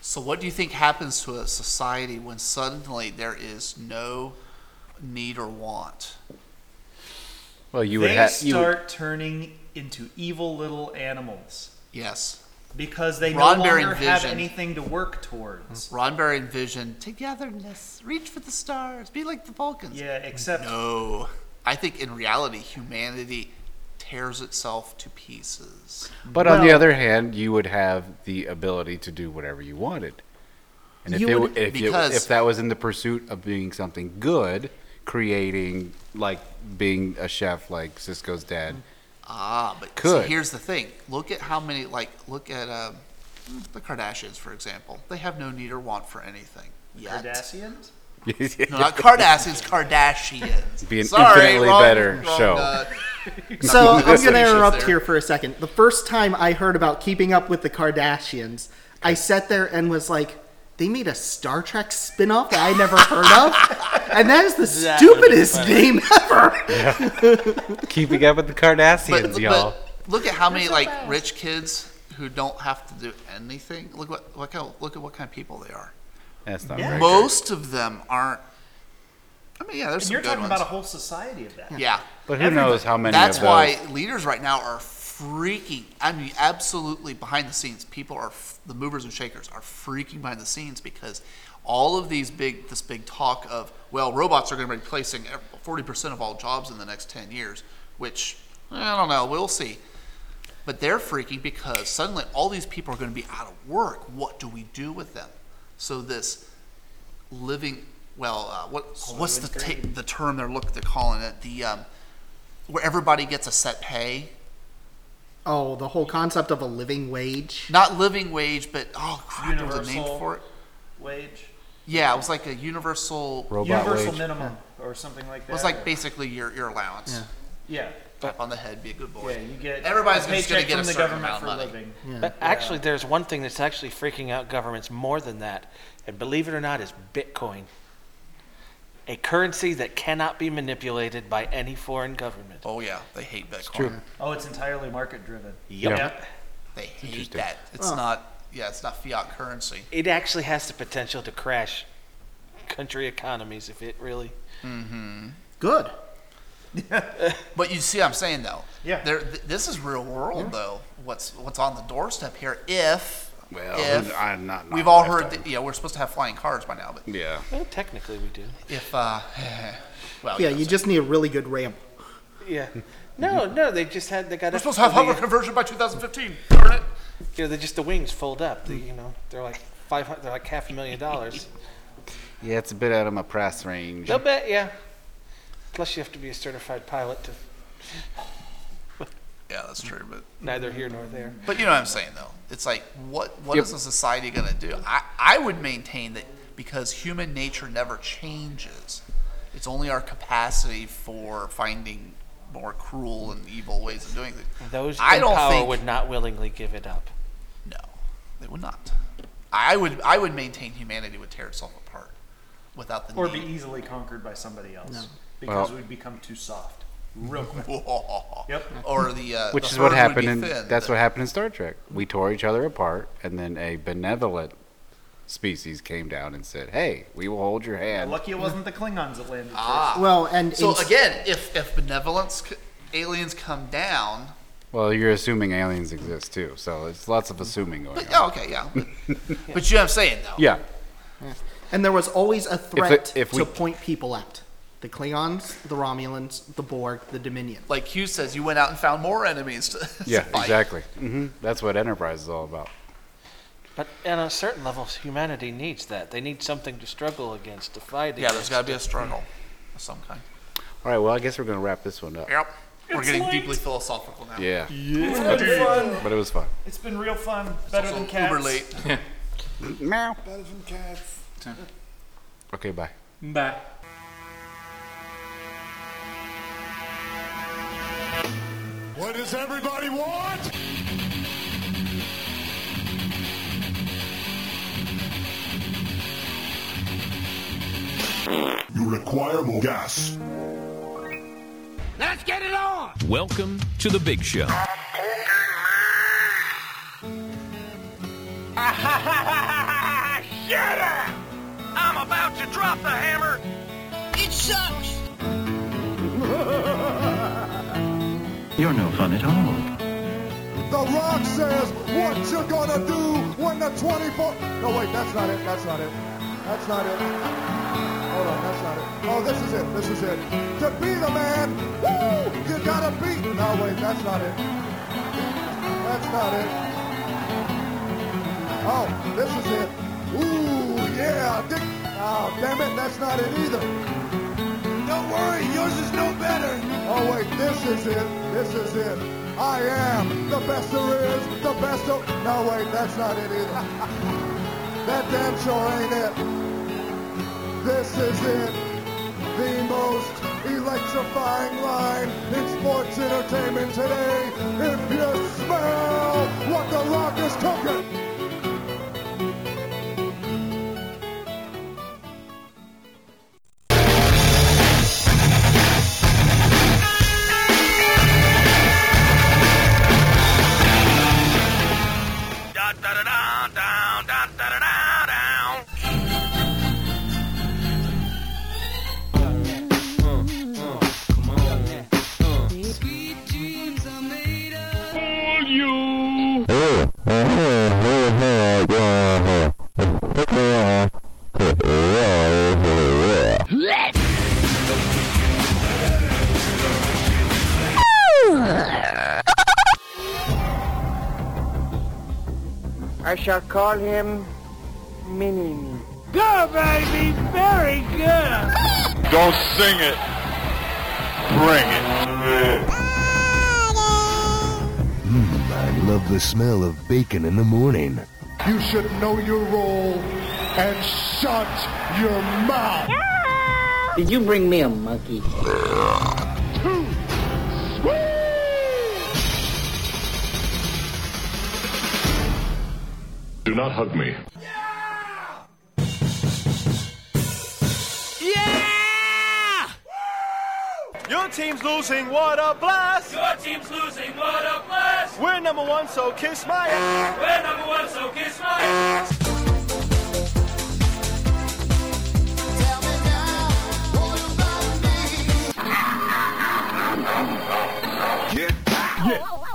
Speaker 3: So, what do you think happens to a society when suddenly there is no need or want?
Speaker 1: Well, you would
Speaker 5: they
Speaker 1: ha- you would-
Speaker 5: start turning into evil little animals.
Speaker 3: Yes.
Speaker 5: Because they no
Speaker 3: Roddenberry
Speaker 5: longer have
Speaker 3: envisioned-
Speaker 5: anything to work towards.
Speaker 3: Roddenberry envisioned togetherness, reach for the stars, be like the Vulcans.
Speaker 5: Yeah, except
Speaker 3: no. I think in reality, humanity tears itself to pieces.
Speaker 1: But uh, on the other hand, you would have the ability to do whatever you wanted. And if,
Speaker 3: You
Speaker 1: it,
Speaker 3: would-
Speaker 1: w- if, it,
Speaker 3: because-
Speaker 1: if that was in the pursuit of being something good, creating, like being a chef like Cisco's dad,
Speaker 3: Ah, but
Speaker 1: Could.
Speaker 3: see, here's the thing. Look at how many, like, look at um, the Kardashians, for example. They have no need or want for anything. Yet.
Speaker 5: Cardassians?
Speaker 3: No, not Kardashians, Kardashians.
Speaker 1: Be an
Speaker 3: Sorry,
Speaker 1: infinitely
Speaker 3: wrong-
Speaker 1: better
Speaker 3: wrong,
Speaker 1: show.
Speaker 3: uh,
Speaker 6: So I'm
Speaker 3: not
Speaker 6: going to
Speaker 3: Kardashians
Speaker 6: interrupt
Speaker 3: there.
Speaker 6: here for a second. The first time I heard about keeping up with the Kardashians, I sat there and was like, they made a Star Trek spin-off that I never heard of? And that is the
Speaker 3: That would've been
Speaker 6: stupidest
Speaker 3: funny.
Speaker 6: name ever.
Speaker 1: keeping up with the Kardashians,
Speaker 3: But,
Speaker 1: y'all.
Speaker 3: but look at how many like rich kids who don't have to do anything. Look what look how look at what kind of people they are.
Speaker 1: That's not
Speaker 5: Yeah.
Speaker 1: right.
Speaker 3: Most of them aren't. I mean, yeah, there's
Speaker 5: And
Speaker 3: some
Speaker 5: you're
Speaker 3: good
Speaker 5: talking
Speaker 3: ones.
Speaker 5: about a whole society of that.
Speaker 3: yeah,
Speaker 1: But who knows how many
Speaker 3: that's
Speaker 1: of those?
Speaker 3: why leaders right now are freaking. I mean, absolutely behind the scenes. People are f- the movers and shakers are freaking behind the scenes because all of these big this big talk of well, robots are going to be replacing forty percent of all jobs in the next ten years, which I don't know. We'll see. But they're freaking because suddenly all these people are going to be out of work. What do we do with them? So this living well, uh, what what's the ta- the term they're look they're calling it the um, where everybody gets a set pay,
Speaker 6: Oh, the whole concept of a living wage.
Speaker 3: not living wage, but oh crap, there was a name
Speaker 5: Universal.
Speaker 3: for it.
Speaker 5: Wage.
Speaker 3: Yeah, it was like a universal.
Speaker 1: Robot
Speaker 5: Universal
Speaker 1: wage.
Speaker 5: minimum or something like that.
Speaker 3: It was like
Speaker 5: or-
Speaker 3: basically your your allowance.
Speaker 6: Yeah.
Speaker 5: yeah.
Speaker 3: Tap on the head, be a good boy.
Speaker 5: Yeah, you get
Speaker 3: Everybody's
Speaker 5: a
Speaker 3: just gonna
Speaker 5: paycheck
Speaker 3: get a
Speaker 5: from the
Speaker 3: certain
Speaker 5: government
Speaker 3: amount of
Speaker 5: for
Speaker 3: money.
Speaker 5: living.
Speaker 7: But actually, there's one thing that's actually freaking out governments more than that, and believe it or not, is Bitcoin, a currency that cannot be manipulated by any foreign government.
Speaker 3: Oh yeah, they hate Bitcoin.
Speaker 5: Oh, it's entirely market driven.
Speaker 1: Yep.
Speaker 3: They hate that. It's not. Yeah, it's not fiat currency.
Speaker 7: It actually has the potential to crash country economies if it really.
Speaker 5: Mm-hmm.
Speaker 6: Good.
Speaker 3: But you see, what I'm saying though.
Speaker 5: Yeah.
Speaker 3: There, th- this is real world though. What's what's on the doorstep here? If
Speaker 1: Well,
Speaker 3: if
Speaker 1: I'm not- not
Speaker 3: we've all
Speaker 1: lifetime.
Speaker 3: heard that. Yeah, we're supposed to have flying cars by now, but
Speaker 1: Yeah.
Speaker 7: Well, technically, we do.
Speaker 3: if uh, well,
Speaker 6: Yeah, you just need a really good ramp.
Speaker 7: Yeah. No, no, they just had they got.
Speaker 3: we're
Speaker 7: up
Speaker 3: supposed to have
Speaker 7: the-
Speaker 3: hover conversion by 2015. Darn it!
Speaker 7: you know, they just the wings fold up. They, you know, they're like five hundred. They're like half a million dollars.
Speaker 1: Yeah, it's a bit out of my price range.
Speaker 7: They'll bet, yeah. Plus, you have to be a certified pilot to
Speaker 3: Yeah, that's true. But
Speaker 7: neither here nor there.
Speaker 3: but you know what I'm saying though. It's like what what is
Speaker 1: Yep.
Speaker 3: a society gonna do? I I would maintain that because human nature never changes. It's only our capacity for finding more cruel and evil ways of doing things.
Speaker 7: Those
Speaker 3: I
Speaker 7: in
Speaker 3: don't
Speaker 7: power
Speaker 3: think-
Speaker 7: would not willingly give it up.
Speaker 3: No, they would not. I would I would maintain humanity would tear itself apart without the
Speaker 5: Or be
Speaker 3: need.
Speaker 5: easily conquered by somebody else. Because we'd become too soft. Real quick. Yep.
Speaker 3: Or the uh,
Speaker 1: Which
Speaker 3: the
Speaker 1: is what
Speaker 3: herd would
Speaker 1: happened
Speaker 3: be
Speaker 1: in
Speaker 3: thinned.
Speaker 1: that's what happened in Star Trek. We tore each other apart, and then a benevolent species came down and said, "Hey, we will hold your hand."
Speaker 5: Lucky it wasn't the Klingons that landed.
Speaker 3: Ah.
Speaker 6: Well, and
Speaker 3: So
Speaker 6: ins-
Speaker 3: again, if if benevolence c- aliens come down,
Speaker 1: Well, you're assuming aliens exist too, so it's lots of assuming
Speaker 5: Oh,
Speaker 1: going on.
Speaker 3: but yeah, Oh, okay, yeah. But, but you know what I'm saying though.
Speaker 1: Yeah,
Speaker 6: and there was always a threat
Speaker 1: if we-
Speaker 6: to point people out. The Klingons, the Romulans, the Borg, the Dominion.
Speaker 3: Like Hugh says, you went out and found more enemies. To, to
Speaker 1: yeah,
Speaker 3: fight.
Speaker 1: exactly. hmm That's what Enterprise is all about.
Speaker 7: But on a certain level, humanity needs that. They need something to struggle against, to fight
Speaker 3: Yeah,
Speaker 7: against.
Speaker 3: there's got to be a struggle of some kind.
Speaker 1: All right, well, I guess we're gonna wrap this one up.
Speaker 3: Yep. We're getting deeply philosophical now.
Speaker 1: Yeah,
Speaker 5: fun.
Speaker 1: but it was fun.
Speaker 5: It's been real fun. Better
Speaker 3: So
Speaker 5: than cats.
Speaker 3: Uber late.
Speaker 1: Meow. Okay, bye.
Speaker 10: Bye.
Speaker 11: What does everybody want? You require more gas.
Speaker 13: Welcome to the big show.
Speaker 11: Shut up! I'm about to drop the hammer. It sucks.
Speaker 14: You're no fun at all.
Speaker 11: The Rock says, "What you gonna do when the 24?" No, wait, that's not it. That's not it. That's not it. Hold on, that's not it. Oh, this is it. This is it. To be the man, woo! You gotta be. No, wait, that's not it. That's not it. Oh, this is it. Ooh, yeah, Dick. Oh, damn it, that's not it either. Don't worry, yours is no better. Oh, wait, this is it. This is it. I am the best there is, the best of... No, wait, that's not it either. that damn sure ain't it. This is it. The most electrifying line in sports entertainment today. If you smell what The Rock is cooking.
Speaker 15: Mm,
Speaker 9: I shall call him Mini Me. Good, baby! Very good!
Speaker 11: Don't sing it. Bring it.
Speaker 15: I love the smell of bacon in the morning.
Speaker 11: You should know your role and shut your mouth.
Speaker 9: Did you bring me a monkey?
Speaker 16: Do not hug me.
Speaker 11: Yeah! Your team's losing, what a blast! Your team's losing, what a blast! We're number one, so kiss my ass! We're number one, so kiss my ass!
Speaker 16: Yeah.